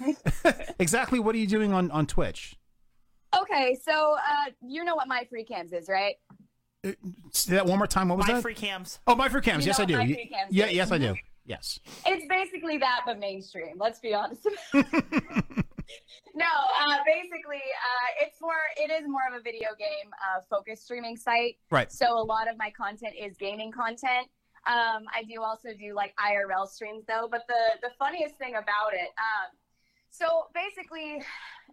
[SPEAKER 25] [LAUGHS] exactly what are you doing on on Twitch?
[SPEAKER 6] okay so uh, you know what my free cams is right
[SPEAKER 25] Say that one more time. What was
[SPEAKER 26] My
[SPEAKER 25] that?
[SPEAKER 26] free cams.
[SPEAKER 25] Oh, my free cams.
[SPEAKER 6] You
[SPEAKER 25] yes,
[SPEAKER 6] know
[SPEAKER 25] I do.
[SPEAKER 6] what my
[SPEAKER 25] Ye-
[SPEAKER 6] free cams
[SPEAKER 25] yeah,
[SPEAKER 6] is.
[SPEAKER 25] yes, I do. Yes.
[SPEAKER 6] it's basically that but mainstream let's be honest no uh, basically uh, it's more it is more of a video game uh, focused streaming site
[SPEAKER 34] Right.
[SPEAKER 6] so a lot of my content is gaming content um, i do also do like irl streams though but the the funniest thing about it um, so basically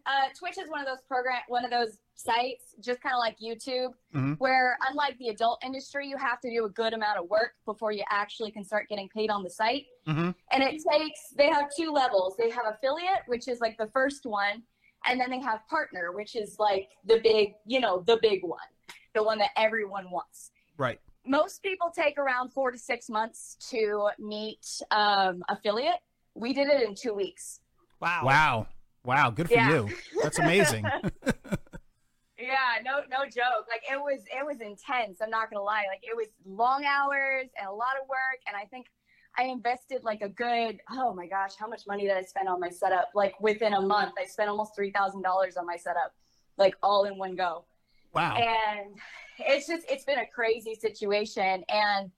[SPEAKER 6] uh, twitch is one of those program one of those sites just kind of like youtube
[SPEAKER 34] Mhm.
[SPEAKER 6] where unlike the adult industry you have to do a good amount of work before you actually can start getting paid on the site and it takes they have two levels they have affiliate which is like the first one and then they have partner which is like the big you know the big one the one that everyone wants
[SPEAKER 25] Right.
[SPEAKER 6] most people take around four to six months to meet um, affiliate we did it in two weeks
[SPEAKER 26] Wow.
[SPEAKER 25] Wow. Wow. Good for
[SPEAKER 6] Yeah.
[SPEAKER 25] you. That's amazing.
[SPEAKER 6] [LAUGHS] yeah no no joke like it was it was intense i'm not gonna lie like it was long hours and a lot of work and i think i invested like a good oh my gosh how much money did i spend on my setup like within a month i spent almost $3000 on my setup like all in one go
[SPEAKER 34] Wow.
[SPEAKER 6] and it's just it's been a crazy situation and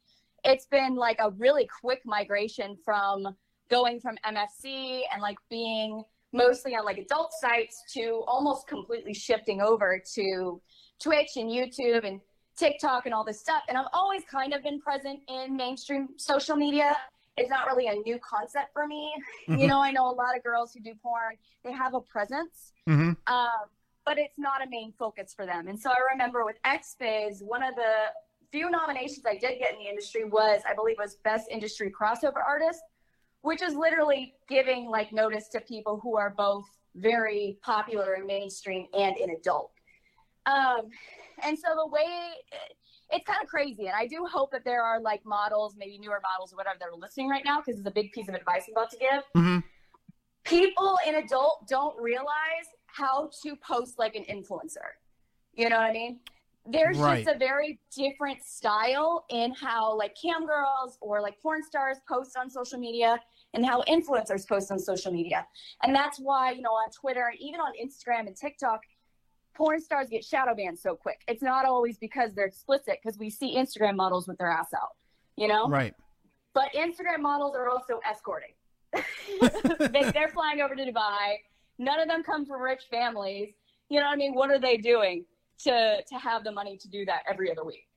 [SPEAKER 6] it's been like a really quick migration from going from MFC and like being mostly on like adult sites to almost completely shifting over to Twitch and YouTube and TikTok and all this stuff. And I've always kind of been present in mainstream social media. It's not really a new concept for me. You
[SPEAKER 34] Mhm.
[SPEAKER 6] know, I know a lot of girls who do porn, they have a presence,
[SPEAKER 34] Mm-hmm.
[SPEAKER 6] um, but it's not a main focus for them. And so I remember with XFiz, one of the few nominations I did get in the industry was, I believe, was Best Industry Crossover Artist, which is literally giving like notice to people who are both very popular and mainstream and in adult. Um, and so the way it's kind of crazy, and I do hope that there are like models, maybe newer models or whatever, that are listening right now because it's a big piece of advice I'm about to give. People in adult don't realize how to post like an influencer. You know what I mean? There's
[SPEAKER 4] Right.
[SPEAKER 6] just a very different style in how like cam girls or like porn stars post on social media and how influencers post on social media. And that's why, you know, on Twitter and even on Instagram and TikTok, porn stars get shadow banned so quick. It's not always because they're explicit because we see Instagram models with their ass out, you know?
[SPEAKER 25] Right.
[SPEAKER 6] But Instagram models are also escorting. they, they're flying over to Dubai. None of them come from rich families. You know what I mean? What are they doing to to have the money to do that every other week?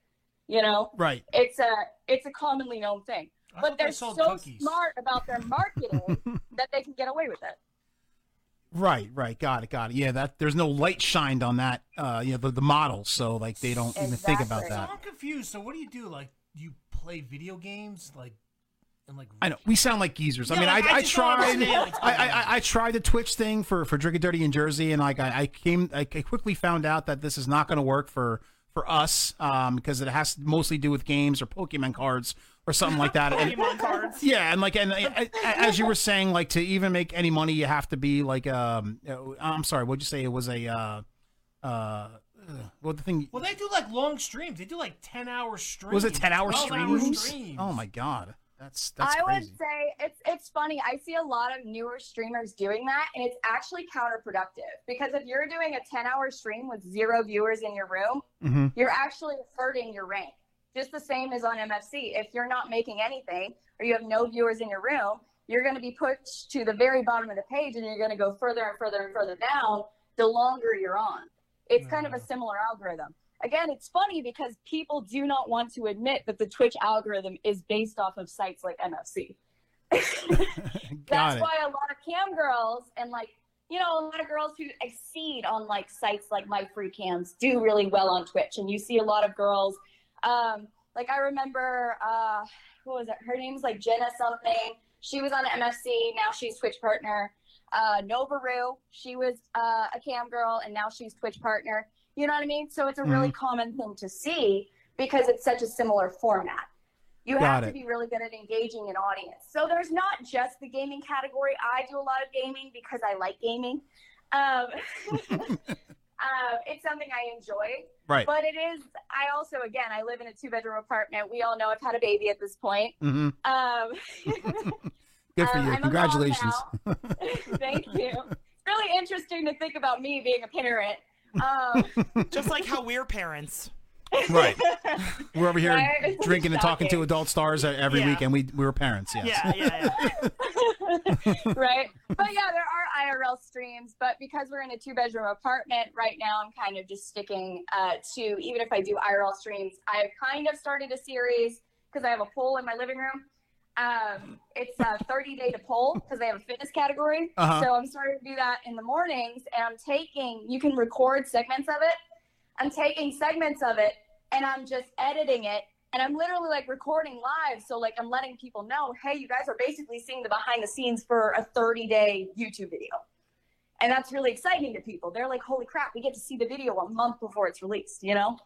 [SPEAKER 6] You know,
[SPEAKER 4] Right.
[SPEAKER 6] It's a it's a commonly known thing. but
[SPEAKER 4] I thought they
[SPEAKER 6] they're
[SPEAKER 4] sold
[SPEAKER 6] so
[SPEAKER 4] cookies.
[SPEAKER 6] smart about their
[SPEAKER 4] [LAUGHS]
[SPEAKER 6] marketing that they can get away with it.
[SPEAKER 25] Right, right, got it, got it. Yeah, that there's no light shined on that. Uh, you know, the, the models, so like they don't even think about
[SPEAKER 10] So
[SPEAKER 25] that.
[SPEAKER 10] I'm confused. So what do you do? Like, do you play video games? Like, and like,
[SPEAKER 25] I know we sound like geezers. I
[SPEAKER 10] Yeah,
[SPEAKER 25] mean,
[SPEAKER 10] like,
[SPEAKER 25] I, I,
[SPEAKER 10] I just don't
[SPEAKER 25] tried,
[SPEAKER 10] understand
[SPEAKER 25] I,
[SPEAKER 10] what's
[SPEAKER 25] I,
[SPEAKER 10] going on.
[SPEAKER 25] I, I tried the Twitch thing for for Drinking Dirty in Jersey, and like I, I came, I I quickly found out that this is not going to work for for us because it has to mostly do with games or Pokemon cards or something like
[SPEAKER 10] [LAUGHS]
[SPEAKER 25] that. And-
[SPEAKER 35] Pokemon cards.
[SPEAKER 25] Yeah, and like and I, I, as you were saying, like to even make any money, you have to be like um, uh, I'm sorry, what'd you say? It was a uh, uh, what the thing?
[SPEAKER 10] well, they do like long streams. They do like ten hour streams.
[SPEAKER 25] Was it 10 hour
[SPEAKER 10] 12-hour
[SPEAKER 25] streams? [LAUGHS]
[SPEAKER 10] streams.
[SPEAKER 25] Oh my god. That's that's
[SPEAKER 6] I
[SPEAKER 25] crazy.
[SPEAKER 6] would say it's it's funny. I see a lot of newer streamers doing that, and it's actually counterproductive because if you're doing a 10 hour stream with zero viewers in your room,
[SPEAKER 4] Mhm.
[SPEAKER 6] you're actually hurting your rank. Just the same as on MFC. If you're not making anything or you have no viewers in your room, you're going to be pushed to the very bottom of the page, and you're going to go further and further and further down the longer you're on. It's kind
[SPEAKER 25] Mm.
[SPEAKER 6] of a similar algorithm. Again, it's funny because people do not want to admit that the Twitch algorithm is based off of sites like [LAUGHS] MFC.
[SPEAKER 25] [LAUGHS] Got
[SPEAKER 6] That's
[SPEAKER 25] it.
[SPEAKER 6] why a lot of cam girls and like you know a lot of girls who exceed on like sites like my free cams do really well on Twitch, and you see a lot of girls. Um, like I remember, uh, who was it? Her name's like Jenna something. She was on MFC. Now she's Twitch partner. Uh, Novaru. She was uh, a cam girl, and now she's Twitch partner. You know what I mean? So it's a really
[SPEAKER 4] Mhm.
[SPEAKER 6] common thing to see because it's such a similar format. You have
[SPEAKER 4] Got
[SPEAKER 6] to
[SPEAKER 4] it.
[SPEAKER 6] be really good at engaging an audience. So there's not just the gaming category. I do a lot of gaming because I like gaming. Um, [LAUGHS] uh, it's something I enjoy.
[SPEAKER 4] Right.
[SPEAKER 6] But it is, I also, again, I live in a two bedroom apartment. We all know I've had a baby at this point.
[SPEAKER 4] Mm-hmm.
[SPEAKER 25] Mhm.
[SPEAKER 6] Um, [LAUGHS]
[SPEAKER 25] Good for
[SPEAKER 6] um,
[SPEAKER 25] you.
[SPEAKER 6] I'm a mom
[SPEAKER 25] Congratulations.
[SPEAKER 6] Thank you. It's really interesting to think about me being a parent. Um,
[SPEAKER 26] [LAUGHS] Just like how we're parents. [LAUGHS]
[SPEAKER 25] Right. We're over
[SPEAKER 6] [LAUGHS]
[SPEAKER 25] here
[SPEAKER 6] Right?
[SPEAKER 25] drinking and talking to
[SPEAKER 6] Shocking.
[SPEAKER 25] adult stars uh, every
[SPEAKER 6] Yeah.
[SPEAKER 25] week, and we we were parents. Yes.
[SPEAKER 26] Yeah, yeah,
[SPEAKER 6] right? But yeah, there are IRL streams, but because we're in a two bedroom apartment right now, I'm kind of just sticking uh, to even if I do IRL streams, I've kind of started a series because I have a pool in my living room. Um, it's a 30 day to poll because they have a fitness category.
[SPEAKER 4] Uh-huh.
[SPEAKER 6] So I'm starting to do that in the mornings and I'm taking, you can record segments of it. I'm taking segments of it and I'm just editing it and I'm literally like recording live. So like I'm letting people know, hey, you guys are basically seeing the behind the scenes for a 30 day YouTube video. And that's really exciting to people. They're like, holy crap, we get to see the video a month before it's released, you know?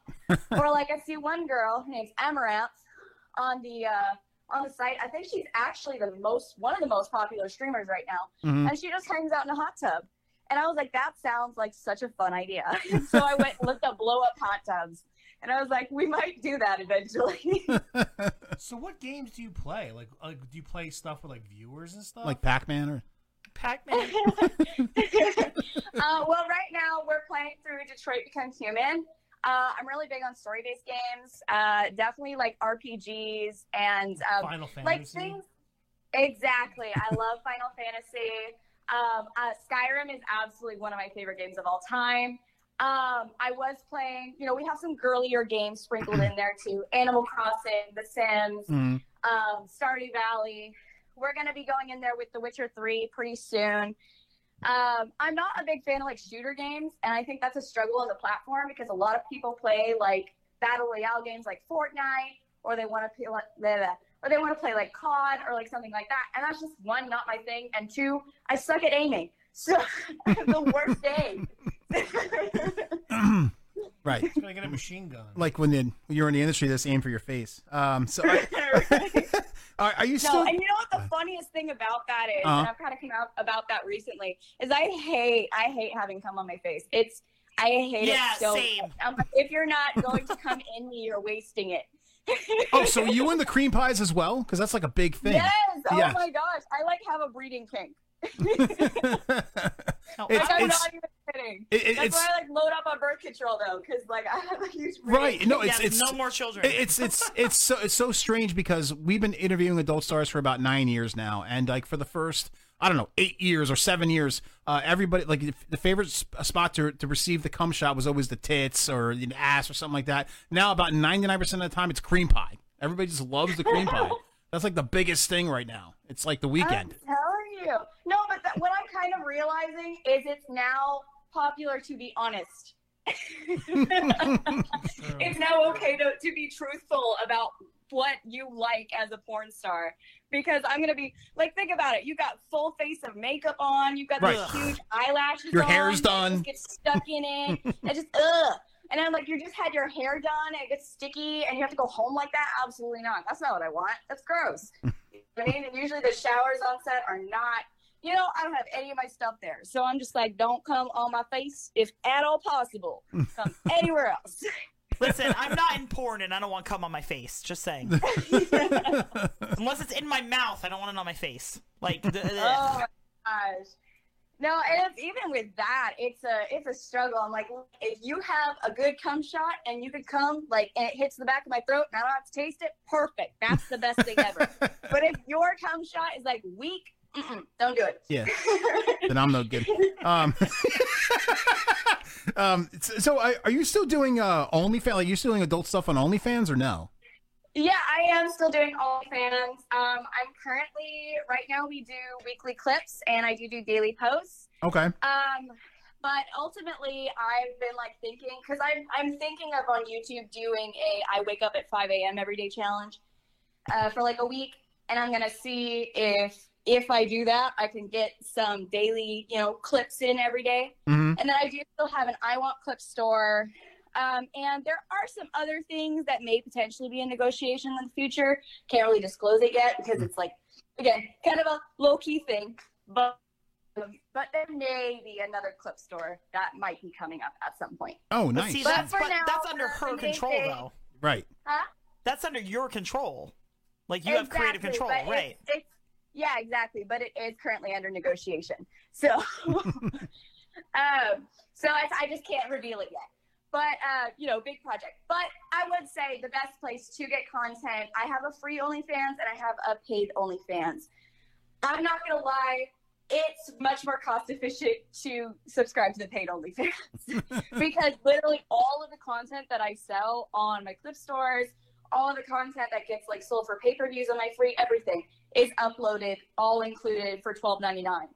[SPEAKER 6] or like I see one girl her named Amaranth on the uh, on the site. I think she's actually the most one of the most popular streamers right now,
[SPEAKER 4] Mhm.
[SPEAKER 6] and she just hangs out in a hot tub. And I was like, that sounds like such a fun idea. [LAUGHS] so I went and looked up blow up hot tubs, and I was like, we might do that eventually.
[SPEAKER 10] So what games do you play? Like, like do you play stuff with like viewers and stuff?
[SPEAKER 25] Like Pac Man or
[SPEAKER 6] [LAUGHS]
[SPEAKER 4] [LAUGHS]
[SPEAKER 26] Pac-Man.
[SPEAKER 6] uh, well, right now we're playing through Detroit Become Human. Uh, I'm really big on story-based games. Uh, definitely like RPGs and um,
[SPEAKER 4] Final
[SPEAKER 6] like
[SPEAKER 4] Fantasy.
[SPEAKER 6] things. Exactly, I love Final Fantasy. Um, uh, Skyrim is absolutely one of my favorite games of all time. Um, I was playing, you know, we have some girlier games sprinkled in there too. Animal Crossing, The Sims,
[SPEAKER 4] Mhm.
[SPEAKER 6] um, Stardew Valley. We're gonna be going in there with The Witcher Three pretty soon. Um, I'm not a big fan of like shooter games, and I think that's a struggle on the platform because a lot of people play like battle royale games like Fortnite, or they want to play like blah, blah, or they want to play like COD or like something like that. And that's just one, not my thing, and two, I [LAUGHS] suck at aiming, so I have the worst aim.
[SPEAKER 25] [CLEARS THROAT] Right.
[SPEAKER 10] He's gonna get a machine gun.
[SPEAKER 25] Like when in- you're in the industry, that's aimed for your face. Um, so
[SPEAKER 6] [LAUGHS]
[SPEAKER 25] are, [LAUGHS] are, are you
[SPEAKER 6] no,
[SPEAKER 25] still?
[SPEAKER 6] and you know what the funniest thing about that is,
[SPEAKER 25] Uh-huh.
[SPEAKER 6] and I've kind of come out about that recently, is I hate I hate having cum on my face. It's I hate
[SPEAKER 26] Yeah,
[SPEAKER 6] it so.
[SPEAKER 26] same.
[SPEAKER 6] much. I'm like, if you're not going to come in me, you're wasting it.
[SPEAKER 25] oh,
[SPEAKER 6] [LAUGHS]
[SPEAKER 25] so you in the cream pies as well? Because that's like a big thing.
[SPEAKER 6] Yes. Oh
[SPEAKER 25] Yeah.
[SPEAKER 6] my gosh, I like have a breeding kink. [LAUGHS]
[SPEAKER 25] It's-
[SPEAKER 6] like, I'm
[SPEAKER 25] it's-
[SPEAKER 6] not even kidding.
[SPEAKER 25] it- it-
[SPEAKER 6] That's
[SPEAKER 25] it's-
[SPEAKER 6] why I like load up on birth control though, because like [LAUGHS] I have a huge breeding
[SPEAKER 25] Right. No,
[SPEAKER 6] kink.
[SPEAKER 25] it's, it's it- It's it's it's so it's so strange because we've been interviewing adult stars for about nine years now, and like for the first I don't know eight years or seven years, uh, everybody like the- the favorite sp- spot to to receive the cum shot was always the tits or the ass or something like that. Now about ninety nine percent of the time it's cream pie. Everybody just loves the cream [LAUGHS] pie. That's like the biggest thing right now. It's like the weekend.
[SPEAKER 6] I'm telling you. No, but that, what I'm kind of realizing is it's now popular to be honest. it's now okay to, to be truthful about what you like as a porn star because I'm gonna be like, think about it. You got full face of makeup on. You got
[SPEAKER 25] Right.
[SPEAKER 6] these huge eyelashes.
[SPEAKER 25] Your
[SPEAKER 6] on,
[SPEAKER 25] hair's
[SPEAKER 6] that
[SPEAKER 25] done.
[SPEAKER 6] Just gets stuck in
[SPEAKER 25] [LAUGHS]
[SPEAKER 6] it. and just ugh. And I'm like, you just had your hair done. And it gets sticky, and you have to go home like that. Absolutely not. That's not what I want.
[SPEAKER 25] [LAUGHS]
[SPEAKER 6] That's gross. I mean, and usually the showers on set are not, you know, I don't have any of my stuff there. So I'm just like, don't come on my face if at all possible.
[SPEAKER 25] [LAUGHS]
[SPEAKER 6] Come anywhere else.
[SPEAKER 26] Listen, I'm not in porn and I don't want cum on my face.
[SPEAKER 25] [LAUGHS]
[SPEAKER 26] Just saying. Unless it's in my mouth, I don't want it on my face. Like,
[SPEAKER 6] [LAUGHS]
[SPEAKER 26] th- th- [LAUGHS]
[SPEAKER 6] oh my gosh. No, and it's, even with that, it's a it's a struggle. I'm like, if you have a good cum shot and you could cum like and it hits the back of my throat and I don't have to taste it, perfect. That's the best thing ever. but if your cum shot is like weak, mm-mm, don't do it.
[SPEAKER 25] Yeah. then I'm no good. Um, [LAUGHS] um, so, so are are you still doing uh, OnlyFans? Like, you still doing adult stuff on OnlyFans or no?
[SPEAKER 6] Yeah, I am still doing OnlyFans. Um, I'm currently right now we do weekly clips and I do do daily posts.
[SPEAKER 25] Okay.
[SPEAKER 6] Um, but ultimately, I've been like thinking because I'm I'm thinking of on YouTube doing a I wake up at 5 a.m. every day challenge uh, for like a week, and I'm gonna see if if I do that, I can get some daily you know clips in every day.
[SPEAKER 25] Mhm.
[SPEAKER 6] and then I do still have an I want clip store. Um, and there are some other things that may potentially be in negotiation in the future. Can't really disclose it yet because it's like, again, kind of a low key thing. But but there may be another clip store that might be coming up at some point.
[SPEAKER 25] Oh, nice.
[SPEAKER 26] See,
[SPEAKER 6] But
[SPEAKER 26] that's,
[SPEAKER 6] for
[SPEAKER 26] but
[SPEAKER 6] now,
[SPEAKER 26] that's under
[SPEAKER 6] we're
[SPEAKER 26] her
[SPEAKER 6] making-
[SPEAKER 26] control, though.
[SPEAKER 25] Right.
[SPEAKER 6] Huh?
[SPEAKER 26] That's under your control. Like, you have creative
[SPEAKER 6] Exactly,
[SPEAKER 26] control,
[SPEAKER 6] but it's-
[SPEAKER 26] right?
[SPEAKER 6] it's- yeah, exactly. But it is currently under negotiation.
[SPEAKER 25] [LAUGHS]
[SPEAKER 6] So, um, so I, I just can't reveal it yet. But uh, you know, big project. But I would say the best place to get content. I have a free OnlyFans and I have a paid OnlyFans. I'm not gonna lie, it's much more cost efficient to subscribe to the paid OnlyFans because literally all of the content that I sell on my clip stores, all of the content that gets like sold for pay per views on my free everything is uploaded, all included for twelve ninety nine,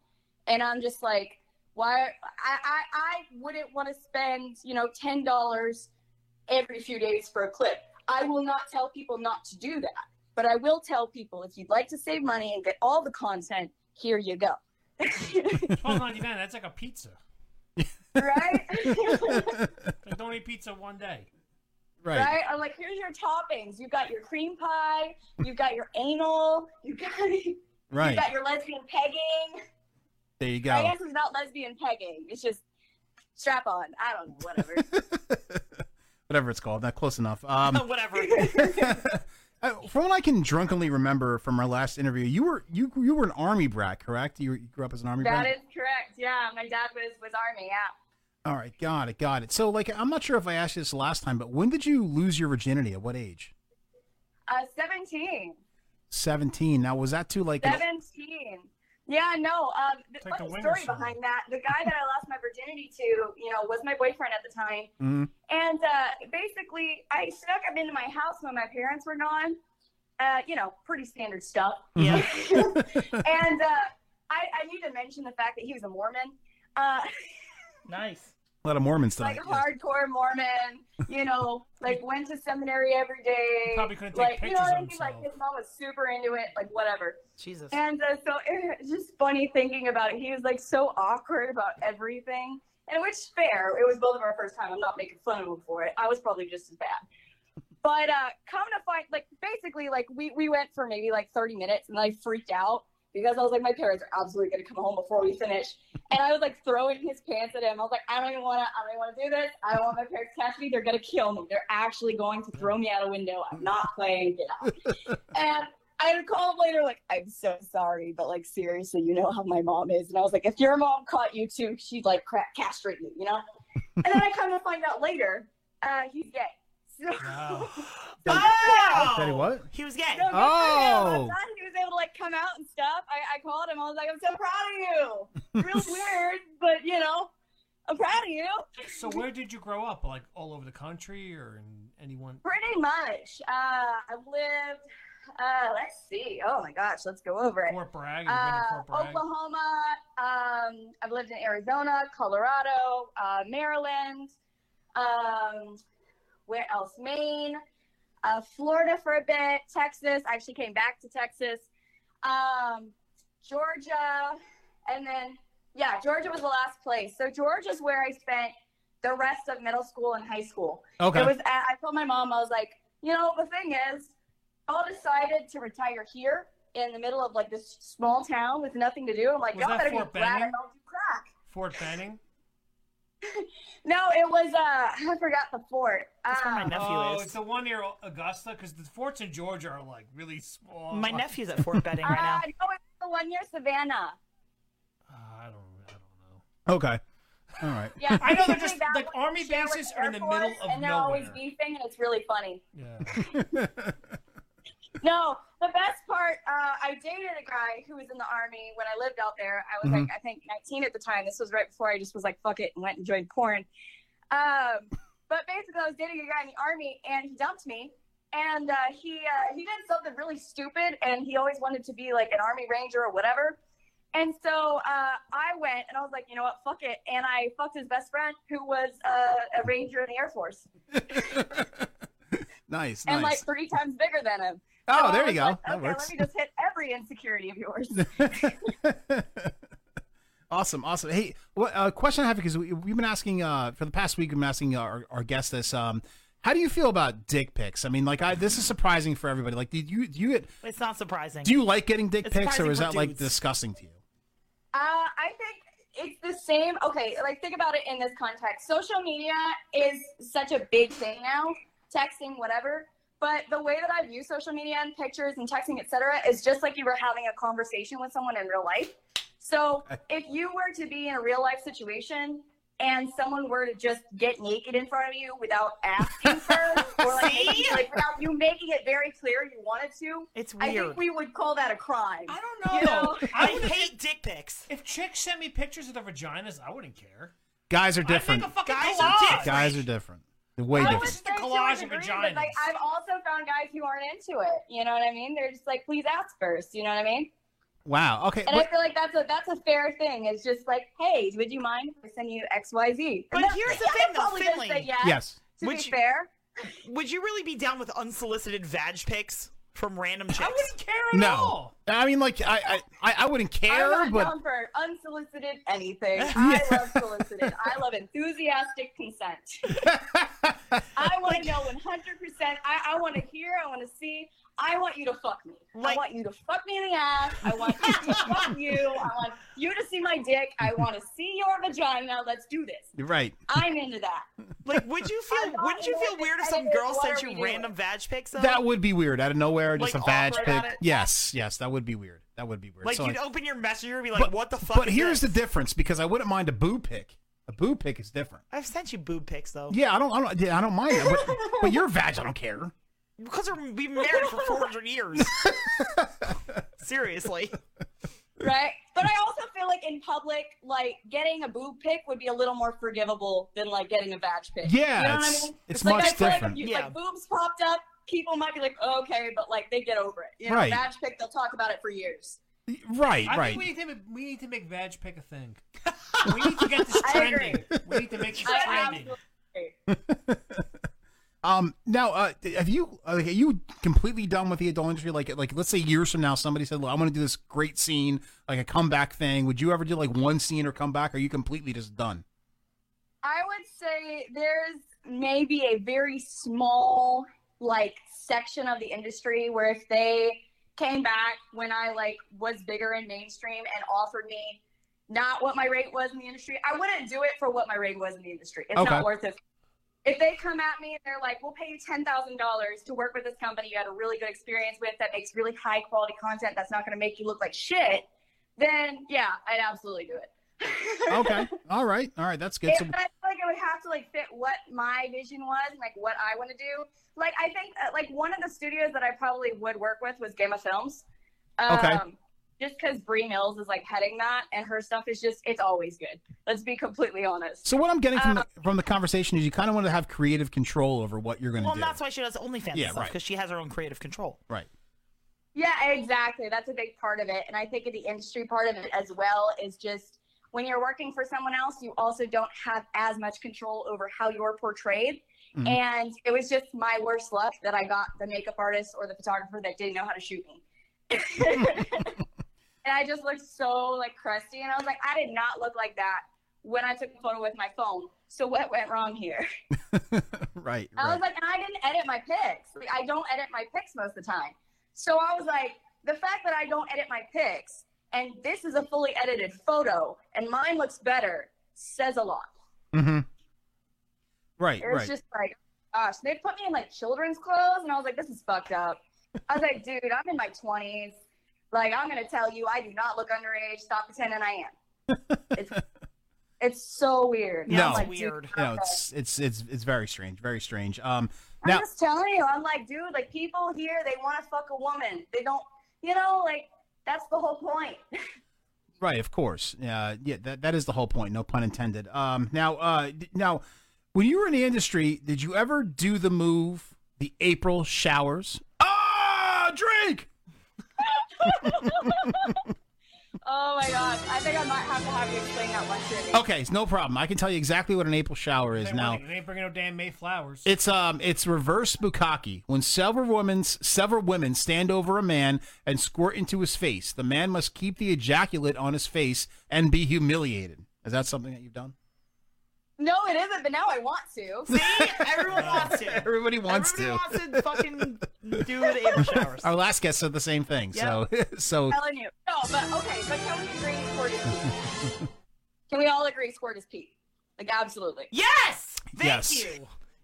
[SPEAKER 6] and I'm just like, why? I I, I wouldn't want to spend you know ten dollars every few days for a clip. I will not tell people not to do that, but I will tell people if you'd like to save money and get all the content, here you
[SPEAKER 25] [LAUGHS]
[SPEAKER 6] go.
[SPEAKER 10] Twelve ninety nine. That's like a pizza.
[SPEAKER 6] Right?
[SPEAKER 10] Like, don't eat pizza one day.
[SPEAKER 6] Right. I'm like, here's your toppings. You got your cream pie. You got your anal. You got. [LAUGHS]
[SPEAKER 25] Right.
[SPEAKER 6] You got your lesbian pegging.
[SPEAKER 25] There you
[SPEAKER 6] I
[SPEAKER 25] go.
[SPEAKER 6] guess it's not lesbian pegging. It's just strap on. I don't know. Whatever.
[SPEAKER 25] Whatever it's called. Not close
[SPEAKER 6] [LAUGHS]
[SPEAKER 25] enough. Um,
[SPEAKER 26] Whatever.
[SPEAKER 25] uh, from what I can drunkenly remember from our last interview, you were you you were an army brat, correct? You, were, you grew up as an army brat.
[SPEAKER 6] that is correct. Yeah, my dad was was army. Yeah.
[SPEAKER 25] All right, got it, got it. So, like, I'm not sure if I asked you this last time, but when did you lose your virginity? At what age?
[SPEAKER 6] Uh, Seventeen.
[SPEAKER 25] 17. Now, was that too like? an-
[SPEAKER 6] 17. Yeah, no. Um, the
[SPEAKER 25] Take the
[SPEAKER 6] funny
[SPEAKER 25] winger
[SPEAKER 6] story
[SPEAKER 25] shot.
[SPEAKER 6] behind that, the guy that I lost my virginity to, you know, was my boyfriend at the time.
[SPEAKER 25] Mhm.
[SPEAKER 6] And uh, basically, I snuck him into my house when my parents were gone. Uh, you know, pretty standard stuff.
[SPEAKER 26] Yeah.
[SPEAKER 6] [LAUGHS] and uh, I, I need to mention the fact that he was a Mormon. Uh,
[SPEAKER 26] nice.
[SPEAKER 25] A lot of Mormons
[SPEAKER 6] Like
[SPEAKER 25] tonight.
[SPEAKER 6] a hardcore Mormon, you know,
[SPEAKER 10] [LAUGHS]
[SPEAKER 6] like went to seminary every day.
[SPEAKER 10] probably couldn't take
[SPEAKER 6] like, you know
[SPEAKER 10] pictures
[SPEAKER 6] what
[SPEAKER 10] of
[SPEAKER 6] I mean? Like his mom was super into it, like whatever.
[SPEAKER 26] Jesus.
[SPEAKER 6] And uh, so it was just funny thinking about it. He was like so awkward about everything. And which fair, it was both of our first time. I'm not making fun of him for it. I was probably just as bad. But uh come to find like basically like we we went for maybe like 30 minutes and I freaked out because I was like my parents are absolutely going to come home before we finish. And I was like throwing his pants at him. I was like I don't even want to I don't even want to do this. I don't want my parents to catch me. They're going to kill me. They're actually going to throw me out a window. I'm not playing. Get out. And I would call him later, like, I'm so sorry, but like, seriously, you know how my mom is. And I was like, if your mom caught you too, she'd like cra- castrate you, you know? and then I come to find out later, uh, he's gay. So, [LAUGHS]
[SPEAKER 34] Said he what?
[SPEAKER 26] He was gay.
[SPEAKER 6] So good for him. I'm
[SPEAKER 34] Oh.
[SPEAKER 6] glad he was able to like come out and stuff. I, I called him. I was like, I'm so proud of
[SPEAKER 34] [LAUGHS]
[SPEAKER 6] you. Real weird, but you know, I'm proud of you.
[SPEAKER 10] So where did you grow up? Like all over the country or in anyone?
[SPEAKER 6] Pretty much. Uh, I lived. Uh, let's see. Oh my gosh, let's go over it.
[SPEAKER 10] Fort Bragg. You've been to
[SPEAKER 6] Uh,
[SPEAKER 10] Fort Bragg.
[SPEAKER 6] Oklahoma. Um, I've lived in Arizona, Colorado, uh, Maryland. Um, where else? Maine, uh, Florida for a bit, Texas. I actually came back to Texas, um, Georgia, and then yeah, Georgia was the last place. So Georgia's where I spent the rest of middle school and high school.
[SPEAKER 7] Okay.
[SPEAKER 6] It was. at- I told my mom I was like, you know, the thing is, all decided to retire here in the middle of like this small town with nothing to do. I'm like,
[SPEAKER 10] Was
[SPEAKER 6] y'all
[SPEAKER 10] that
[SPEAKER 6] better
[SPEAKER 10] Fort
[SPEAKER 6] be glad I
[SPEAKER 10] Benning?
[SPEAKER 6] don't do crack.
[SPEAKER 10] Fort Benning.
[SPEAKER 6] No, it was. uh [LAUGHS] I forgot the fort. Um,
[SPEAKER 10] oh, it's the one near Augusta because the forts in Georgia are like really small.
[SPEAKER 26] My nephew's at Fort Benning right now.
[SPEAKER 6] Uh, no, it's the one near Savannah.
[SPEAKER 25] Okay. All right.
[SPEAKER 6] Yeah,
[SPEAKER 10] I know they're
[SPEAKER 6] between
[SPEAKER 10] just
[SPEAKER 6] that
[SPEAKER 10] like
[SPEAKER 6] one
[SPEAKER 10] army
[SPEAKER 6] and Sherwood
[SPEAKER 10] bases are in the
[SPEAKER 6] Air Force,
[SPEAKER 10] middle of
[SPEAKER 6] and they're always
[SPEAKER 10] nowhere.
[SPEAKER 6] beefing, and it's really funny.
[SPEAKER 10] Yeah.
[SPEAKER 6] No, the best part, uh, I dated a guy who was in the army when I lived out there. I was
[SPEAKER 7] Mhm.
[SPEAKER 6] like, I think 19 at the time. This was right before I just was like, fuck it, and went and joined porn. Um, but basically, I was dating a guy in the army, and he dumped me. And uh, he uh, he did something really stupid, and he always wanted to be like an army ranger or whatever. And so uh, I went, and I was like, you know what, fuck it. And I fucked his best friend, who was uh, a ranger in the Air Force,
[SPEAKER 25] Nice.
[SPEAKER 6] and
[SPEAKER 25] nice.
[SPEAKER 6] like three times bigger than him.
[SPEAKER 25] oh,
[SPEAKER 6] So I
[SPEAKER 25] there you
[SPEAKER 6] was
[SPEAKER 25] go.
[SPEAKER 6] like,
[SPEAKER 25] that
[SPEAKER 6] okay,
[SPEAKER 25] works.
[SPEAKER 6] let me just hit every insecurity of yours.
[SPEAKER 25] Awesome, awesome. Hey, what uh, question I have because we, we've been asking uh, for the past week. We've been asking our, our guests this. Um, how do you feel about dick pics? I mean, like, I, this is surprising for everybody. Like, did you do you get
[SPEAKER 26] It's not surprising.
[SPEAKER 25] do you like getting dick
[SPEAKER 26] It's
[SPEAKER 25] pics, or
[SPEAKER 26] surprising
[SPEAKER 25] is
[SPEAKER 26] for
[SPEAKER 25] that like
[SPEAKER 26] dudes.
[SPEAKER 25] disgusting to you?
[SPEAKER 6] Uh, I think it's the same. Okay, like think about it in this context. Social media is such a big thing now, texting, whatever. But the way that I view social media and pictures and texting, etc., is just like you were having a conversation with someone in real life. So if you were to be in a real life situation and someone were to just get naked in front of you without
[SPEAKER 26] [LAUGHS]
[SPEAKER 6] asking for, or like, making, like without you making it very clear you wanted to,
[SPEAKER 26] it's
[SPEAKER 6] I
[SPEAKER 26] weird.
[SPEAKER 6] think we would call that a crime. I
[SPEAKER 10] don't know. I
[SPEAKER 26] hate dick pics.
[SPEAKER 10] If chicks sent me pictures of their vaginas, I wouldn't care.
[SPEAKER 25] Guys are
[SPEAKER 10] think a
[SPEAKER 25] different.
[SPEAKER 10] fucking
[SPEAKER 26] Guys
[SPEAKER 10] collage.
[SPEAKER 26] are different.
[SPEAKER 25] Guys are different. They're way
[SPEAKER 6] I
[SPEAKER 25] different.
[SPEAKER 6] would say to a
[SPEAKER 10] collage of
[SPEAKER 6] degree, but,
[SPEAKER 10] vaginas.
[SPEAKER 6] Like, I've also found guys who aren't into it. You know what I mean? They're just like, please ask first. You know what I mean?
[SPEAKER 25] Wow. Okay.
[SPEAKER 6] and
[SPEAKER 25] what-
[SPEAKER 6] I feel like that's a that's a fair thing. It's just like, hey, would you mind if I send you X Y Z?
[SPEAKER 26] But here's the
[SPEAKER 6] [LAUGHS]
[SPEAKER 26] thing, though, Finley.
[SPEAKER 6] Yes.
[SPEAKER 25] Yes.
[SPEAKER 6] To
[SPEAKER 26] Would
[SPEAKER 6] be
[SPEAKER 26] you-
[SPEAKER 6] fair,
[SPEAKER 26] Would you really be down with unsolicited vag pics from random chicks? I wouldn't
[SPEAKER 10] care
[SPEAKER 25] no. I mean, like, I I- I, I wouldn't care,
[SPEAKER 6] I'm not
[SPEAKER 25] but
[SPEAKER 6] down for unsolicited
[SPEAKER 26] [LAUGHS]
[SPEAKER 6] anything. I love solicited. I love
[SPEAKER 26] [LAUGHS]
[SPEAKER 6] enthusiastic consent. I want to know 100. percent I, I want to hear. I want to see. I want you to fuck me. I want you to fuck me in the ass. I want
[SPEAKER 26] [LAUGHS]
[SPEAKER 6] you to fuck you. I want you to see my dick. I want to see your vagina. Let's do this.
[SPEAKER 25] you're right.
[SPEAKER 6] I'm into that.
[SPEAKER 26] Like, would you feel? Wouldn't you feel weird if some girl sent you random vag pics? Though?
[SPEAKER 25] That would be weird out of nowhere, just
[SPEAKER 26] Like,
[SPEAKER 25] a vag
[SPEAKER 26] awkward
[SPEAKER 25] pic.
[SPEAKER 26] at it?
[SPEAKER 25] Yes, yes, that would be weird. That would be weird.
[SPEAKER 26] like
[SPEAKER 25] So,
[SPEAKER 26] you'd
[SPEAKER 25] like-
[SPEAKER 26] open your messenger and be like, "What the fuck?"
[SPEAKER 25] But
[SPEAKER 26] is
[SPEAKER 25] here's
[SPEAKER 26] this?
[SPEAKER 25] the difference because I wouldn't mind a boo pic. A boo pic is different.
[SPEAKER 26] I've sent you boob pics though.
[SPEAKER 25] Yeah,
[SPEAKER 26] [LAUGHS]
[SPEAKER 25] I don't, I don't, yeah, I don't mind it.
[SPEAKER 6] [LAUGHS]
[SPEAKER 25] But, but your vag, I don't care.
[SPEAKER 26] Because we're- we've been married for
[SPEAKER 25] [LAUGHS]
[SPEAKER 26] 400 years. Seriously.
[SPEAKER 6] Right. But I also feel like in public, like getting a boob pic would be a little more forgivable than like getting a badge pic.
[SPEAKER 25] Yeah,
[SPEAKER 6] You know what I
[SPEAKER 25] it's-
[SPEAKER 6] mean?
[SPEAKER 25] it's
[SPEAKER 6] like,
[SPEAKER 25] much
[SPEAKER 6] I feel
[SPEAKER 25] different.
[SPEAKER 6] Like, if you,
[SPEAKER 25] Yeah.
[SPEAKER 6] like boobs popped up, people might be like, "Oh, okay, but like they get over it. You know,
[SPEAKER 25] Right.
[SPEAKER 6] badge pic, they'll talk about it for years.
[SPEAKER 25] Right,
[SPEAKER 10] I
[SPEAKER 25] right.
[SPEAKER 10] think we need to make, we need to make vag pick a thing. We need to get
[SPEAKER 6] [LAUGHS]
[SPEAKER 10] this trending. We need to make this
[SPEAKER 6] I
[SPEAKER 10] trending.
[SPEAKER 25] Um, now, uh, have you like, are you completely done with the adult industry? Like, like let's say years from now, somebody said, "Look, I want to do this great scene, like a comeback thing." Would you ever do like one scene or comeback? Or are you completely just done?
[SPEAKER 6] say there's maybe a very small like section of the industry where if they came back when I like was bigger in mainstream and offered me not what my rate was in the industry, I wouldn't do it for what my rate was in the industry. It's
[SPEAKER 4] Okay.
[SPEAKER 6] not worth it. If they come at me and they're like, "We'll pay you ten thousand dollars to work with this company you had a really good experience with that makes really high quality content that's not going to make you look like shit," then yeah, I'd absolutely do it. [LAUGHS]
[SPEAKER 25] okay. All right. All right. That's good.
[SPEAKER 6] Yeah,
[SPEAKER 25] So,
[SPEAKER 6] but I feel like it would have to like fit what my vision was and like what I want to do. Like I think uh, like one of the studios that I probably would work with was Gamma Films. Um,
[SPEAKER 4] Okay.
[SPEAKER 6] Just because Brie Mills is like heading that, and her stuff is just it's always good. Let's be completely honest.
[SPEAKER 25] so what I'm getting from
[SPEAKER 6] Uh,
[SPEAKER 25] the, from the conversation is you kind of want to have creative control over what you're going to
[SPEAKER 26] Well,
[SPEAKER 25] do.
[SPEAKER 26] that's why she does OnlyFans
[SPEAKER 25] Yeah,
[SPEAKER 26] yeah, stuff
[SPEAKER 25] right.
[SPEAKER 26] because she has her own creative control.
[SPEAKER 25] Right.
[SPEAKER 6] Yeah, exactly. That's a big part of it. And I think the industry part of it as well is just when you're working for someone else, you also don't have as much control over how you're portrayed.
[SPEAKER 4] Mhm.
[SPEAKER 6] And it was just my worst luck that I got the makeup artist or the photographer that didn't know how to shoot me. and I just looked so like crusty. And I was like, I did not look like that when I took a photo with my phone. So what went wrong here?
[SPEAKER 25] Right.
[SPEAKER 6] I was like, and I didn't edit my pics. Like, I don't edit my pics most of the time. So I was like, the fact that I don't edit my pics and this is a fully edited photo and mine looks better says a lot.
[SPEAKER 25] Mm-hmm. Right.
[SPEAKER 6] It was
[SPEAKER 25] right.
[SPEAKER 6] just like, gosh, they put me in like children's clothes and I was like, this is fucked up. I was like, dude, I'm in my 20s. Like, I'm going to tell you, I do not look underage. Stop pretending I am.
[SPEAKER 25] [LAUGHS]
[SPEAKER 6] It's, it's so weird.
[SPEAKER 25] no,
[SPEAKER 6] I'm like, dude,
[SPEAKER 25] No, it's it's it's it's very strange. Very strange. Um.
[SPEAKER 6] I'm
[SPEAKER 25] Now.
[SPEAKER 6] just telling you, I'm like, dude, like people here, they want to fuck a woman. They don't, you know, like that's the whole point. [LAUGHS]
[SPEAKER 25] Right, of course. Yeah, yeah. That that is the whole point. No pun intended. Um, now, uh, d- now, when you were in the industry, did you ever do the move, the April showers? Ah, Drake.
[SPEAKER 6] oh my god, I think I might have to have you explain that one to me.
[SPEAKER 25] Okay, it's no problem. I can tell you exactly what an April shower is now.
[SPEAKER 10] They ain't bringing no damn May flowers.
[SPEAKER 25] It's um, it's reverse bukkake when several women several women stand over a man and squirt into his face. The man must keep the ejaculate on his face and be humiliated. Is that something that you've done?
[SPEAKER 6] No, it isn't, but now I want to.
[SPEAKER 26] Everyone wants
[SPEAKER 25] [LAUGHS]
[SPEAKER 26] to.
[SPEAKER 25] Everybody wants to.
[SPEAKER 26] Everyone wants to fucking do the April showers.
[SPEAKER 25] Our last guest said the same thing. [LAUGHS] So, [LAUGHS] so
[SPEAKER 6] I'm telling you, no, but okay, but can we agree
[SPEAKER 25] [LAUGHS]
[SPEAKER 6] squirt is pee? can we all agree squirt is pee? Like absolutely.
[SPEAKER 26] Yes.
[SPEAKER 25] yes.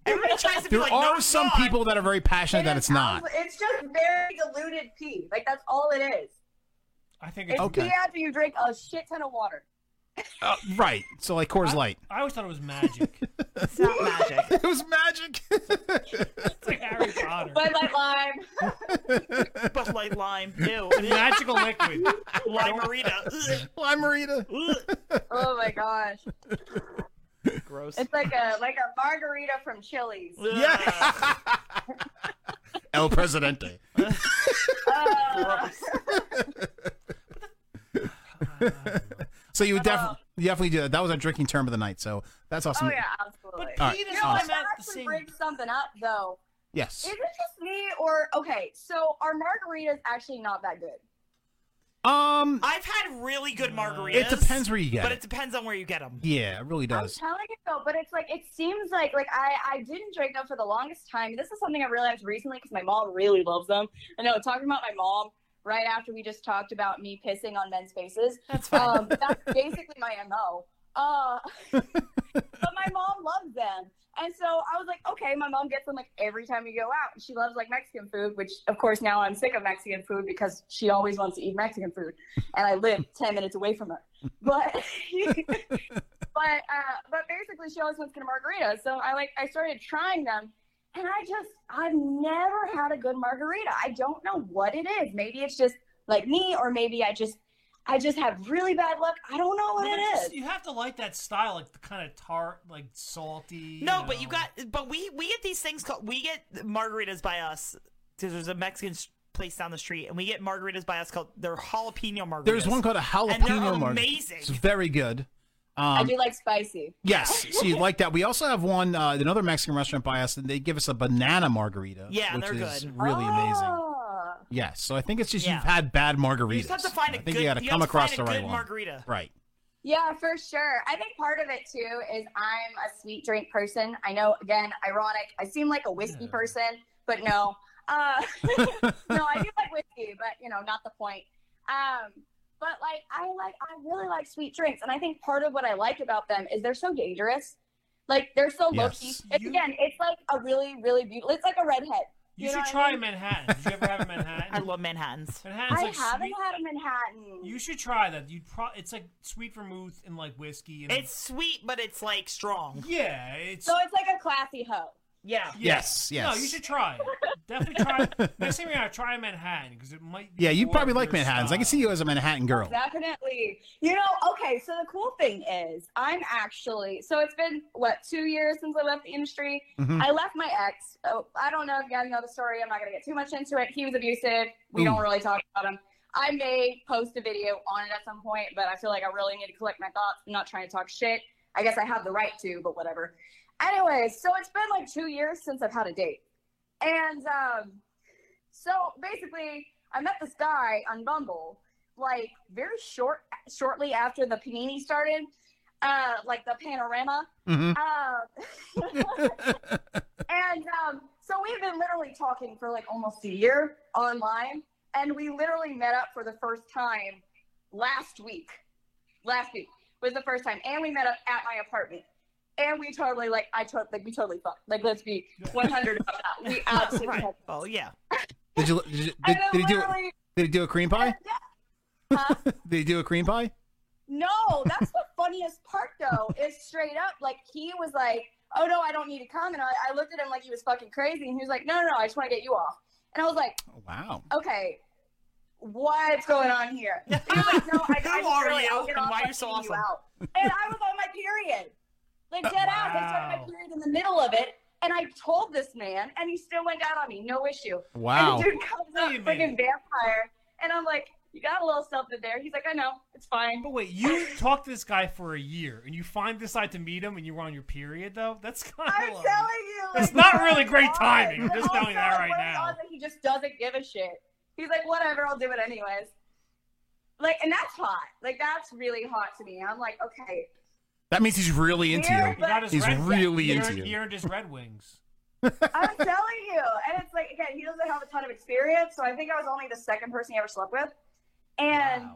[SPEAKER 26] Everybody tries to be
[SPEAKER 25] There
[SPEAKER 26] like,
[SPEAKER 25] are
[SPEAKER 26] no,
[SPEAKER 25] some people that are very passionate that it's not.
[SPEAKER 6] It's just very diluted pee. Like that's all it is.
[SPEAKER 10] I think
[SPEAKER 6] It's
[SPEAKER 10] it's
[SPEAKER 25] Okay.
[SPEAKER 6] pee after you drink a shit ton of water.
[SPEAKER 25] Uh, right. So like Coors Light.
[SPEAKER 10] I always thought it was magic.
[SPEAKER 26] it's not magic.
[SPEAKER 25] it was magic.
[SPEAKER 10] it's like Harry Potter.
[SPEAKER 6] Bud Light Lime.
[SPEAKER 26] Bud Light Lime.
[SPEAKER 10] [LAUGHS]
[SPEAKER 26] Ew.
[SPEAKER 10] The magical liquid.
[SPEAKER 26] Limerita.
[SPEAKER 25] Limerita.
[SPEAKER 6] Oh my gosh.
[SPEAKER 26] Gross.
[SPEAKER 6] It's like a like a margarita from Chili's.
[SPEAKER 25] Yeah. [LAUGHS] El
[SPEAKER 14] [LAUGHS]
[SPEAKER 25] Presidente. [LAUGHS]
[SPEAKER 6] [LAUGHS]
[SPEAKER 25] so you would definitely definitely do that. That was our drinking term of the night. So that's awesome.
[SPEAKER 6] Oh yeah, absolutely.
[SPEAKER 25] But Alright, Pete is awesome.
[SPEAKER 6] that actually brings something up though.
[SPEAKER 25] Yes.
[SPEAKER 6] Is it just me or okay? So our margarita is actually not that good.
[SPEAKER 25] Um,
[SPEAKER 26] I've had really
[SPEAKER 10] Uh,
[SPEAKER 26] good margaritas.
[SPEAKER 25] It depends where you get
[SPEAKER 26] But
[SPEAKER 25] it.
[SPEAKER 26] it depends on where you get them.
[SPEAKER 25] Yeah, it really does.
[SPEAKER 6] I'm telling you though, but it's like it seems like like I I didn't drink them for the longest time. This is something I realized recently because my mom really loves them. I know talking about my mom right after we just talked about me pissing on men's faces. That's fine. Um, that's basically my mo. Uh, [LAUGHS] but my mom loves them, and so I was like, okay, my mom gets them like every time we go out. She loves like Mexican food, which of course now I'm sick of Mexican food because she always wants to eat Mexican food, and I live ten minutes away from her. But
[SPEAKER 26] [LAUGHS]
[SPEAKER 6] [LAUGHS] but uh, but basically she always wants to get a margarita. So I like I started trying them, and I just I've never had a good margarita. I don't know what it is. Maybe it's just like me, or maybe I just I just have really bad luck. I don't know what
[SPEAKER 10] Well,
[SPEAKER 6] it
[SPEAKER 10] it's
[SPEAKER 6] is.
[SPEAKER 10] just- You have to like that style, like the kind of tart, like salty.
[SPEAKER 26] No, but you got. But we we get these things called. We get margaritas by us because there's a Mexican s- place down the street, and we get margaritas by us called they're jalapeno margaritas.
[SPEAKER 25] There's one called a
[SPEAKER 26] and they're
[SPEAKER 25] jalapeno margarita.
[SPEAKER 26] Amazing.
[SPEAKER 25] It's very good. Um,
[SPEAKER 6] I do like spicy.
[SPEAKER 25] Yes,
[SPEAKER 6] [LAUGHS]
[SPEAKER 25] so you like that. We also have one, uh, another Mexican restaurant by us, and they give us a banana margarita.
[SPEAKER 26] Yeah,
[SPEAKER 25] which
[SPEAKER 26] they're
[SPEAKER 25] is
[SPEAKER 26] good. Oh.
[SPEAKER 25] really amazing.
[SPEAKER 6] Ah.
[SPEAKER 25] Yes, so I think it's just
[SPEAKER 26] Yeah.
[SPEAKER 25] you've had bad margaritas.
[SPEAKER 26] You just have to find a
[SPEAKER 25] I think
[SPEAKER 26] good.
[SPEAKER 25] you got to
[SPEAKER 26] you
[SPEAKER 25] come
[SPEAKER 26] have to
[SPEAKER 25] across
[SPEAKER 26] find a
[SPEAKER 25] the right
[SPEAKER 26] good
[SPEAKER 25] one.
[SPEAKER 26] margarita.
[SPEAKER 25] Right.
[SPEAKER 6] Yeah, for sure. I think part of it too is I'm a sweet drink person. I know, again, ironic. I seem like a whiskey person, but no. Uh, [LAUGHS] no, I do like whiskey, but you know, not the point. Um, but like, I like, I really like sweet drinks, and I think part of what I like about them is they're so dangerous. Like they're so low key.
[SPEAKER 10] Yes.
[SPEAKER 6] It's, again, it's like a really, really beautiful. It's like a redhead.
[SPEAKER 10] You,
[SPEAKER 6] know
[SPEAKER 10] should
[SPEAKER 6] what I
[SPEAKER 10] try
[SPEAKER 6] mean?
[SPEAKER 10] Manhattan.
[SPEAKER 6] [LAUGHS]
[SPEAKER 10] Did you ever have a Manhattan? I
[SPEAKER 26] love Manhattans.
[SPEAKER 10] Manhattan's
[SPEAKER 6] I
[SPEAKER 10] like
[SPEAKER 6] haven't
[SPEAKER 10] sweet.
[SPEAKER 6] had a Manhattan.
[SPEAKER 10] You should try that. You'd pro- It's like sweet vermouth and like whiskey. And
[SPEAKER 26] It's sweet, but it's like strong.
[SPEAKER 10] yeah. It's
[SPEAKER 6] so it's like a classy hoe.
[SPEAKER 26] Yeah.
[SPEAKER 25] Yes, yes.
[SPEAKER 10] No, you should try it. Definitely try.
[SPEAKER 25] [LAUGHS]
[SPEAKER 10] Next thing we are try Manhattan because it might. Be
[SPEAKER 25] Yeah, you
[SPEAKER 10] more
[SPEAKER 25] probably
[SPEAKER 10] of
[SPEAKER 25] like
[SPEAKER 10] your
[SPEAKER 25] Manhattans. I
[SPEAKER 10] style.
[SPEAKER 25] can see you as a Manhattan girl.
[SPEAKER 6] Definitely. You know, okay, so the cool thing is I'm actually so it's been what, two years since I left the industry.
[SPEAKER 25] Mhm.
[SPEAKER 6] I left my ex. Oh, I don't know if you guys know the story. I'm not gonna get too much into it. He was abusive. We
[SPEAKER 25] Ooh.
[SPEAKER 6] don't really talk about him. I may post a video on it at some point, but I feel like I really need to collect my thoughts. I'm not trying to talk shit. I guess I have the right to, but whatever. Anyways, so it's been like two years since I've had a date. And um so basically, I met this guy on Bumble, like very short, shortly after the panini started, uh, like the panorama.
[SPEAKER 18] Mhm.
[SPEAKER 6] Uh, [LAUGHS] and um, so we've been literally talking for like almost a year online, and we literally met up for the first time last week. Last week was the first time, and we met up at my apartment. And we totally like I totally like we totally fucked. Like let's be one hundred about that. We
[SPEAKER 26] [LAUGHS]
[SPEAKER 6] absolutely
[SPEAKER 26] Right.
[SPEAKER 6] fucked.
[SPEAKER 26] Oh yeah.
[SPEAKER 25] Did you? Did, you-
[SPEAKER 6] I
[SPEAKER 25] did, did he do?
[SPEAKER 6] literally-
[SPEAKER 25] Did he do a cream pie? [LAUGHS] did he do a cream pie?
[SPEAKER 6] No, that's the funniest part though. Is straight up like he was like, "Oh no, I don't need to come." And I, I looked at him like he was fucking crazy, and he was like, "No, no, no, I just want to get you off." And I was like,
[SPEAKER 25] Oh, Wow.
[SPEAKER 26] Oh.
[SPEAKER 6] "Okay, what's going
[SPEAKER 26] [LAUGHS]
[SPEAKER 6] on here?" He was like, "No, I, I
[SPEAKER 26] Who
[SPEAKER 6] just
[SPEAKER 26] are
[SPEAKER 6] really- I'll
[SPEAKER 26] you,
[SPEAKER 6] get
[SPEAKER 26] and
[SPEAKER 6] off
[SPEAKER 26] why
[SPEAKER 6] by
[SPEAKER 26] are you so
[SPEAKER 6] seeing
[SPEAKER 26] awesome?"
[SPEAKER 6] out." And I was on my period, like dead ass. I started my
[SPEAKER 10] Wow.
[SPEAKER 6] period in the middle of it, and I told this man, and he still went down on me, no issue.
[SPEAKER 25] Wow.
[SPEAKER 6] And the dude comes up, Uh, freaking vampire, and I'm like, "You got a little something there." He's like, "I know, it's fine."
[SPEAKER 10] But wait, you talked to this guy for a year, and you finally decide to meet him, and you were on your period though. That's kind of. [LAUGHS]
[SPEAKER 6] I'm telling you, Oh
[SPEAKER 10] It's
[SPEAKER 6] like,
[SPEAKER 10] not really
[SPEAKER 6] where
[SPEAKER 10] great
[SPEAKER 6] it's
[SPEAKER 10] timing.
[SPEAKER 6] on.
[SPEAKER 10] I'm just
[SPEAKER 6] But
[SPEAKER 10] telling you
[SPEAKER 6] also,
[SPEAKER 10] that right
[SPEAKER 6] where it's
[SPEAKER 10] now.
[SPEAKER 6] on that He just doesn't give a shit. He's like, whatever, I'll do it anyways. Like, and that's hot. Like, that's really hot to me. I'm like, okay,
[SPEAKER 25] That means he's really into
[SPEAKER 6] Weird,
[SPEAKER 25] you.
[SPEAKER 6] but- Got his
[SPEAKER 25] He's
[SPEAKER 6] red-
[SPEAKER 25] really
[SPEAKER 10] You're,
[SPEAKER 25] into you.
[SPEAKER 10] you're just Red
[SPEAKER 25] [LAUGHS]
[SPEAKER 10] Wings.
[SPEAKER 6] I'm telling you. And it's like, again, he doesn't have a ton of experience, so I think I was only the second person he ever slept with. And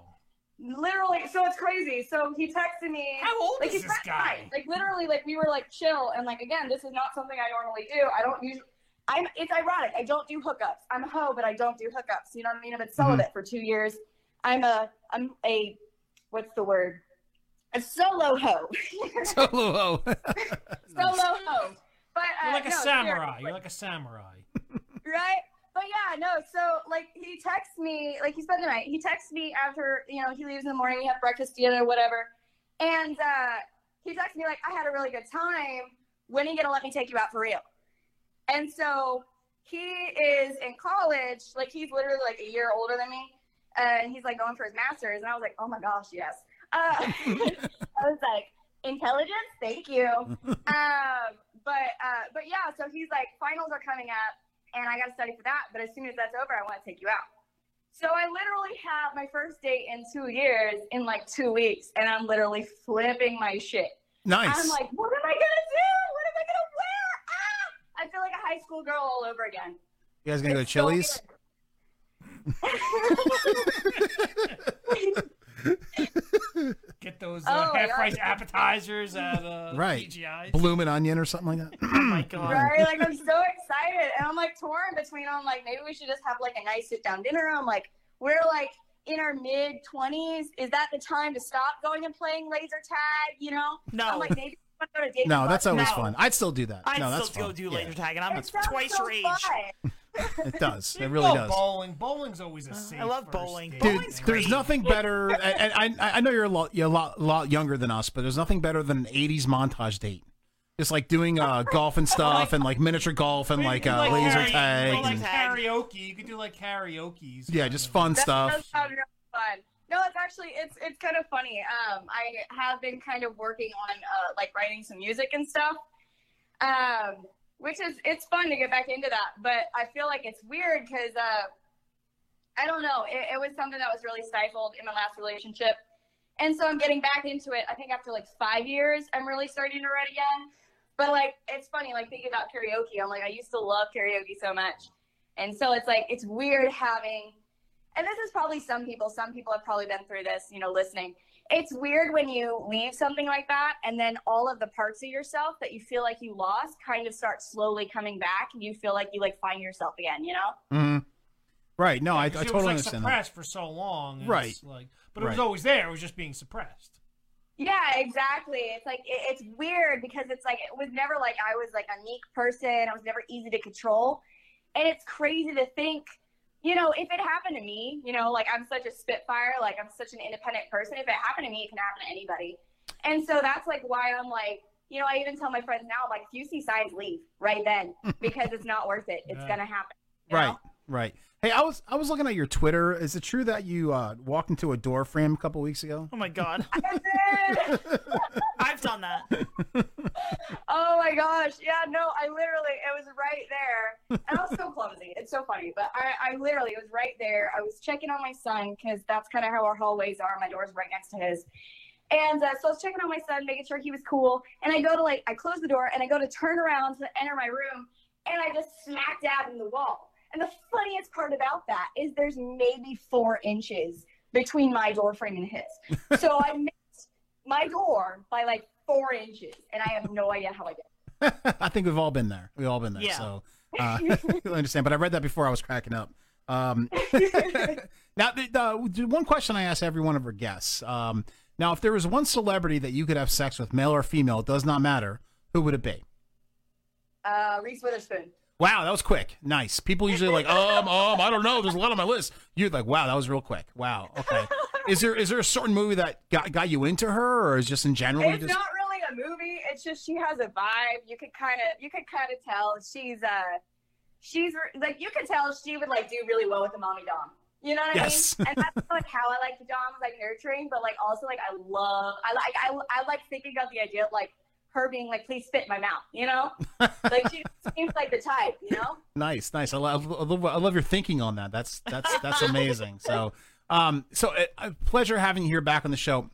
[SPEAKER 6] literally, so it's crazy. So he texted me.
[SPEAKER 10] How old
[SPEAKER 6] like,
[SPEAKER 10] is
[SPEAKER 6] he's
[SPEAKER 10] this
[SPEAKER 6] not
[SPEAKER 10] guy?
[SPEAKER 6] nice. Like literally, like we were like chill, and like again, this is not something I normally do. I don't usually. I'm. It's ironic. I don't do hookups. I'm a hoe, but I don't do hookups. You know what I mean? I've been celibate
[SPEAKER 10] Mm-hmm.
[SPEAKER 6] for two years. I'm a. I'm a. What's the word? A solo hoe. [LAUGHS]
[SPEAKER 10] [LAUGHS]
[SPEAKER 25] Solo ho.
[SPEAKER 6] solo hoe. But uh,
[SPEAKER 10] You're like a
[SPEAKER 6] no,
[SPEAKER 10] samurai.
[SPEAKER 6] seriously
[SPEAKER 10] You're like a samurai.
[SPEAKER 6] right? But yeah, no. So like, he texts me, like he spent the night. He texts me after you know he leaves in the morning. We have breakfast together, whatever. And uh, he texts me like, I had a really good time. When are you gonna let me take you out for real? And so he is in college. Like he's literally like a year older than me, Uh, and he's like going for his master's. And I was like, oh my gosh, yes. Uh, [LAUGHS] I was like, intelligence, thank you. um, but uh, but yeah, so he's like, finals are coming up, and I got to study for that. But as soon as that's over, I want to take you out. So I literally have my first date in two years in like two weeks, and I'm literally flipping my shit.
[SPEAKER 25] Nice.
[SPEAKER 6] I'm like, what am I gonna do? What am I gonna wear? Ah! I feel like a high school girl all over again. [LAUGHS]
[SPEAKER 25] You guys gonna go to Chili's?
[SPEAKER 10] Get those
[SPEAKER 6] Oh,
[SPEAKER 10] uh,
[SPEAKER 6] yeah.
[SPEAKER 10] half price appetizers at uh,
[SPEAKER 25] right.
[SPEAKER 10] TGI.
[SPEAKER 25] Bloomin' onion or something like that. oh my god.
[SPEAKER 6] Right? Like I'm so excited, and I'm like torn between. I'm like, maybe we should just have like a nice sit down dinner. I'm like, we're like in our mid 20s. Is that the time to stop going and playing laser tag? You know?
[SPEAKER 26] No.
[SPEAKER 6] I'm like, maybe we want to go to date.
[SPEAKER 25] no, that's always
[SPEAKER 6] No.
[SPEAKER 25] fun. I'd still do that.
[SPEAKER 26] I'd
[SPEAKER 25] no, that's
[SPEAKER 26] still
[SPEAKER 25] fun.
[SPEAKER 26] go do
[SPEAKER 25] Yeah.
[SPEAKER 26] laser tag, and I'm
[SPEAKER 6] It
[SPEAKER 26] [LAUGHS]
[SPEAKER 6] sounds
[SPEAKER 26] twice
[SPEAKER 6] so
[SPEAKER 26] your age.
[SPEAKER 6] fun.
[SPEAKER 25] It does. It
[SPEAKER 10] You
[SPEAKER 25] really
[SPEAKER 10] go
[SPEAKER 25] does.
[SPEAKER 10] Oh, Bowling. Bowling's
[SPEAKER 6] Uh,
[SPEAKER 10] always a safe. I love
[SPEAKER 26] bowling.
[SPEAKER 25] Dude, there's nothing better, and, and I, I know you're a lot, you're a lot, lot younger than us, but there's nothing better than an '80s montage date. Just like doing uh, golf and stuff, and like miniature golf, and like, uh, laser tag.
[SPEAKER 10] Like,
[SPEAKER 25] and-
[SPEAKER 10] karaoke. You could do like karaoke's.
[SPEAKER 25] yeah, just fun
[SPEAKER 6] That
[SPEAKER 25] stuff.
[SPEAKER 6] does sound real fun. No, it's actually it's it's kind of funny. Um, I have been kind of working on uh, like writing some music and stuff, um, which is it's fun to get back into that. But I feel like it's weird because uh, I don't know. It, it was something that was really stifled in my last relationship, And so I'm getting back into it. I think after like five years, I'm really starting to write again. But like, it's funny, like thinking about karaoke, I'm like, I used to love karaoke so much. And so it's like, it's weird having, and this is probably some people, some people have probably been through this, you know, listening. It's weird when you leave something like that and then all of the parts of yourself that you feel like you lost kind of start slowly coming back and you feel like you like find yourself again, you know?
[SPEAKER 25] hmm Right. No, I, I
[SPEAKER 10] 'Cause it
[SPEAKER 25] totally
[SPEAKER 10] was like
[SPEAKER 25] understand. that.
[SPEAKER 10] suppressed for so long. and
[SPEAKER 25] Right.
[SPEAKER 10] it's Like, but it was
[SPEAKER 25] Right.
[SPEAKER 10] always there. It was just
[SPEAKER 25] [LAUGHS]
[SPEAKER 10] being suppressed.
[SPEAKER 6] Yeah, exactly. It's like it, it's weird because it's like it was never like I was like a meek person. I was never easy to control, and it's crazy to think, you know, if it happened to me, you know, like I'm such a spitfire, like I'm such an independent person. If it happened to me, it can happen to anybody. And so that's like why I'm like, you know, I even tell my friends now, I'm like, if you see signs, leave right then because it's not worth it. It's
[SPEAKER 25] Yeah.
[SPEAKER 6] gonna happen.
[SPEAKER 25] Right. Right. Hey, I was I was looking at your Twitter. Is it true that you uh, walked into a door frame a couple weeks ago?
[SPEAKER 26] Oh my god. I've done that.
[SPEAKER 6] Oh my gosh. Yeah, no, I literally, it was right there. And I was so clumsy. It's so funny. But I, I literally, it was right there. I was checking on my son because that's kind of how our hallways are. My door's right next to his. And uh, so I was checking on my son, making sure he was cool. And I go to like, I close the door and I go to turn around to enter my room. And I just smack dab in the wall. And the funniest part about that is there's maybe four inches between my door frame and his. So I [LAUGHS] missed my door by like four inches. And I have no idea how I did. it.
[SPEAKER 25] [LAUGHS] I think we've all been there. We've all been there.
[SPEAKER 6] Yeah.
[SPEAKER 25] So uh, [LAUGHS] I understand. But I read that before I was cracking up. Um, [LAUGHS] now, the, the, one question I ask every one of our guests. Um, now, if there was one celebrity that you could have sex with, male or female, it does not matter, who would it be?
[SPEAKER 6] Uh, Reese Witherspoon.
[SPEAKER 25] Wow, that was quick. Nice. People usually are like, um, um, I don't know. There's a lot on my list. You're like, wow, that was real quick. Wow. Okay. Is there is there a certain movie that got got you into her, or is just in general? you
[SPEAKER 6] it's
[SPEAKER 25] just-
[SPEAKER 6] not really a movie. It's just she has a vibe. You could kind of you could kind of tell she's uh she's re- like you could tell she would like do really well with the mommy dom. You know what
[SPEAKER 25] Yes.
[SPEAKER 6] I mean? And that's like how I like the doms, like nurturing, but like also like I love I like I, I like thinking of the idea of like her being like please spit in my mouth.
[SPEAKER 25] [LAUGHS]
[SPEAKER 6] You know, like she seems like the type. You know.
[SPEAKER 25] Nice, nice. I love, I love, I love your thinking on that. That's that's that's amazing. So, um, so a, a pleasure having you here back on the show.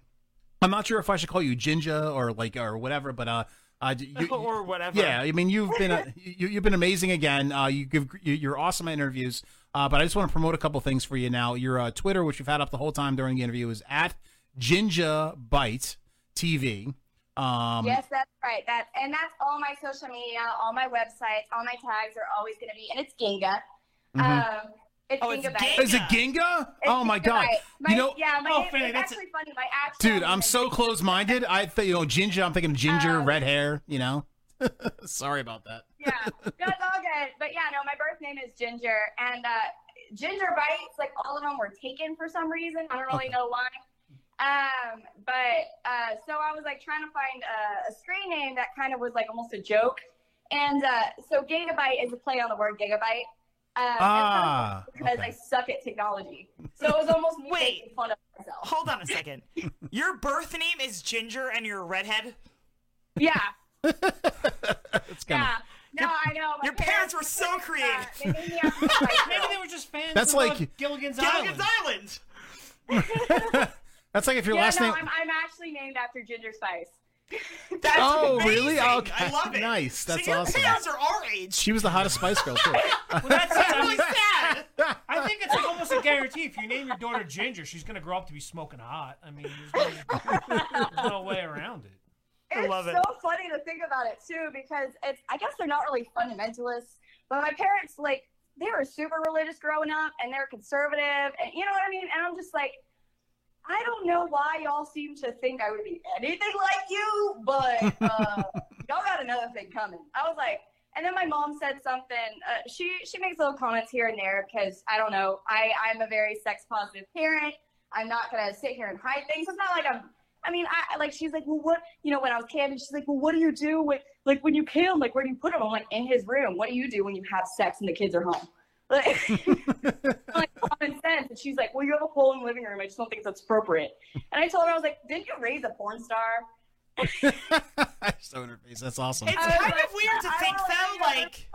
[SPEAKER 25] I'm not sure if I should call you Jinja or like or whatever, but uh, uh you,
[SPEAKER 26] or [LAUGHS] whatever.
[SPEAKER 25] yeah, I mean you've been uh, you, you've been amazing again. Uh, you give you- you're awesome at interviews. Uh, but I just want to promote a couple things for you now. Your uh, Twitter, which you've had up the whole time during the interview, is at Jinja Bite TV. Um,
[SPEAKER 6] yes, that's right. That's and that's all my social media, all my websites, all my tags are always going to be, and it's Ginga.
[SPEAKER 25] Mhm.
[SPEAKER 6] Um, it's
[SPEAKER 26] Oh, it's
[SPEAKER 6] Ginga. Bite.
[SPEAKER 25] Is it Ginga?
[SPEAKER 6] It's
[SPEAKER 25] Oh my
[SPEAKER 6] Ginga
[SPEAKER 25] god!
[SPEAKER 6] Bite. My-
[SPEAKER 25] you know,
[SPEAKER 6] yeah, my
[SPEAKER 25] Oh,
[SPEAKER 6] name,
[SPEAKER 25] Fanny,
[SPEAKER 6] it's
[SPEAKER 25] that's a-
[SPEAKER 6] actually funny. My actual
[SPEAKER 25] Dude, I'm so close-minded. I thought you know ginger. I'm thinking ginger,
[SPEAKER 6] Um,
[SPEAKER 25] red hair. You know. [LAUGHS] Sorry about that.
[SPEAKER 6] That's all good. But yeah, no, my birth name is Ginger, and uh, Ginger Bites, like all of them were taken for some reason. I don't really know why. Um, but uh, so I was like trying to find a, a screen name that kind of was like almost a joke, and uh, so Gigabyte is a play on the word gigabyte. Uh,
[SPEAKER 26] Ah,
[SPEAKER 6] because I suck at technology, so it was almost
[SPEAKER 25] [LAUGHS]
[SPEAKER 6] me making fun of myself.
[SPEAKER 26] Hold on a
[SPEAKER 6] [LAUGHS]
[SPEAKER 26] second. Your birth name is Ginger and you're a redhead?
[SPEAKER 6] Yeah.
[SPEAKER 25] It's
[SPEAKER 26] kinda-
[SPEAKER 6] yeah. No, I know.
[SPEAKER 26] Your parents were so creative. [LAUGHS]
[SPEAKER 10] Maybe they were just fans.
[SPEAKER 25] That's
[SPEAKER 10] who
[SPEAKER 25] like-
[SPEAKER 10] loved Gilligan's,
[SPEAKER 26] Gilligan's
[SPEAKER 10] Island.
[SPEAKER 26] Island.
[SPEAKER 25] That's like if your
[SPEAKER 6] yeah,
[SPEAKER 25] last
[SPEAKER 6] no,
[SPEAKER 25] name.
[SPEAKER 6] I'm, I'm actually named after Ginger
[SPEAKER 26] [LAUGHS]
[SPEAKER 6] Spice.
[SPEAKER 25] oh, really?
[SPEAKER 26] amazing.
[SPEAKER 25] Okay.
[SPEAKER 26] I love it.
[SPEAKER 25] Nice. That's
[SPEAKER 26] so your
[SPEAKER 25] awesome.
[SPEAKER 26] parents are our age.
[SPEAKER 25] She was the hottest Spice Girl
[SPEAKER 6] [LAUGHS]
[SPEAKER 25] too.
[SPEAKER 26] That's really sad.
[SPEAKER 10] I think it's like almost a guarantee. If you name your daughter Ginger, she's going to grow up to be smoking hot. I mean, there's no, there's no way around it.
[SPEAKER 6] It's so funny to think about it too, because it's I guess they're not really fundamentalists, but my parents like they were super religious growing up, and they're conservative, and you know what I mean. And I'm just like, I don't know why y'all seem to think I would be anything like you, but uh, y'all got another thing coming. I was like, and then my mom said something. Uh, she she makes little comments here and there because I don't know. I I'm a very sex positive parent. I'm not gonna sit here and hide things. It's not like I'm. I mean, I I- like she's like, well, what you know? When I was candid, she's like, well, what do you do with like when you kill? Like, where do you put him? I'm like, in his room. What do you do when you have sex and the kids are home? Like, [LAUGHS] like common sense. And she's like, well, you have a hole in the living room. I just don't think that's appropriate. And I told her, I was like, didn't you raise a porn star?
[SPEAKER 25] so in her face. That's awesome.
[SPEAKER 26] It's kind of weird to think, though, like,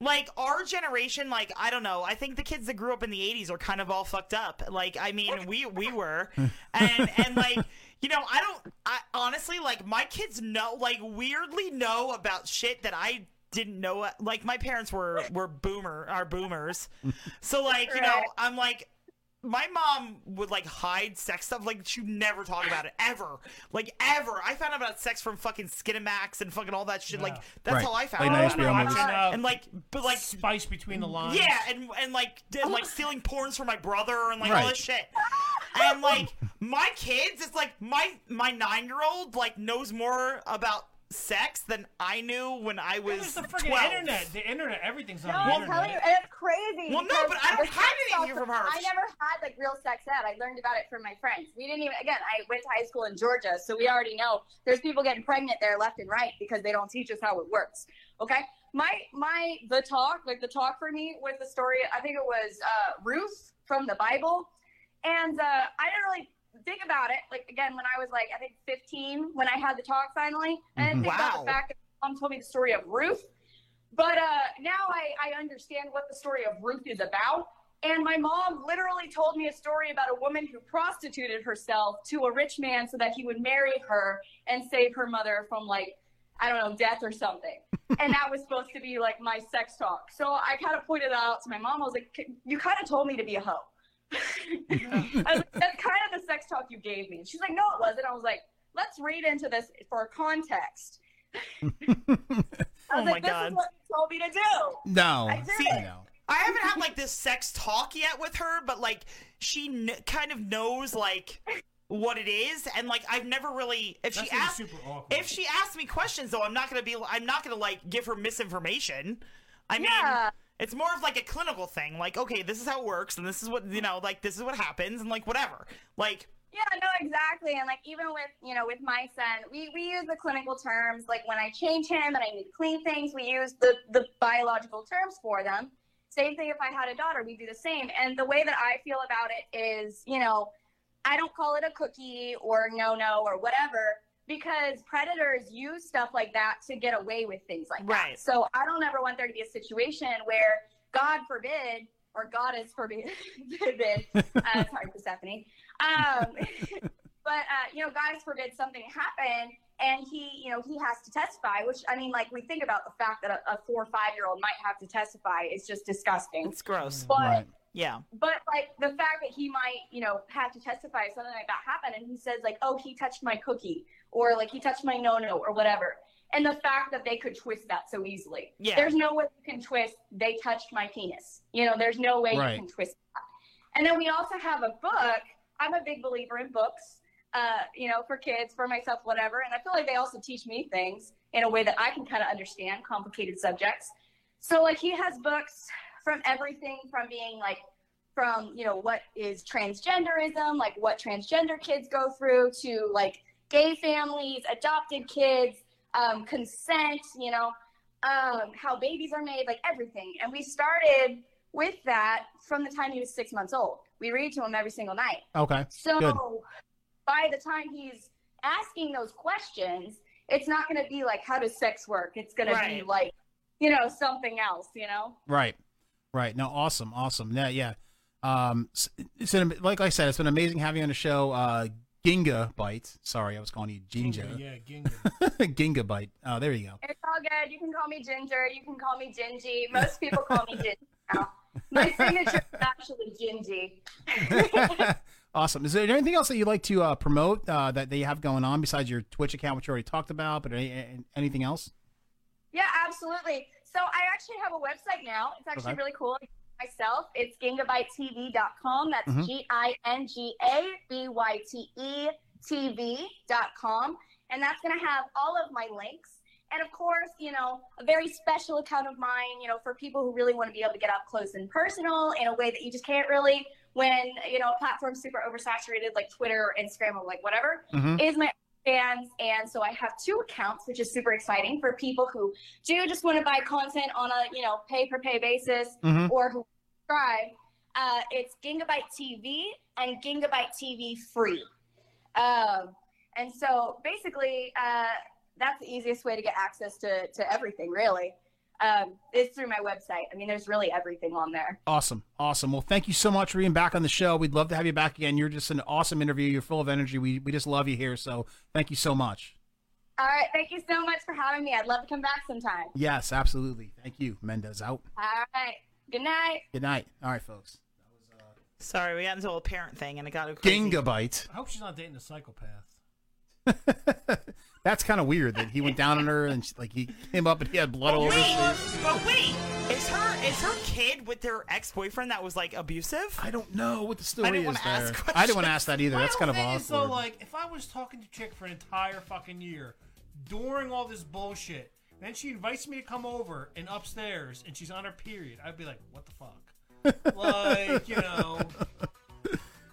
[SPEAKER 26] Like our generation, like I don't know. I think the kids that grew up in the '80s are kind of all fucked up. Like I mean, we we
[SPEAKER 25] [LAUGHS]
[SPEAKER 26] were, and and like you know, I don't. I honestly like my kids know like weirdly know about shit that I didn't know. Like my parents were were boomer are boomers, so like you know, I'm like my mom would like hide sex stuff. Like she would never talk about it ever, like ever. I found out about sex from fucking Skinemax and fucking all that shit. Like that's
[SPEAKER 10] Right.
[SPEAKER 26] how I found
[SPEAKER 10] Late
[SPEAKER 26] out.
[SPEAKER 10] night HBO movies.
[SPEAKER 26] and, like, but like
[SPEAKER 10] uh, spice between the lines.
[SPEAKER 26] Yeah, and and like and, like stealing porns from my brother and like all
[SPEAKER 10] Right.
[SPEAKER 26] this shit. And like my kids, it's like my my nine year old like knows more about sex than I knew when I was
[SPEAKER 10] There's the freaking
[SPEAKER 26] 12.
[SPEAKER 10] internet. The internet. Everything's on
[SPEAKER 6] No,
[SPEAKER 10] the
[SPEAKER 6] I'm
[SPEAKER 10] internet.
[SPEAKER 6] telling you, and it's crazy.
[SPEAKER 26] Well, no,
[SPEAKER 6] because
[SPEAKER 26] but I don't
[SPEAKER 6] the
[SPEAKER 26] have
[SPEAKER 6] sex
[SPEAKER 26] anything here
[SPEAKER 6] stuff-
[SPEAKER 26] from her.
[SPEAKER 6] I never had like real sex ed. I learned about it from my friends. We didn't even. Again, I went to high school in Georgia, so we already know there's people getting pregnant there left and right because they don't teach us how it works. Okay, my my the talk like the talk for me was the story. I think it was uh, Ruth from the Bible, and uh, I didn't really think about it. Like again, when I was like I think 15, when I had the talk finally, I didn't
[SPEAKER 26] Mhm.
[SPEAKER 6] think about the
[SPEAKER 26] Wow.
[SPEAKER 6] fact that my mom told me the story of Ruth. But uh, now I, I understand what the story of Ruth is about. And my mom literally told me a story about a woman who prostituted herself to a rich man so that he would marry her and save her mother from, like, I don't know, death or something. and that was supposed to be like my sex talk. So I kind of pointed that out to my mom. I was like, "K- You kind of told me to be a hoe. I was like, That's kind of the sex talk you gave me. And she's like, No, it wasn't. I was like, Let's read into this for context. I was
[SPEAKER 26] Oh
[SPEAKER 6] like,
[SPEAKER 26] my
[SPEAKER 6] This
[SPEAKER 26] God.
[SPEAKER 6] is what you told me to do.
[SPEAKER 25] No.
[SPEAKER 26] I did. I haven't had like this sex talk yet with her, but like she kn- kind of knows like what it is, and like I've never really if
[SPEAKER 10] That's
[SPEAKER 26] she
[SPEAKER 10] gonna be
[SPEAKER 26] asks
[SPEAKER 10] super awkward.
[SPEAKER 26] if she asks me questions though, I'm not gonna be I'm not gonna like give her misinformation. I mean. It's more of like a clinical thing, like okay, this is how it works, and this is what you know, like this is what happens, and like whatever, like
[SPEAKER 6] Yeah, no, exactly. And like even with you know with my son, we we use the clinical terms. Like when I change him and I need to clean things, we use the the biological terms for them. Same thing if I had a daughter, we do the same. And the way that I feel about it is, you know, I don't call it a cookie or no no or whatever because predators use stuff like that to get away with things like
[SPEAKER 26] Right.
[SPEAKER 6] that. So I don't ever want there to be a situation where God forbid or God is forbid, [LAUGHS] forbid uh, sorry, Persephone. Um, but uh, you know, God forbid something happened, and he, you know, he has to testify. Which I mean, like we think about the fact that a, a four or five year old might have to testify. It's just disgusting.
[SPEAKER 26] it's gross.
[SPEAKER 6] But
[SPEAKER 26] Yeah.
[SPEAKER 6] but like the fact that he might, you know, have to testify if something like that happened, and he says like, "Oh, he touched my cookie," or like he touched my no-no, or whatever. And the fact that they could twist that so easily.
[SPEAKER 34] Yeah.
[SPEAKER 6] There's no way you can twist. They touched my penis. You know, there's no way
[SPEAKER 34] Right.
[SPEAKER 6] you can twist that. And then we also have a book. I'm a big believer in books. Uh, you know, for kids, for myself, whatever. And I feel like they also teach me things in a way that I can kind of understand complicated subjects. So like he has books from everything from being like from you know what is transgenderism like what transgender kids go through to like gay families adopted kids um, consent you know um, how babies are made like everything and we started with that from the time he was six months old we read to him every single night
[SPEAKER 25] Okay.
[SPEAKER 6] so
[SPEAKER 25] Good.
[SPEAKER 6] by the time he's asking those questions it's not going to be like how does sex work it's going to be
[SPEAKER 26] Right.
[SPEAKER 6] like you know something else you know
[SPEAKER 25] Right. Right. No, awesome. Awesome. Yeah, yeah. Um s- it's an, like I said, it's been amazing having you on the show. Uh Ginga Bite. Sorry, I was calling you Ginga.
[SPEAKER 10] Yeah, Ginga.
[SPEAKER 25] [LAUGHS] Ginga Bite. Oh, there you go.
[SPEAKER 6] It's all good. You can call me Ginger. You can call me Gingy. Most people call me Gingy now. My signature is actually Gingy.
[SPEAKER 25] Awesome. Is there anything else that you'd like to uh, promote uh, that they have going on besides your Twitch account, which you already talked about, but any, anything else?
[SPEAKER 6] Yeah, absolutely. So I actually have a website now. It's actually
[SPEAKER 25] Okay.
[SPEAKER 6] really cool. Myself, it's gingabytetv.com. That's
[SPEAKER 25] Mhm.
[SPEAKER 6] G-I N G A B Y T E T V dot com, and that's gonna have all of my links. And of course, you know, a very special account of mine, you know, for people who really want to be able to get up close and personal in a way that you just can't really when, you know, a platform's super oversaturated like Twitter or Instagram or like whatever,
[SPEAKER 34] Mhm.
[SPEAKER 6] is my fans and so i have two accounts which is super exciting for people who do just want to buy content on a you know pay per pay basis
[SPEAKER 34] Mhm.
[SPEAKER 6] or who subscribe uh, it's gigabyte tv and gigabyte tv free um, and so basically uh, that's the easiest way to get access to, to everything really um, it's through my website. I mean, there's really everything on there.
[SPEAKER 25] Awesome. Awesome. Well, thank you so much for being back on the show. We'd love to have you back again. You're just an awesome interview. You're full of energy. We, we just love you here. So thank you so much.
[SPEAKER 6] All right. Thank you so much for having me. I'd love to come back sometime.
[SPEAKER 25] Yes, absolutely. Thank you. Mendez out.
[SPEAKER 6] All right. Good night.
[SPEAKER 25] Good night. All right, folks.
[SPEAKER 26] Sorry, we got into a parent thing and it got crazy.
[SPEAKER 25] Gingabite.
[SPEAKER 10] I hope she's not dating a psychopath.
[SPEAKER 25] That's kind of weird that he went down on her and she, like he came up and he had
[SPEAKER 10] Oh,
[SPEAKER 25] blood all over his
[SPEAKER 26] Wait,
[SPEAKER 25] face.
[SPEAKER 26] but wait, is her is her kid with their ex boyfriend that was like abusive?
[SPEAKER 25] I don't know what the
[SPEAKER 26] I
[SPEAKER 25] story
[SPEAKER 26] didn't
[SPEAKER 25] is
[SPEAKER 26] want to ask
[SPEAKER 25] there. I didn't want to ask that either.
[SPEAKER 10] My
[SPEAKER 25] That's kind
[SPEAKER 10] whole
[SPEAKER 25] of
[SPEAKER 10] thing
[SPEAKER 25] awkward.
[SPEAKER 10] is, though, like, if I was talking to chick for an entire fucking year, during all this bullshit, then she invites me to come over and upstairs, and she's on her period, I'd be like, what the
[SPEAKER 25] [LAUGHS]
[SPEAKER 10] fuck? like, you know,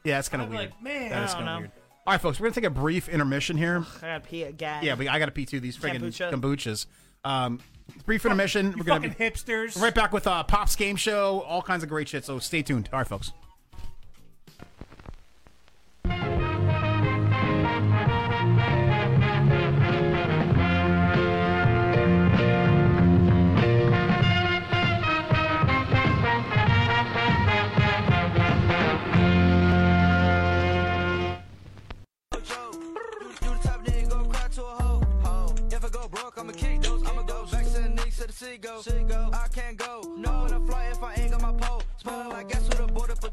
[SPEAKER 25] yeah, that's kind of
[SPEAKER 10] I'm
[SPEAKER 25] weird.
[SPEAKER 10] like, man,
[SPEAKER 25] that
[SPEAKER 10] I
[SPEAKER 25] is
[SPEAKER 10] don't
[SPEAKER 25] kind of
[SPEAKER 10] know.
[SPEAKER 25] weird. All right, folks, we're gonna take a brief intermission here.
[SPEAKER 26] I gotta pee again.
[SPEAKER 25] Yeah, but I gotta pee too. These friggin'
[SPEAKER 26] Kombucha.
[SPEAKER 25] kombuchas. Um, brief intermission. we're gonna
[SPEAKER 10] fucking hipsters.
[SPEAKER 25] be right back with uh, Pop's game show. All kinds of great shit. So stay tuned. All right, folks.
[SPEAKER 34] If I go broke, I'ma kick those. I'ma go back to the Knicks to the Seago. Seago. I can't go. No, when I fly if I ain't got my pole. Smelling like gas with a border. But-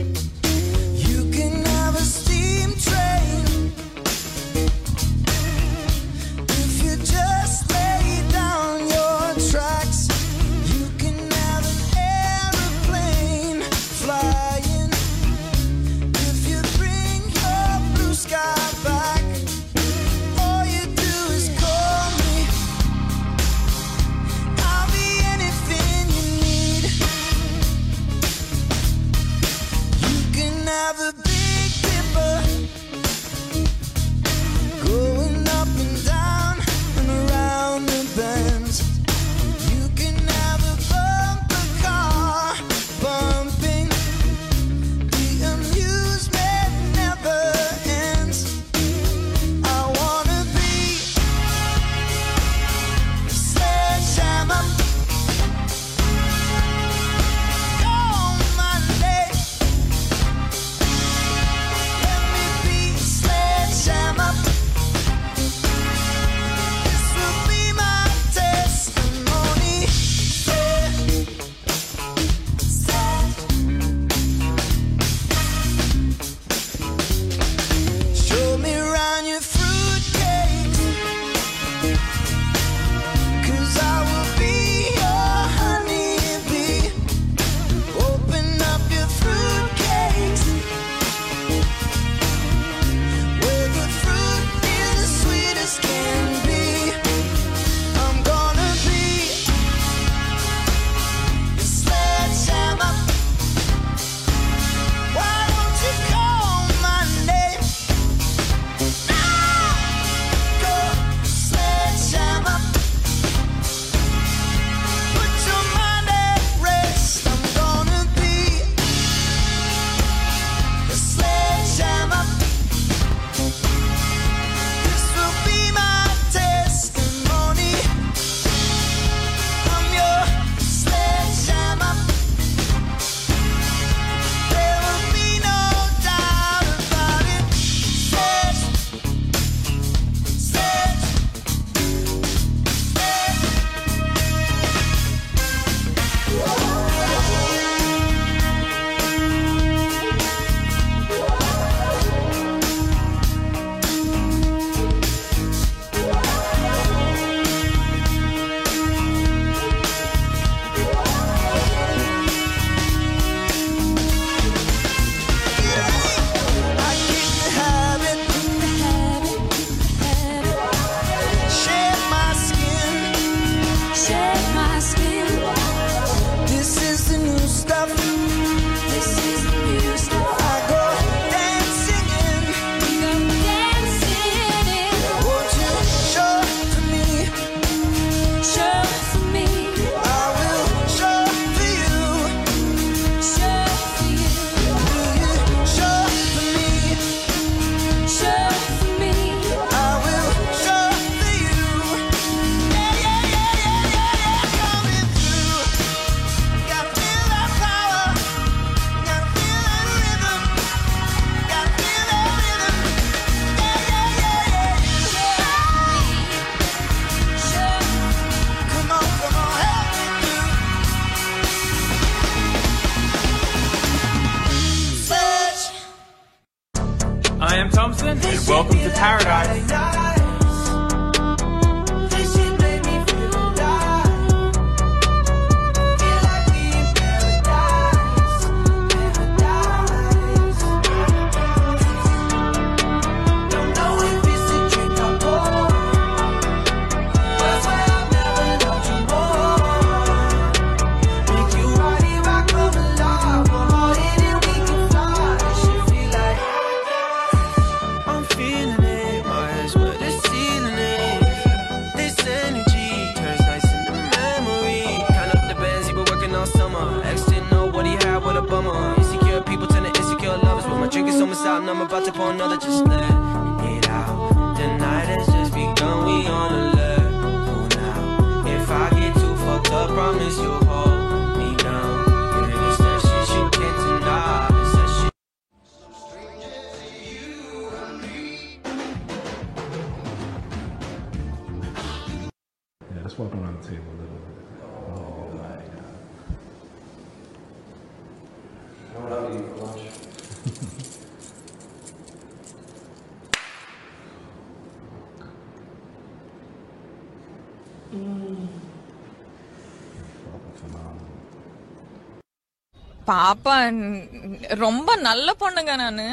[SPEAKER 7] You can have a steam train if you just lay down your tracks. You can have an airplane flying if you bring your blue sky back. All you do is call me. I'll be anything you need. You can have a big dipper going up and down and around the bends. You can have a bumper car bumping. The amusement never ends. I wanna be a sledgehammer. Go on my leg. Ah! Thompson, and welcome to paradise. I'm feeling it, might as well just sealing it. This energy turns nights into memory. Count up the bands he been working all summer. Ex didn't know what he had, what a bummer. Insecure people turn to insecure lovers. But my drink is almost out and I'm about to pour another. Just let it out. The night has just begun, we on alert. Cool now. If I get too fucked up, promise you'll hold me down. And it's that shit you can't deny. It's that shit.
[SPEAKER 8] Yeah, let's walk around the table a little bit. Oh my god.
[SPEAKER 34] பாப்பா ந- ரொம்ப நல்ல பொண்ணுங்க நானு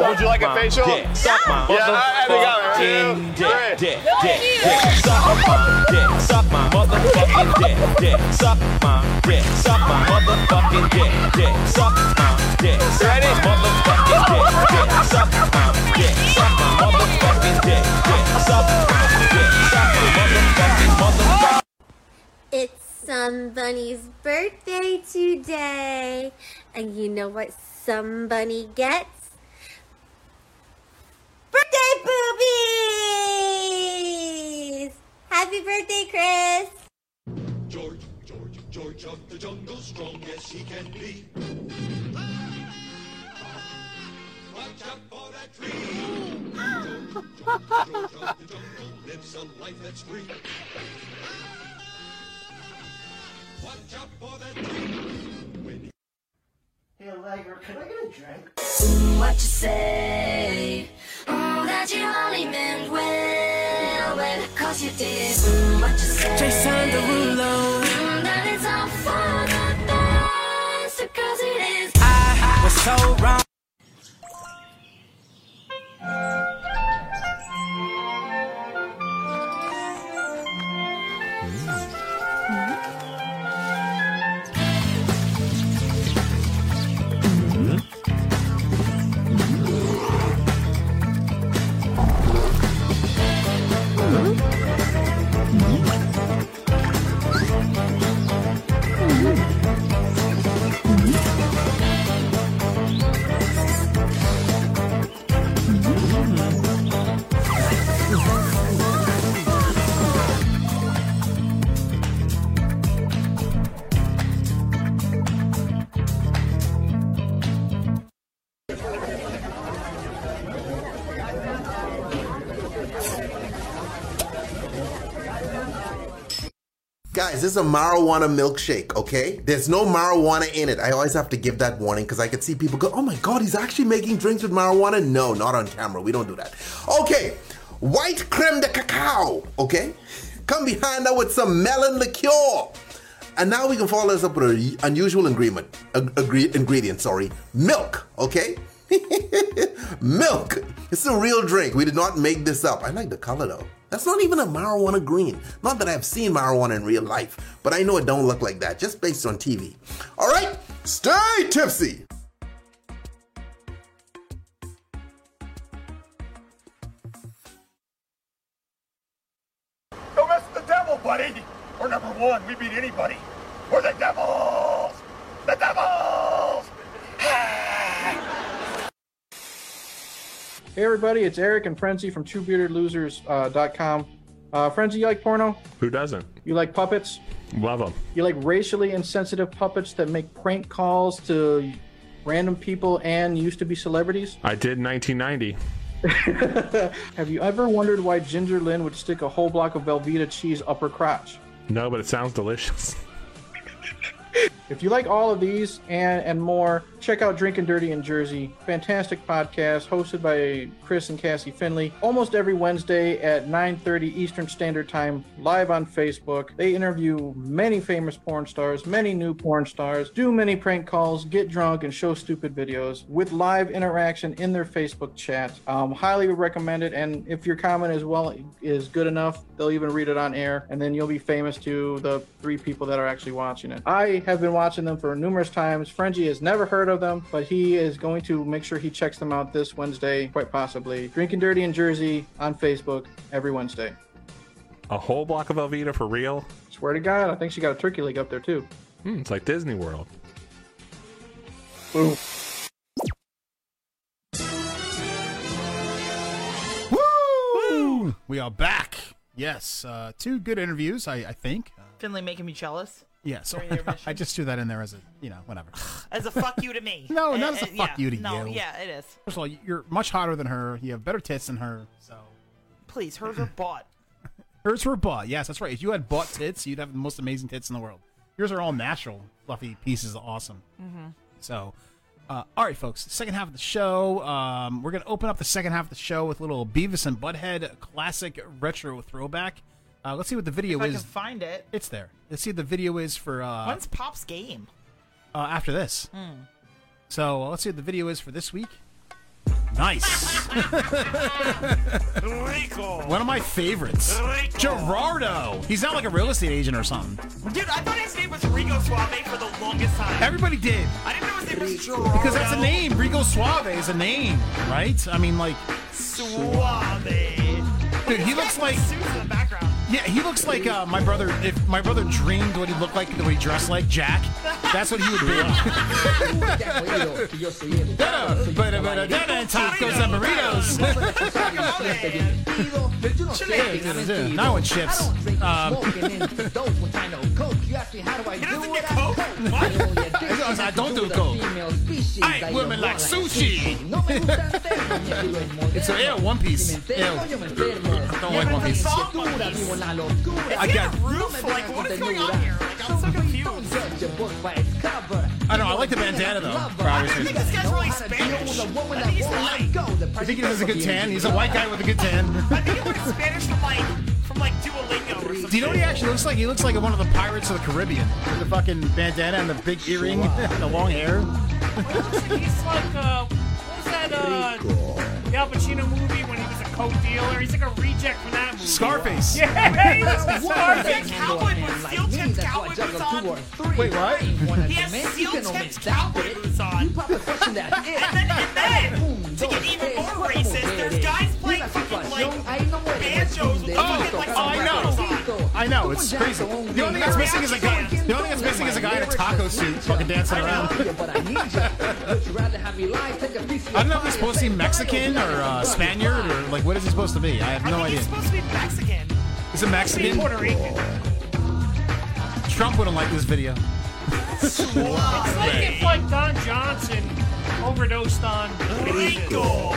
[SPEAKER 1] Would you like a facial?
[SPEAKER 7] dick.
[SPEAKER 1] Suck my yeah, I, I think I'm dick, dick, dick, dick. Suck my dick. Suck my motherfucking dick, dick. Suck my dick. Suck my motherfucking dick, dick. Suck my dick. Suck my motherfucking dick, dick. Suck my dick. Suck my motherfucking dick, dick. Suck my dick. Suck my motherfucking motherfucking.
[SPEAKER 36] It's somebody's birthday today. And you know what somebody gets? Birthday boobies! Happy birthday, Chris!
[SPEAKER 8] George, George, George of the jungle, strong as he can be. Watch out for that tree. George, George, George of the jungle lives a life that's free. Watch out for that tree. When he
[SPEAKER 34] Hey, Allegra, can I get a drink? What you say? Mm, that you only meant well, well, cause you did. Mm, what you say?
[SPEAKER 7] Jason Derulo.
[SPEAKER 34] Mm, that it's all for the best, because it is.
[SPEAKER 7] I was so wrong.
[SPEAKER 37] Guys, this is a marijuana milkshake, okay? There's no marijuana in it. I always have to give that warning because I could see people go, oh my god, he's actually making drinks with marijuana. No, not on camera. We don't do that. Okay, white creme de cacao, okay? Come behind that with some melon liqueur. And now we can follow this up with an unusual ingredient, ag- agree- ingredient, sorry, milk, okay? milk. It's a real drink. We did not make this up. I like the color though. That's not even a marijuana green. Not that I've seen marijuana in real life, but I know it don't look like that just based on TV. All right, stay tipsy.
[SPEAKER 8] Don't mess with the devil, buddy. We're number one. We beat anybody. We're the devils. The devils.
[SPEAKER 36] Hey everybody, it's Eric and Frenzy from TwoBeardedLosers.com. Uh, Frenzy, you like porno?
[SPEAKER 3] Who doesn't?
[SPEAKER 36] You like puppets?
[SPEAKER 3] Love them.
[SPEAKER 36] You like racially insensitive puppets that make prank calls to random people and used to be celebrities? [LAUGHS]
[SPEAKER 3] I did 1990.
[SPEAKER 36] Have you ever wondered why Ginger Lynn would stick a whole block of Velveeta cheese up her crotch?
[SPEAKER 22] No, but it sounds delicious. [LAUGHS]
[SPEAKER 36] If you like all of these and, and more, check out Drinking Dirty in Jersey. Fantastic podcast hosted by Chris and Cassie Finley. Almost every Wednesday at 9.30 Eastern Standard Time, live on Facebook. They interview many famous porn stars, many new porn stars, do many prank calls, get drunk, and show stupid videos with live interaction in their Facebook chat. Um, highly recommend it. And if your comment as well is good enough, they'll even read it on air, and then you'll be famous to the three people that are actually watching it. I have been watching them for numerous times. Frenji has never heard of them, but he is going to make sure he checks them out this Wednesday, quite possibly. Drinking Dirty in Jersey on Facebook every Wednesday.
[SPEAKER 22] A whole block of Velveeta for real?
[SPEAKER 36] Swear to God, I think she got a turkey leg up there too.
[SPEAKER 22] Hmm, it's like Disney World.
[SPEAKER 36] Boom.
[SPEAKER 25] Woo! We are back. Yes, uh, two good interviews, I, I think.
[SPEAKER 26] Finley making me jealous.
[SPEAKER 25] Yeah, so
[SPEAKER 26] During your mission.
[SPEAKER 25] [LAUGHS] I just threw that in there as a, you know, whatever.
[SPEAKER 26] As a fuck you to me.
[SPEAKER 25] [LAUGHS] No,
[SPEAKER 26] Eh,
[SPEAKER 25] not as a
[SPEAKER 26] eh,
[SPEAKER 25] fuck
[SPEAKER 26] yeah.
[SPEAKER 25] you to
[SPEAKER 26] no,
[SPEAKER 25] you.
[SPEAKER 26] Yeah, it is.
[SPEAKER 25] First of all, you're much hotter than her. You have better tits than her. So
[SPEAKER 26] Please,
[SPEAKER 25] [LAUGHS]
[SPEAKER 26] hers are bought.
[SPEAKER 25] hers were butt. Yes, that's right. If you had butt tits, you'd have the most amazing tits in the world. Yours are all natural, fluffy pieces. of Awesome.
[SPEAKER 26] Mm-hmm.
[SPEAKER 25] So, uh, all right, folks. Second half of the show. Um, we're gonna open up the second half of the show with a little Beavis and Butthead classic retro throwback. Uh, let's see what the video
[SPEAKER 26] if I
[SPEAKER 25] is.
[SPEAKER 26] can find it.
[SPEAKER 25] It's there. Let's see what the video is for uh,
[SPEAKER 26] When's Pop's game?
[SPEAKER 25] uh, after this.
[SPEAKER 26] Hmm.
[SPEAKER 25] So uh, let's see what the video is for this week.
[SPEAKER 26] [LAUGHS]
[SPEAKER 25] Nice. [LAUGHS] One of my favorites. Gerardo. He's not like a real estate agent or something.
[SPEAKER 26] Dude, I thought his name was Rigo Suave for the longest time.
[SPEAKER 25] Everybody did.
[SPEAKER 26] I didn't know his name was Gerardo.
[SPEAKER 25] Because that's a name. Rigo Suave is a name, right? I mean, like,
[SPEAKER 26] Suave.
[SPEAKER 25] dude, he looks like.
[SPEAKER 26] Suits in the background.
[SPEAKER 25] Yeah, he looks like uh, my brother. If my brother dreamed what he looked like, what he dressed like, Jack, that's what he would
[SPEAKER 26] [LAUGHS]
[SPEAKER 25] be. [LAUGHS] Better, better, better, better, tacos and
[SPEAKER 34] [LAUGHS]
[SPEAKER 25] burritos. Now it shifts. Uh, [LAUGHS] I don't do coke. I eat women like sushi. [LAUGHS] It's a yeah, One Piece. Yeah. I don't like One Piece. I got
[SPEAKER 26] roof. Like, what is going on here? Like, I'm so confused.
[SPEAKER 25] I don't know. I like the bandana though. For obvious
[SPEAKER 26] I think
[SPEAKER 25] reasons.
[SPEAKER 26] this guy's really Spanish. I think he's like,
[SPEAKER 25] You think he has a good tan? He's a white guy with a good tan.
[SPEAKER 26] Spanish from like, from like Duolingo or something.
[SPEAKER 25] Do you know what he actually looks like? He looks like one of the pirates of the Caribbean. With the fucking bandana and the big earring, and [LAUGHS] the long hair.
[SPEAKER 10] He's like, uh, what was that, uh, the Al Pacino movie when he was a coke dealer? He's like a reject from that movie.
[SPEAKER 25] Scarface.
[SPEAKER 10] Yeah,
[SPEAKER 25] [LAUGHS]
[SPEAKER 10] [LAUGHS] he looks like
[SPEAKER 26] Scarface.
[SPEAKER 10] Scarface.
[SPEAKER 26] Cowboy boots, steel-tipped cowboy boots on.
[SPEAKER 25] Wait, what?
[SPEAKER 26] He has steel-tipped cowboy boots on. And then, [LAUGHS] and then, to get even more racist, there's guys playing fucking [LAUGHS] like banjos with fucking like sombreros on.
[SPEAKER 25] I know it's crazy. The only thing that's missing is a guy. The only thing that's missing is a guy in a taco suit, fucking dancing around. [LAUGHS] I don't know if he's supposed to be Mexican or uh, Spaniard or like what is he supposed to be? I have no idea.
[SPEAKER 26] He's supposed to be Mexican.
[SPEAKER 25] Is it Mexican?
[SPEAKER 26] Puerto Rican.
[SPEAKER 25] Trump wouldn't like this video.
[SPEAKER 10] It's like if like Don Johnson overdosed on Rico.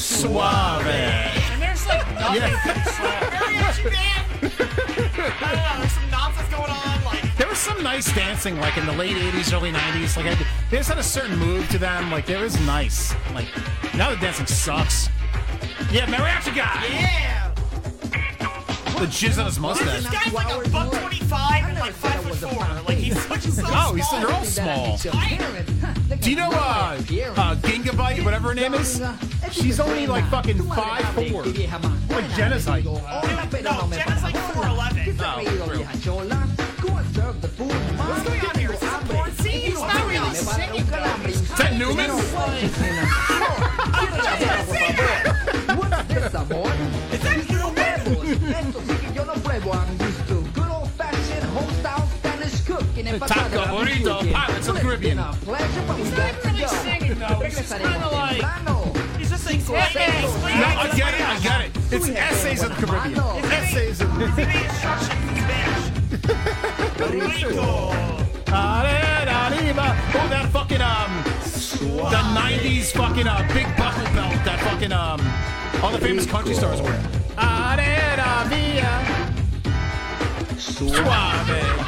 [SPEAKER 25] Suave.
[SPEAKER 10] And there's
[SPEAKER 26] [LAUGHS]
[SPEAKER 10] like nothing.
[SPEAKER 26] Mariachi band. I don't know. There's some nonsense going on. Like,
[SPEAKER 25] There was some nice dancing, like in the late '80s, early '90s. Like I, they just had a certain move to them. Like it was nice. Like now the dancing sucks. Yeah, mariachi guy.
[SPEAKER 26] yeah.
[SPEAKER 25] The jizz on his mustache.
[SPEAKER 26] This guy's like a buck twenty-five and like five foot four. Like he's [LAUGHS] such so
[SPEAKER 25] Oh,
[SPEAKER 26] small.
[SPEAKER 25] he's they're all small.
[SPEAKER 26] [LAUGHS]
[SPEAKER 25] Do you know uh, uh Gingabyte, whatever [LAUGHS] her name is? She's only like fucking five four. Like genocide.
[SPEAKER 26] No, Jenna's like four eleven. What's going on here? Is this a porn scene? It's not really singing.
[SPEAKER 25] Is that Newman? [LAUGHS]
[SPEAKER 7] Taco burrito,
[SPEAKER 25] ah,
[SPEAKER 7] pirates of the Caribbean.
[SPEAKER 10] He's not really singing though. He's just kind of like.
[SPEAKER 26] He's just like
[SPEAKER 10] Yeah, yeah,
[SPEAKER 25] No, I get it, I get it. It's essays of the Caribbean. Essays of the Oh, that fucking um The 90s fucking uh, big buckle belt that fucking um, all the famous country stars wear. Arena mia. Suave.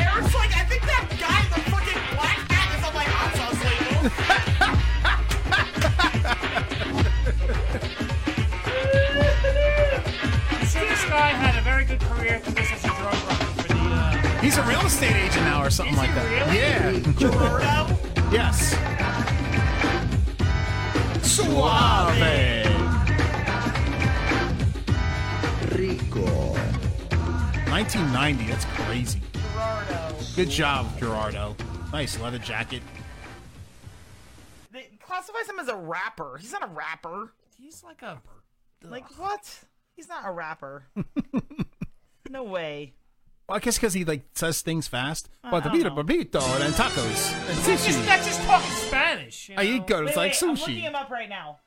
[SPEAKER 26] Eric's like, I think that guy in the fucking black hat is on my hot sauce label.
[SPEAKER 10] I'm sure this guy had a very good career through this as a drug runner for the. Uh,
[SPEAKER 25] He's a real estate agent now or something like that. Yeah.
[SPEAKER 26] Gerardo?
[SPEAKER 25] yes. Suave.
[SPEAKER 32] Rico.
[SPEAKER 25] 1990. That's crazy. Good job, Gerardo. Nice leather jacket.
[SPEAKER 26] They classifies him as a rapper. He's not a rapper.
[SPEAKER 10] He's like a.
[SPEAKER 26] Like what? He's not a rapper. [LAUGHS] no way.
[SPEAKER 25] Well, I guess because he like says things fast.
[SPEAKER 26] I
[SPEAKER 25] But the
[SPEAKER 26] don't
[SPEAKER 25] beat burrito and tacos and
[SPEAKER 10] that's, just,
[SPEAKER 25] sushi.
[SPEAKER 10] that's just talking Spanish. You know?
[SPEAKER 25] I eat good. It's like
[SPEAKER 26] I'm looking
[SPEAKER 25] sushi.
[SPEAKER 26] him up right now.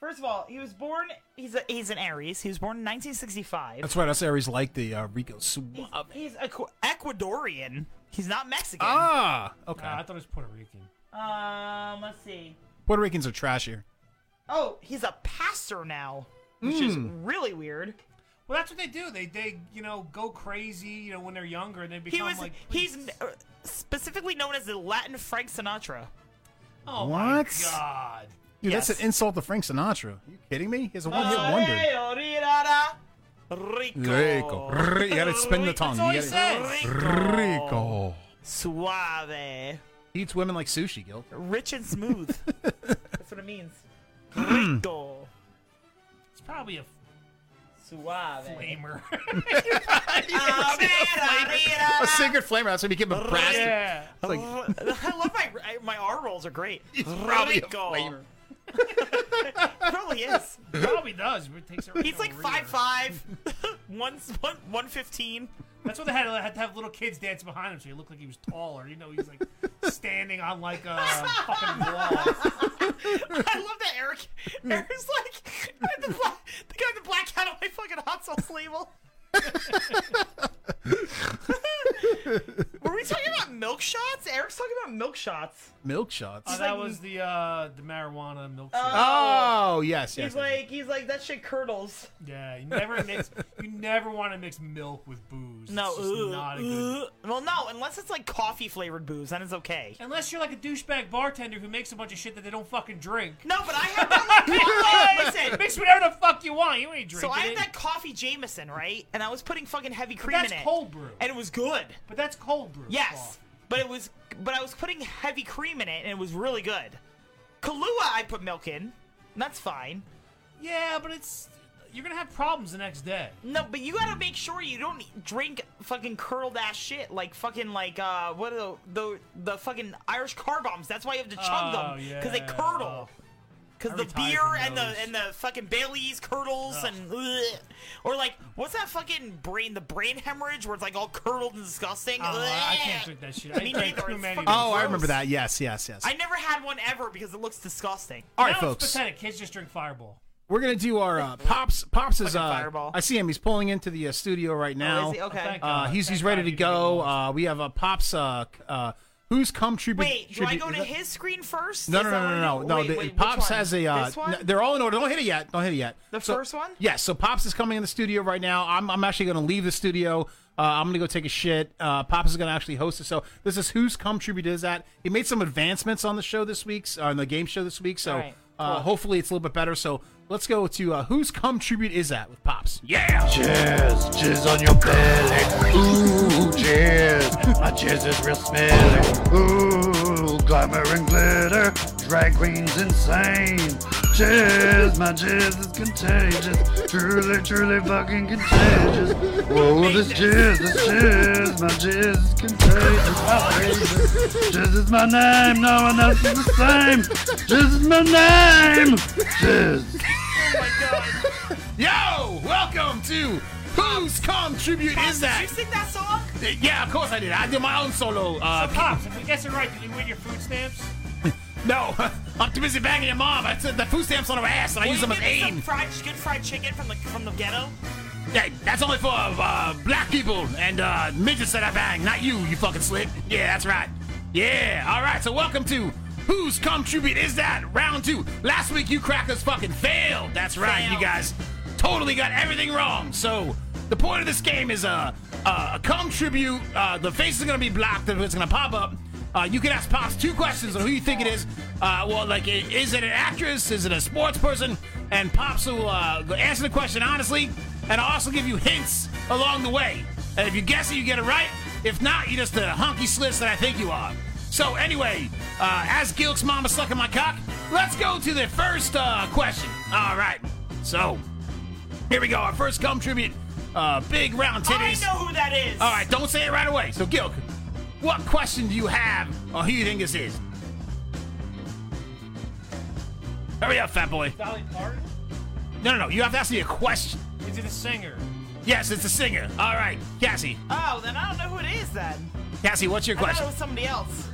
[SPEAKER 26] First of all, he was born. He's a, he's an Aries. He was born in 1965.
[SPEAKER 25] That's right. Us Aries like the uh, Rico suave.
[SPEAKER 26] He's, he's Ecu- Ecuadorian. He's not Mexican.
[SPEAKER 25] Ah, okay.
[SPEAKER 10] Nah, I thought it was Puerto Rican.
[SPEAKER 26] Um, let's see.
[SPEAKER 25] Puerto Ricans are trashier.
[SPEAKER 26] Oh, he's a pastor now, which is
[SPEAKER 25] Mm.
[SPEAKER 26] really weird.
[SPEAKER 10] Well, that's what they do. They they you know go crazy. You know when they're younger and they become
[SPEAKER 26] He was
[SPEAKER 10] like.
[SPEAKER 26] he's uh,
[SPEAKER 10] [LAUGHS]
[SPEAKER 26] specifically known as the Latin Frank Sinatra.
[SPEAKER 10] Oh
[SPEAKER 25] my What?
[SPEAKER 10] God.
[SPEAKER 25] Dude,
[SPEAKER 26] Yes.
[SPEAKER 25] that's an insult to Frank Sinatra. Are you kidding me? He's a one-hit
[SPEAKER 26] Oh,
[SPEAKER 25] wonder.
[SPEAKER 26] wonder.
[SPEAKER 25] Rico. Rico. You gotta spin the tongue.
[SPEAKER 26] all
[SPEAKER 25] You
[SPEAKER 26] he
[SPEAKER 25] gotta-
[SPEAKER 26] says.
[SPEAKER 25] Rico.
[SPEAKER 26] Suave.
[SPEAKER 25] He eats women like sushi, Gil.
[SPEAKER 26] Rich and smooth. That's what
[SPEAKER 25] [CLEARS THROAT]
[SPEAKER 26] it means. Rico.
[SPEAKER 10] It's probably a
[SPEAKER 26] Suave. Oh,
[SPEAKER 10] flamer.
[SPEAKER 25] [LAUGHS] [LAUGHS] a secret flamer. That's when he became a bastard.
[SPEAKER 26] Yeah. Oh,
[SPEAKER 25] It's like,
[SPEAKER 26] I love my I- my R rolls
[SPEAKER 25] [LAUGHS]
[SPEAKER 26] are great.
[SPEAKER 25] probably a
[SPEAKER 26] Rico.
[SPEAKER 25] flamer. [LAUGHS]
[SPEAKER 26] probably is.
[SPEAKER 10] probably does. It takes a
[SPEAKER 26] [LAUGHS] He's like five five, [LAUGHS] one one one fifteen.
[SPEAKER 10] That's what they had, had to have little kids dance behind him, so he looked like he was taller. You know, he's like standing on like
[SPEAKER 26] [LAUGHS]
[SPEAKER 10] a fucking wall.
[SPEAKER 26] I love that Eric. Eric's like I had the, black, the guy in the black hat on my fucking hot sauce label. Were we talking about milk shots? Eric's talking about milk shots.
[SPEAKER 25] Milk shots.
[SPEAKER 10] Oh, that was the uh, the marijuana milkshake.
[SPEAKER 25] Oh, yes, yes.
[SPEAKER 26] He's like he's like that shit curdles.
[SPEAKER 10] yeah, you never mix. You never want to mix milk with booze.
[SPEAKER 26] No,
[SPEAKER 10] it's just
[SPEAKER 26] ugh,
[SPEAKER 10] not a good.
[SPEAKER 26] ugh. well, no, unless it's like coffee flavored booze, then it's okay.
[SPEAKER 10] Unless you're like a douchebag bartender who makes a bunch of shit that they don't fucking drink.
[SPEAKER 26] No, but I
[SPEAKER 10] [LAUGHS]
[SPEAKER 26] have that. like, listen,
[SPEAKER 10] mix whatever the fuck you want. You ain't
[SPEAKER 26] So
[SPEAKER 10] drinking
[SPEAKER 26] I had
[SPEAKER 10] it.
[SPEAKER 26] that coffee Jameson, right? And I was putting fucking heavy
[SPEAKER 10] But
[SPEAKER 26] cream
[SPEAKER 10] that's
[SPEAKER 26] in it.
[SPEAKER 10] cold brew.
[SPEAKER 26] And it was good.
[SPEAKER 10] But that's cold brew.
[SPEAKER 26] Yes. But it was but I was putting heavy cream in it and it was really good. Kahlua I put milk in. and That's fine.
[SPEAKER 10] Yeah, but it's you're gonna have problems the next day.
[SPEAKER 26] No, but you gotta make sure you don't drink fucking curdled ass shit like fucking like uh what are the the, the fucking Irish car bombs. That's why you have to chug
[SPEAKER 10] Oh,
[SPEAKER 26] them because they
[SPEAKER 10] yeah.
[SPEAKER 26] curdle. Because
[SPEAKER 10] I
[SPEAKER 26] the
[SPEAKER 10] retired
[SPEAKER 26] beer
[SPEAKER 10] from
[SPEAKER 26] and the
[SPEAKER 10] those. Oh.
[SPEAKER 26] and the fucking Bailey's curdles and ugh. or like what's that fucking brain the brain hemorrhage where it's like all curdled and disgusting.
[SPEAKER 10] Oh, I
[SPEAKER 26] Ugh.
[SPEAKER 10] can't drink that shit. I
[SPEAKER 26] [LAUGHS] Me
[SPEAKER 10] drank
[SPEAKER 26] neither,
[SPEAKER 10] too
[SPEAKER 26] it's
[SPEAKER 10] many.
[SPEAKER 26] fucking
[SPEAKER 25] oh, I
[SPEAKER 26] gross.
[SPEAKER 25] remember that. Yes, yes, yes.
[SPEAKER 26] I never had one ever because it looks disgusting.
[SPEAKER 25] All right,
[SPEAKER 10] now
[SPEAKER 25] folks.
[SPEAKER 10] It's pathetic. Kids just drink Fireball.
[SPEAKER 25] We're gonna do our uh, pops. Pops is.
[SPEAKER 26] Fucking
[SPEAKER 25] Uh,
[SPEAKER 26] Fireball. Oh,
[SPEAKER 25] I see him. He's pulling into the uh, studio right now.
[SPEAKER 26] is he? Okay.
[SPEAKER 10] Thank
[SPEAKER 25] Uh,
[SPEAKER 10] God.
[SPEAKER 25] he's
[SPEAKER 10] Thank
[SPEAKER 25] he's ready
[SPEAKER 10] God
[SPEAKER 25] to
[SPEAKER 10] he didn't
[SPEAKER 25] go.
[SPEAKER 10] lost.
[SPEAKER 25] Uh, we have a pops. Uh, uh, who's come tribute?
[SPEAKER 26] Wait, do I
[SPEAKER 25] tribute-
[SPEAKER 26] go to
[SPEAKER 25] is that-
[SPEAKER 26] his screen first?
[SPEAKER 25] No,
[SPEAKER 26] Is
[SPEAKER 25] no,
[SPEAKER 26] that
[SPEAKER 25] no,
[SPEAKER 26] what I
[SPEAKER 25] no, no,
[SPEAKER 26] do?
[SPEAKER 25] no.
[SPEAKER 26] Wait,
[SPEAKER 25] the-
[SPEAKER 26] wait, which
[SPEAKER 25] Pops
[SPEAKER 26] one?
[SPEAKER 25] has a. Uh,
[SPEAKER 26] This one?
[SPEAKER 25] n- They're all in order. Don't hit it yet. Don't hit it yet.
[SPEAKER 26] The first one?
[SPEAKER 25] Yes. So Pops is coming in the studio right now. I'm, I'm actually going to leave the studio. Uh, I'm going to go take a shit. Uh, Pops is going to actually host it. So this is who's come tribute is that. He made some advancements on the show this week's on the game show this week. So
[SPEAKER 26] All right,
[SPEAKER 25] uh,
[SPEAKER 26] cool.
[SPEAKER 25] hopefully it's a little bit better. So let's go to uh, who's come tribute is that with Pops. Yeah.
[SPEAKER 30] Cheers, cheers on your belly. Ooh, cheers. My cheers is real smelly. Ooh, glamour and glitter. Drag queens insane. Cheers, my cheers is contagious. Truly, truly fucking contagious. Whoa, this cheers, this cheers. My cheers is contagious. My baby. Cheers is my name. No one else is the same. Cheers is my name. Cheers.
[SPEAKER 25] Yo, welcome to who's come tribute is
[SPEAKER 26] Did you
[SPEAKER 25] that.
[SPEAKER 26] sing that song?
[SPEAKER 14] Uh,
[SPEAKER 25] Yeah, of course I did. I did my own solo. Uh,
[SPEAKER 10] So pops, if we guess it right, did you win your food stamps?
[SPEAKER 25] No,
[SPEAKER 14] [LAUGHS]
[SPEAKER 25] I'm too busy banging your mom. I said the food stamps on her ass, and I
[SPEAKER 26] Will
[SPEAKER 25] use
[SPEAKER 26] you
[SPEAKER 25] them as
[SPEAKER 26] give me some
[SPEAKER 25] aim.
[SPEAKER 26] fried, good fried chicken from the from the ghetto.
[SPEAKER 14] Hey, that's only for uh, black people and uh, midgets that I bang, not you, you fucking slick. Yeah, that's right. Yeah, all right, so welcome to Who's Come Tribute Is That? Round two. Last week, you crackers fucking failed. That's right, you guys totally got everything wrong. So, the point of this game is uh, uh, a come tribute. Uh, the face is going to be blocked, it's going to pop up. Uh, you can ask Pops two questions on who you think it is. Uh, well, like, i- is it an actress? Is it a sports person? And Pops will uh, go- answer the question honestly, and I'll also give you hints along the way. And if you guess it, you get it right. If not, you're just the honky slits that I think you are. So anyway, uh, as Gilk's mama sucking my cock, let's go to the first uh, question. All right. So here we go. Our first cum tribute. Uh, big round titties. I know
[SPEAKER 26] who that is.
[SPEAKER 25] Oh.
[SPEAKER 14] All right, don't say it right away. So Gilk, what question do you have on who you think this is? Hurry up, fat boy.
[SPEAKER 10] Dolly Parton?
[SPEAKER 14] No, no, no. You have to ask me a question.
[SPEAKER 10] Is it a singer?
[SPEAKER 14] Yes, it's a singer. All right, Cassie.
[SPEAKER 26] Oh, then I don't know who it is then.
[SPEAKER 14] Cassie, what's your
[SPEAKER 26] I thought
[SPEAKER 14] question?
[SPEAKER 26] it was somebody else.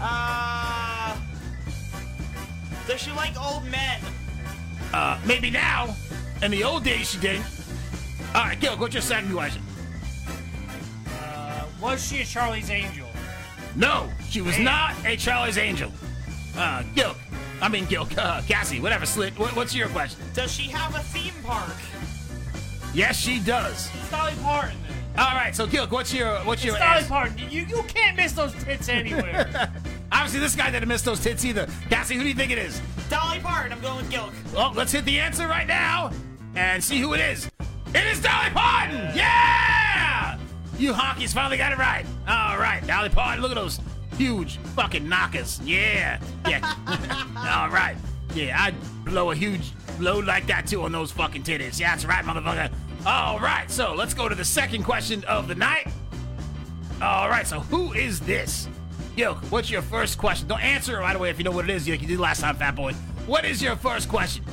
[SPEAKER 26] Uh, does she like old men?
[SPEAKER 14] Uh, maybe now. In the old days, she didn't. All right, Gil, what's your second question?
[SPEAKER 10] Uh, was she a Charlie's Angel?
[SPEAKER 14] No, she was not a Charlie's Angel. Uh, Gil, I mean Gil, uh, Cassie, whatever. Slit. What, what's your question?
[SPEAKER 26] Does she have a theme park?
[SPEAKER 14] Yes, she does.
[SPEAKER 10] It's Dolly Parton.
[SPEAKER 14] All right, so Gil, what's your what's
[SPEAKER 10] It's
[SPEAKER 14] your?
[SPEAKER 10] Dolly
[SPEAKER 14] answer?
[SPEAKER 10] Parton. You, you can't miss those tits anywhere.
[SPEAKER 14] [LAUGHS] Obviously, this guy didn't miss those tits either. Cassie, who do you think it is?
[SPEAKER 26] Dolly Parton. I'm going with Gilk.
[SPEAKER 14] Well, let's hit the answer right now and see who it is. It is Dolly Parton! Yeah! You honkies finally got it right. All right, Dolly Parton, look at those huge fucking knockers. Yeah. Yeah. [LAUGHS] All right. Yeah, I'd blow a huge load like that too on those fucking titties. Yeah, that's right, motherfucker. All right, so let's go to the second question of the night. All right, so who is this? Yo, what's your first question? Don't answer it right away if you know what it is, like you did last time, fat boy. What is your first question?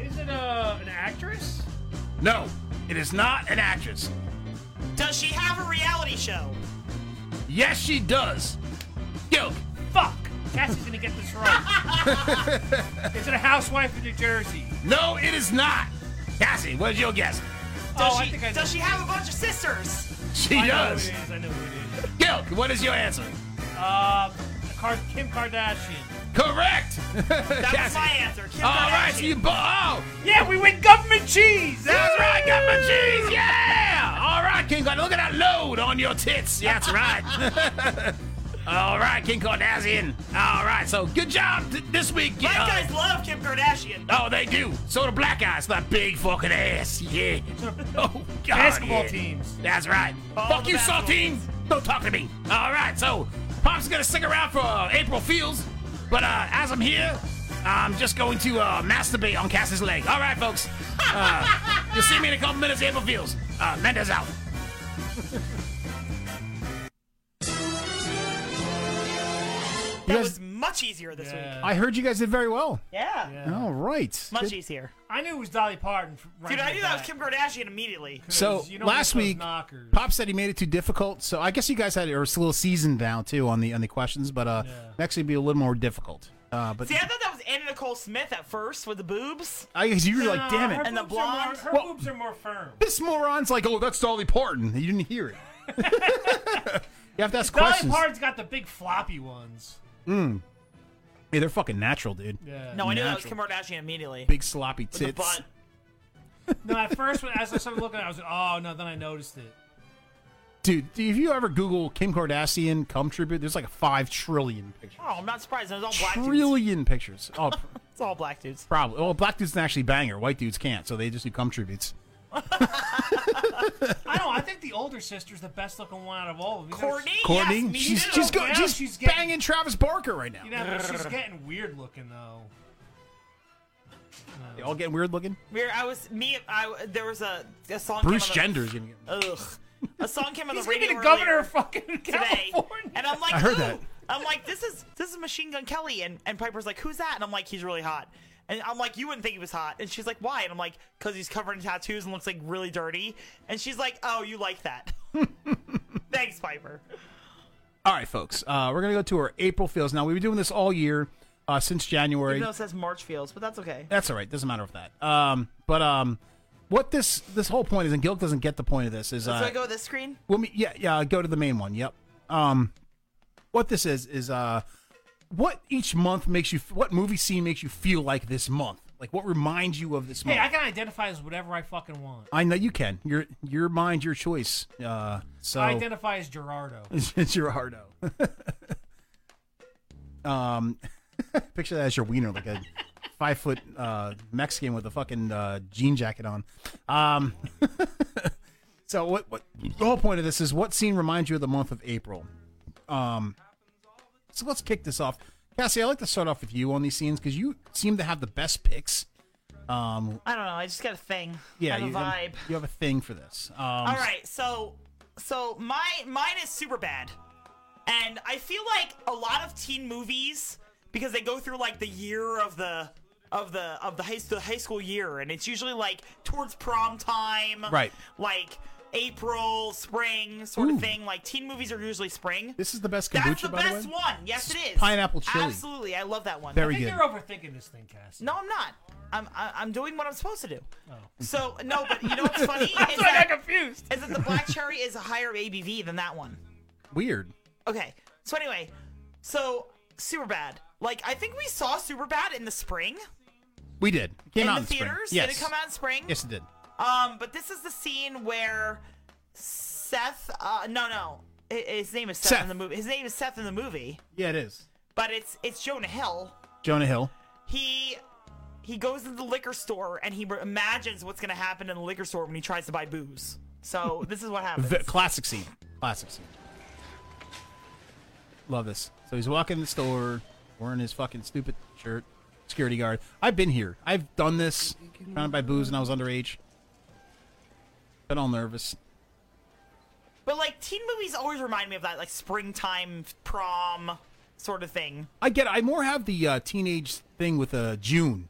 [SPEAKER 10] Is it uh, an actress?
[SPEAKER 14] No, it is not an actress.
[SPEAKER 26] Does she have a reality show?
[SPEAKER 14] Yes, she does. Yo,
[SPEAKER 10] Fuck. Cassie's gonna get
[SPEAKER 14] [LAUGHS]
[SPEAKER 10] this right. is it a housewife in New Jersey?
[SPEAKER 14] no, it is not. Cassie, what is your guess?
[SPEAKER 26] Does
[SPEAKER 10] Oh,
[SPEAKER 26] she, does she have a bunch of sisters?
[SPEAKER 14] She
[SPEAKER 10] I know who
[SPEAKER 14] does.
[SPEAKER 10] it is. I know who it is.
[SPEAKER 14] Gil, what is your answer?
[SPEAKER 10] Uh, Car- Kim Kardashian.
[SPEAKER 14] Correct.
[SPEAKER 10] That was my answer. Kim
[SPEAKER 14] All right, so you bo- oh.
[SPEAKER 10] Yeah, we win government cheese.
[SPEAKER 14] That's right, government cheese. Yeah. All right, King Kardashian, look at that load on your tits. Yeah, that's right. [LAUGHS] All right, King Kardashian. All right, so good job th- this week.
[SPEAKER 26] Black
[SPEAKER 14] uh,
[SPEAKER 26] guys love Kim Kardashian.
[SPEAKER 14] Oh, they do. So do black guys. That big fucking ass.
[SPEAKER 10] [LAUGHS]
[SPEAKER 14] Yeah. Oh, God.
[SPEAKER 10] Basketball
[SPEAKER 14] yeah.
[SPEAKER 10] teams.
[SPEAKER 14] That's right. Fuck you, Saltine. Don't talk to me. All right. So, Pop's going to stick around for uh, April Fields. But uh, as I'm here, I'm just going to uh, masturbate on Cass's leg. All right, folks. Uh, you'll see me in a couple minutes, April Fields. Uh, Mendez out.
[SPEAKER 26] That was much easier this week.
[SPEAKER 14] you guys did very well.
[SPEAKER 26] Yeah.
[SPEAKER 14] All right.
[SPEAKER 26] Much easier.
[SPEAKER 10] I knew it was Dolly Parton. f- Right
[SPEAKER 26] Dude, I
[SPEAKER 10] off
[SPEAKER 26] knew
[SPEAKER 10] the
[SPEAKER 26] that was
[SPEAKER 10] bat.
[SPEAKER 26] Kim Kardashian immediately.
[SPEAKER 14] So
[SPEAKER 10] you don't
[SPEAKER 14] last
[SPEAKER 10] get those
[SPEAKER 14] week,
[SPEAKER 10] knockers.
[SPEAKER 14] Pop said he made it too difficult. So I guess you guys had or it's a little seasoned down too on the on the questions, but uh, next it'd be a little more difficult. Uh, but
[SPEAKER 26] See, I thought that was Anna Nicole Smith at first with the boobs.
[SPEAKER 14] I guess you were like, damn it.
[SPEAKER 26] And the blonde.
[SPEAKER 10] Her boobs are more firm.
[SPEAKER 14] this moron's like, oh, that's Dolly Parton. You didn't hear it.
[SPEAKER 26] [LAUGHS]
[SPEAKER 14] you have to ask
[SPEAKER 10] Dolly
[SPEAKER 14] questions.
[SPEAKER 10] Parton's got the big floppy ones.
[SPEAKER 14] Mm. Hey, they're fucking natural, dude.
[SPEAKER 10] Yeah.
[SPEAKER 26] No, I knew that was Kim
[SPEAKER 14] Natural.
[SPEAKER 26] Kardashian immediately.
[SPEAKER 14] Big sloppy
[SPEAKER 26] With the
[SPEAKER 14] tits.
[SPEAKER 26] butt.
[SPEAKER 10] No, at first, when, as I started looking, at it, I was like, oh no. Then I noticed it.
[SPEAKER 14] Dude, do- if you ever Google Kim Kardashian cum tribute, there's like a five trillion pictures.
[SPEAKER 26] Oh, I'm not surprised. It was all black dudes.
[SPEAKER 14] Trillion pictures. Oh, pr-
[SPEAKER 26] It's all black dudes.
[SPEAKER 14] probably. Well, black dudes can actually bang her. White dudes can't, so they just do cum tributes.
[SPEAKER 10] I don't. I think the older sister's the best looking one out of all of them. Courtney.
[SPEAKER 14] Courtney, she's she's go,
[SPEAKER 10] Now
[SPEAKER 14] she's,
[SPEAKER 10] she's getting,
[SPEAKER 14] banging Travis Barker right now.
[SPEAKER 10] You know, but she's getting weird looking though.
[SPEAKER 14] They all getting weird looking.
[SPEAKER 26] Weird. I was me. I there was a, a song. came
[SPEAKER 14] Bruce
[SPEAKER 26] on the-
[SPEAKER 14] Jenner's gonna get.
[SPEAKER 26] Ugh. A song came on the
[SPEAKER 10] He's gonna be
[SPEAKER 26] radio.
[SPEAKER 10] the governor
[SPEAKER 26] earlier
[SPEAKER 10] of fucking
[SPEAKER 26] today, and I'm like,
[SPEAKER 14] I heard
[SPEAKER 26] "Ooh."
[SPEAKER 14] that.
[SPEAKER 26] I'm like, this is this is Machine Gun Kelly, and and Piper's like, who's that? And I'm like, he's really hot. And I'm like, you wouldn't think he was hot. And she's like, why? And I'm like, because he's covered in tattoos and looks like really dirty. And she's like, oh, you like that? [LAUGHS] Thanks, Piper.
[SPEAKER 14] All right, folks. Uh, we're gonna go to our April Fields. Now we've been doing this all year.
[SPEAKER 25] uh, since January.
[SPEAKER 26] Even though it says Marchfields, but that's okay.
[SPEAKER 25] That's all right. Doesn't matter if that. Um, but um, what this this whole point is, and Gilk doesn't get the point of this is.
[SPEAKER 26] So
[SPEAKER 25] uh,
[SPEAKER 26] I go with this screen.
[SPEAKER 25] Well, me, yeah, yeah. Go to the main one. Yep. Um, what this is is uh, what each month makes you, what movie scene makes you feel like this month, like what reminds you of this
[SPEAKER 10] Hey,
[SPEAKER 25] month.
[SPEAKER 10] I can identify as whatever I fucking want.
[SPEAKER 25] I know you can. Your your mind, your choice. Uh, so
[SPEAKER 10] I identify as Gerardo.
[SPEAKER 25] it's your hardo. um, [LAUGHS] picture that as your wiener, like a five foot uh, Mexican with a fucking uh, jean jacket on. Um, [LAUGHS] so what? What the whole point of this is what scene reminds you of the month of April? Um, so let's kick this off, Cassie. I like to start off with you on these scenes because you seem to have the best picks. Um,
[SPEAKER 26] I don't know. I just got a thing.
[SPEAKER 25] yeah,
[SPEAKER 26] I have
[SPEAKER 25] you,
[SPEAKER 26] a vibe.
[SPEAKER 25] you have a thing for this. Um,
[SPEAKER 26] All right, so so my mine is super bad, and I feel like a lot of teen movies because they go through like the year of the of the of the high, the high school year, and it's usually like towards prom time,
[SPEAKER 25] Right.
[SPEAKER 26] Like April, spring, sort of thing. Like teen movies are usually spring.
[SPEAKER 25] This is the best kombucha,
[SPEAKER 26] That's the
[SPEAKER 25] by
[SPEAKER 26] best
[SPEAKER 25] the way.
[SPEAKER 26] one. Yes, it is.
[SPEAKER 25] pineapple chili.
[SPEAKER 26] Absolutely, I love that one.
[SPEAKER 25] Very I think good. you're
[SPEAKER 26] overthinking this thing, Cass. No, I'm not. I'm I- I'm doing what I'm supposed to do. So no, but you know what's [LAUGHS] funny? That's why Oh. I got confused. Is that the black cherry is a higher ABV than that one?
[SPEAKER 25] Weird.
[SPEAKER 26] Okay. So anyway, so super bad. Like I think we saw super bad in the spring.
[SPEAKER 25] We did. It Came
[SPEAKER 26] in
[SPEAKER 25] out
[SPEAKER 26] the
[SPEAKER 25] in spring.
[SPEAKER 26] theaters.
[SPEAKER 25] Yes.
[SPEAKER 26] Did it come out in spring?
[SPEAKER 25] Yes, it did.
[SPEAKER 26] Um, but this is the scene where Seth. Uh, no, no. Hi- His name is Seth,
[SPEAKER 25] Seth.
[SPEAKER 26] in the movie. His name is Seth in the movie,
[SPEAKER 25] Yeah, it is.
[SPEAKER 26] but it's it's Jonah Hill.
[SPEAKER 25] Jonah Hill.
[SPEAKER 26] He he goes to the liquor store and he re- imagines what's gonna happen in the liquor store when he tries to buy booze. So this is what happens.
[SPEAKER 25] V- classic scene. Classic scene. Love this. So he's walking in the store, wearing his fucking stupid shirt. Security guard. I've been here. I've done this. Trying to buy booze when I was underage. Been all nervous.
[SPEAKER 26] But like teen movies always remind me of that like springtime prom sort of thing.
[SPEAKER 25] I get. I more have the uh, teenage thing with uh, June.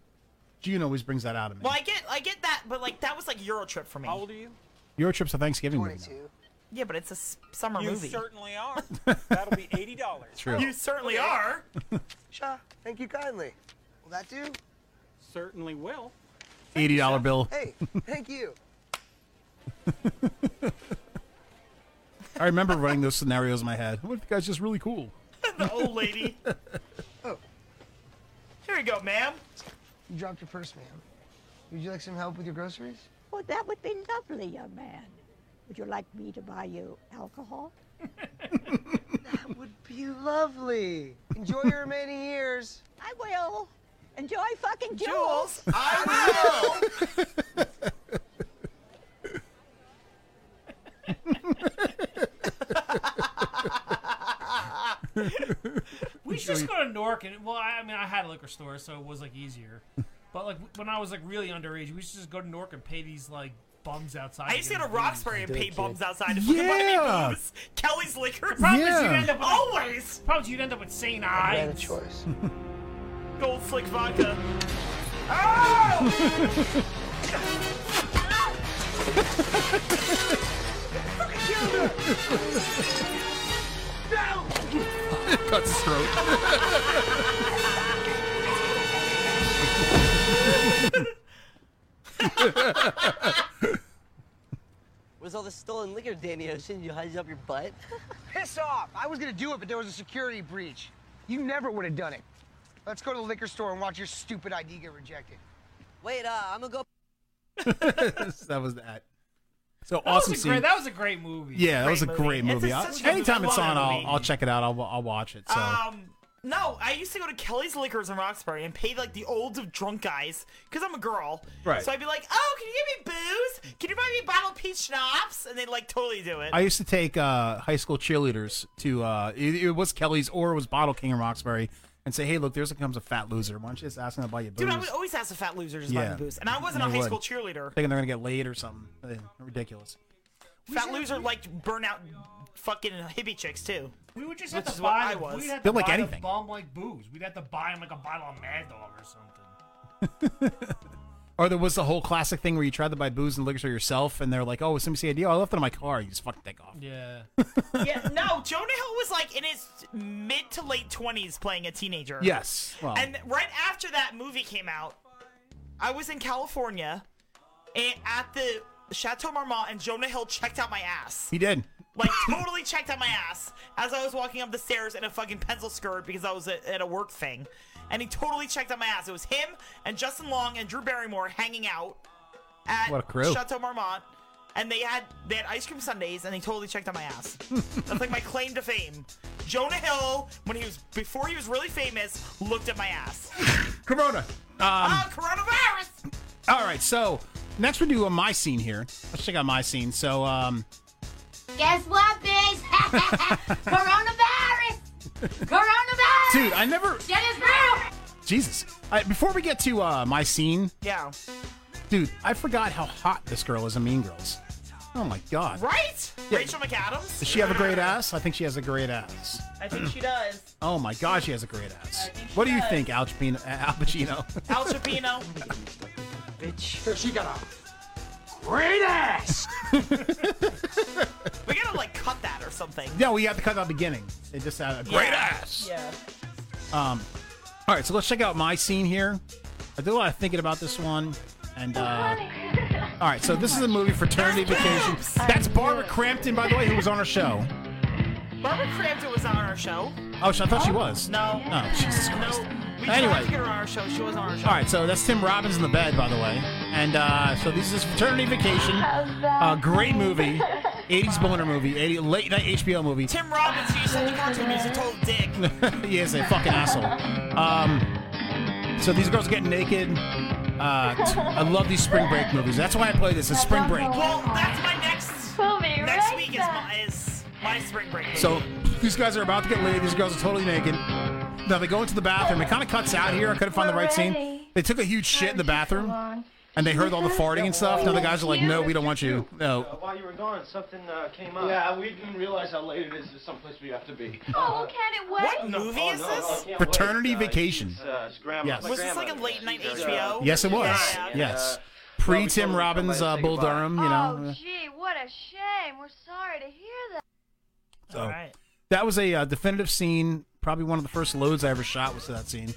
[SPEAKER 25] June always brings that out of me.
[SPEAKER 26] Well, I get I get that, but like that was like Euro trip for me. How old are you?
[SPEAKER 25] Your trip's a Thanksgiving movie. now.
[SPEAKER 26] Yeah, but it's a s- summer
[SPEAKER 3] You
[SPEAKER 26] movie.
[SPEAKER 3] certainly
[SPEAKER 26] [LAUGHS] are.
[SPEAKER 3] That'll be eighty dollars.
[SPEAKER 25] True.
[SPEAKER 26] You certainly are.
[SPEAKER 3] [LAUGHS] Sha, thank you kindly. Will that do? Certainly will.
[SPEAKER 25] Eighty dollar bill.
[SPEAKER 3] Hey, thank you.
[SPEAKER 25] [LAUGHS] I remember running those scenarios in my head. What if the guy's just really cool?
[SPEAKER 26] [LAUGHS] the old lady.
[SPEAKER 3] [LAUGHS] Oh.
[SPEAKER 26] Here you go, ma'am.
[SPEAKER 3] You dropped your purse, ma'am. Would you like some help with your groceries?
[SPEAKER 31] Well, that would be lovely, young man. Would you like me to buy you alcohol?
[SPEAKER 3] That would be lovely. Enjoy your remaining years.
[SPEAKER 31] [LAUGHS] I will. Enjoy fucking
[SPEAKER 3] Jules,
[SPEAKER 31] Jules. [LAUGHS]
[SPEAKER 3] I
[SPEAKER 10] We should just go to Newark and well, I I mean, I had a liquor store, so it was like easier. But like when I was like really underage, we used to just go to Newark and pay these like bums outside.
[SPEAKER 26] I used to go to Roxbury and pay bums outside to fucking buy
[SPEAKER 10] Yeah.
[SPEAKER 26] me booze. Kelly's liquor.
[SPEAKER 10] Problem is you'd
[SPEAKER 26] Yeah.
[SPEAKER 10] end up with,
[SPEAKER 26] always.
[SPEAKER 10] Problem is you'd end up with Saint I. had a choice.
[SPEAKER 26] Gold slick
[SPEAKER 10] [LAUGHS]
[SPEAKER 26] vodka. Oh!
[SPEAKER 25] Cuts his
[SPEAKER 13] throat. Where's all the stolen liquor, Danny Ocean? You hide it up your butt?
[SPEAKER 3] Piss off! I was gonna do it, but there was a security breach. You never would have done it. Let's go to the liquor store and watch your stupid ID get rejected.
[SPEAKER 13] Wait, uh, I'm gonna go.
[SPEAKER 25] that was that. So awesome
[SPEAKER 10] was a
[SPEAKER 25] scene.
[SPEAKER 10] great, that was a great movie.
[SPEAKER 25] yeah, that was a great movie. I- anytime it's on, I'll, I'll check it out. I'll, I'll watch it. So
[SPEAKER 26] Um, no, I used to go to Kelly's Liquors in Roxbury and pay like the old drunk guys because I'm a girl.
[SPEAKER 25] Right.
[SPEAKER 26] So I'd be like, "Oh, can you give me booze? Can you buy me a bottle of peach schnapps?" And they'd like totally do it.
[SPEAKER 25] I used to take uh, high school cheerleaders to uh, it, it was Kelly's or it was Bottle King in Roxbury, and say, "Hey, look, there's comes a fat loser. Why don't you just ask him to buy you booze?"
[SPEAKER 26] Dude, I would always ask the fat loser to just buy me booze, and I wasn't a
[SPEAKER 25] they
[SPEAKER 26] high
[SPEAKER 25] would.
[SPEAKER 26] school cheerleader.
[SPEAKER 25] Thinking they're gonna get laid or something. Eh, Ridiculous.
[SPEAKER 26] Fat loser liked burnout fucking hippie chicks too.
[SPEAKER 10] We would just
[SPEAKER 26] Which
[SPEAKER 10] have
[SPEAKER 26] is
[SPEAKER 10] to
[SPEAKER 26] what
[SPEAKER 10] buy.
[SPEAKER 26] I
[SPEAKER 10] the-
[SPEAKER 26] was.
[SPEAKER 10] We'd have
[SPEAKER 25] They'll
[SPEAKER 10] to
[SPEAKER 25] like
[SPEAKER 10] buy
[SPEAKER 25] anything.
[SPEAKER 10] The bomb like booze. We'd have to buy him like a bottle of Mad Dog or something.
[SPEAKER 25] Or there was the whole classic thing where you tried to buy booze and liquor store yourself, and they're like, "Oh, it's MCAD. I left it in my car." You just fucking take off.
[SPEAKER 10] Yeah.
[SPEAKER 25] [LAUGHS]
[SPEAKER 26] yeah, no, Jonah Hill was like in his mid to late twenties playing a teenager.
[SPEAKER 25] Yes, well-
[SPEAKER 26] and right after that movie came out, I was in California and at the Chateau Marmont, and Jonah Hill checked out my ass.
[SPEAKER 25] He did.
[SPEAKER 26] Like totally checked out my ass as I was walking up the stairs in a fucking pencil skirt because I was at, at a work thing, and he totally checked out my ass. It was him and Justin Long and Drew Barrymore hanging out at
[SPEAKER 25] What a crew.
[SPEAKER 26] Chateau Marmont, and they had they had ice cream sundaes, and they totally checked out
[SPEAKER 25] [LAUGHS]
[SPEAKER 26] my ass. That's like my claim to fame. Jonah Hill, when he was before he was really famous, looked at my ass.
[SPEAKER 25] Corona. Um,
[SPEAKER 26] oh, coronavirus!
[SPEAKER 25] all right, so next we do a my scene here. Let's check out my scene. So, um,
[SPEAKER 18] Guess what, bitch? [LAUGHS] Coronavirus! Coronavirus!
[SPEAKER 25] dude, I never.
[SPEAKER 18] Shit is real!
[SPEAKER 25] Jesus. All right, before we get to uh, my scene,
[SPEAKER 26] Yeah.
[SPEAKER 25] dude, I forgot how hot this girl is in Mean Girls. Oh my god.
[SPEAKER 26] Right?
[SPEAKER 25] Yeah.
[SPEAKER 26] Rachel McAdams?
[SPEAKER 25] Does she have a great ass? I think she has a great ass.
[SPEAKER 26] I think she does.
[SPEAKER 25] Oh my god, she has a great ass.
[SPEAKER 26] think she
[SPEAKER 25] What do you
[SPEAKER 26] does.
[SPEAKER 25] think, Al Pacino? Al Pacino? [LAUGHS]
[SPEAKER 26] Al Chapino.
[SPEAKER 30] Bitch. She got a
[SPEAKER 26] Great
[SPEAKER 25] [LAUGHS]
[SPEAKER 26] ass! we gotta like cut that or something.
[SPEAKER 25] Yeah, we have to cut out the beginning. It just had a great ass.
[SPEAKER 26] Yeah.
[SPEAKER 25] Um, all right, so let's check out my scene here. I did a lot of thinking about this one, and uh, all right, so this is a movie Fraternity Vacation. That's Barbara Crampton, by the way, who was on our show.
[SPEAKER 26] Barbara Crampton was on our show.
[SPEAKER 25] Oh, sh- I thought she was.
[SPEAKER 26] No.
[SPEAKER 25] Oh, Jesus Christ.
[SPEAKER 26] No. We tried to
[SPEAKER 25] Anyway,
[SPEAKER 26] get her on our show. She was on our show.
[SPEAKER 25] all right, so that's Tim Robbins in the bed, by the way, and uh, so this is Fraternity Vacation. Uh, great movie, '80s boner movie, 80, late night HBO movie.
[SPEAKER 26] Tim Robbins, who used to look cartoon, he's a total dick.
[SPEAKER 25] [LAUGHS] he is a fucking asshole. Um, so these girls are getting naked. Uh, t- I love these spring break movies. That's why I play this. It's spring break.
[SPEAKER 26] Well, that's my next. next week is my, is my spring break. movie.
[SPEAKER 25] So these guys are about to get laid. These girls are totally naked. Now they go into the bathroom. It kind of cuts out here. I couldn't find the right scene. They took a huge shit in the bathroom, and they heard all the farting and stuff. Now the guys are like, "No, we don't want you. No."
[SPEAKER 8] [LAUGHS] While you were gone, something uh, came
[SPEAKER 15] up.
[SPEAKER 8] Yeah, we didn't realize how late it is. There's someplace we have to be.
[SPEAKER 15] Oh, can it wait?
[SPEAKER 26] What movie
[SPEAKER 8] Oh,
[SPEAKER 26] is this?
[SPEAKER 25] Fraternity Vacation.
[SPEAKER 8] Uh, it's grandma.
[SPEAKER 25] Yes.
[SPEAKER 8] my
[SPEAKER 25] Was this
[SPEAKER 26] like
[SPEAKER 8] grandmother.
[SPEAKER 26] a late night
[SPEAKER 8] She's,
[SPEAKER 26] HBO?
[SPEAKER 25] Yes, it was.
[SPEAKER 8] Yeah, yeah.
[SPEAKER 25] Yes. Pre Tim Robbins, uh, Bull Durham. You
[SPEAKER 6] Oh,
[SPEAKER 25] know.
[SPEAKER 15] Oh, Gee, what a shame. We're sorry to hear that.
[SPEAKER 25] So that was a uh, definitive scene. Probably one of the first loads I ever shot was that scene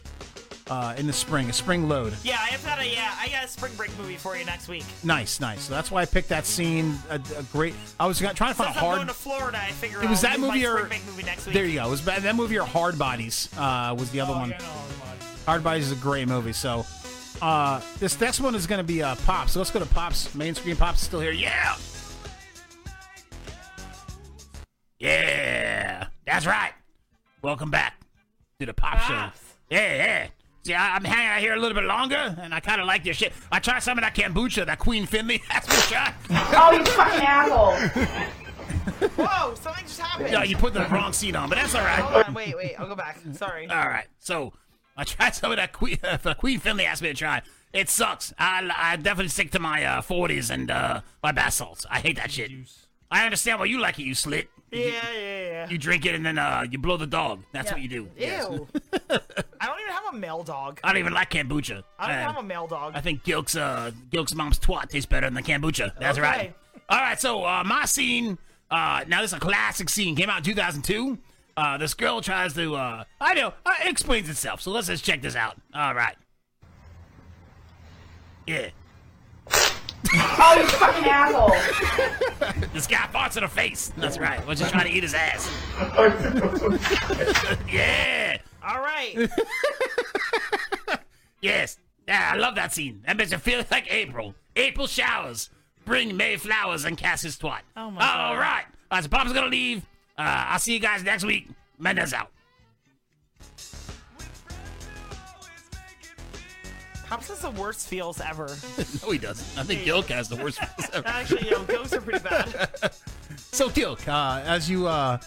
[SPEAKER 25] uh, in the spring, a spring load.
[SPEAKER 26] Yeah, I've got a yeah, I got a spring break movie for you next week.
[SPEAKER 25] Nice, nice. So that's why I picked that scene. A, a great. I was got- trying to find
[SPEAKER 26] Since
[SPEAKER 25] a
[SPEAKER 26] I'm going
[SPEAKER 25] hard.
[SPEAKER 26] to Florida, I figure
[SPEAKER 25] It was
[SPEAKER 26] I'll
[SPEAKER 25] that
[SPEAKER 26] do my
[SPEAKER 25] movie or-
[SPEAKER 26] spring break movie next week.
[SPEAKER 25] There you go. It was bad. that movie or Hard Bodies uh, was the other one. Hard Bodies is a great movie. So uh, this next one is going to be uh, Pops. So let's go to Pops. Main screen Pops is still here. Yeah. Yeah, that's right. Welcome back to the Pop Show. Yeah, yeah. See, I, I'm hanging out here a little bit longer, and I kind of like this shit. I tried some of that kombucha, that Queen Finley. [LAUGHS] That's what shot.
[SPEAKER 18] Oh, you fucking asshole.
[SPEAKER 26] Whoa, something just happened.
[SPEAKER 25] No, you put the wrong seat on, but that's all right.
[SPEAKER 26] Hold on, wait, wait, I'll go back. Sorry.
[SPEAKER 25] All right. So I tried some of that Queen, [LAUGHS] uh, Queen Finley asked me to try. It sucks. I, I definitely stick to my uh, 40s and uh, my bath salts. I hate that shit. I understand why you like it, you slit.
[SPEAKER 26] [LAUGHS] Yeah, yeah, yeah.
[SPEAKER 25] You drink it and then uh, you blow the dog. That's
[SPEAKER 26] Yeah.
[SPEAKER 25] what you do.
[SPEAKER 26] Ew. I don't even have a male dog.
[SPEAKER 25] I don't even like kombucha.
[SPEAKER 26] I don't even
[SPEAKER 25] Uh,
[SPEAKER 26] have a male dog.
[SPEAKER 25] I think Gilk's uh Gilk's mom's twat tastes better than the kombucha. That's
[SPEAKER 26] Okay.
[SPEAKER 25] right. All right, so uh, my scene. Uh, now this is a classic scene. Came out in 2002. Uh, this girl tries to. Uh, I know. Uh, it explains itself. So let's just check this out. All right. Yeah.
[SPEAKER 18] Oh, you fucking asshole.
[SPEAKER 25] This guy farts in her face. That's right. We're just trying to eat his ass. yeah.
[SPEAKER 26] All right.
[SPEAKER 25] [LAUGHS] Yes. Yeah, I love that scene. That makes it feel like April. April showers. Bring May flowers and cast his twat.
[SPEAKER 26] Oh my
[SPEAKER 25] All
[SPEAKER 26] God.
[SPEAKER 25] right. All right, so Pop's gonna leave. Uh, I'll see you guys next week. Mendez out.
[SPEAKER 26] Pops has the worst feels ever.
[SPEAKER 25] [LAUGHS] no, he doesn't. I think Gilk has the worst feels ever.
[SPEAKER 26] Actually, no, ghosts
[SPEAKER 25] [LAUGHS]
[SPEAKER 26] are pretty bad.
[SPEAKER 25] So Gilk, uh, as you uh,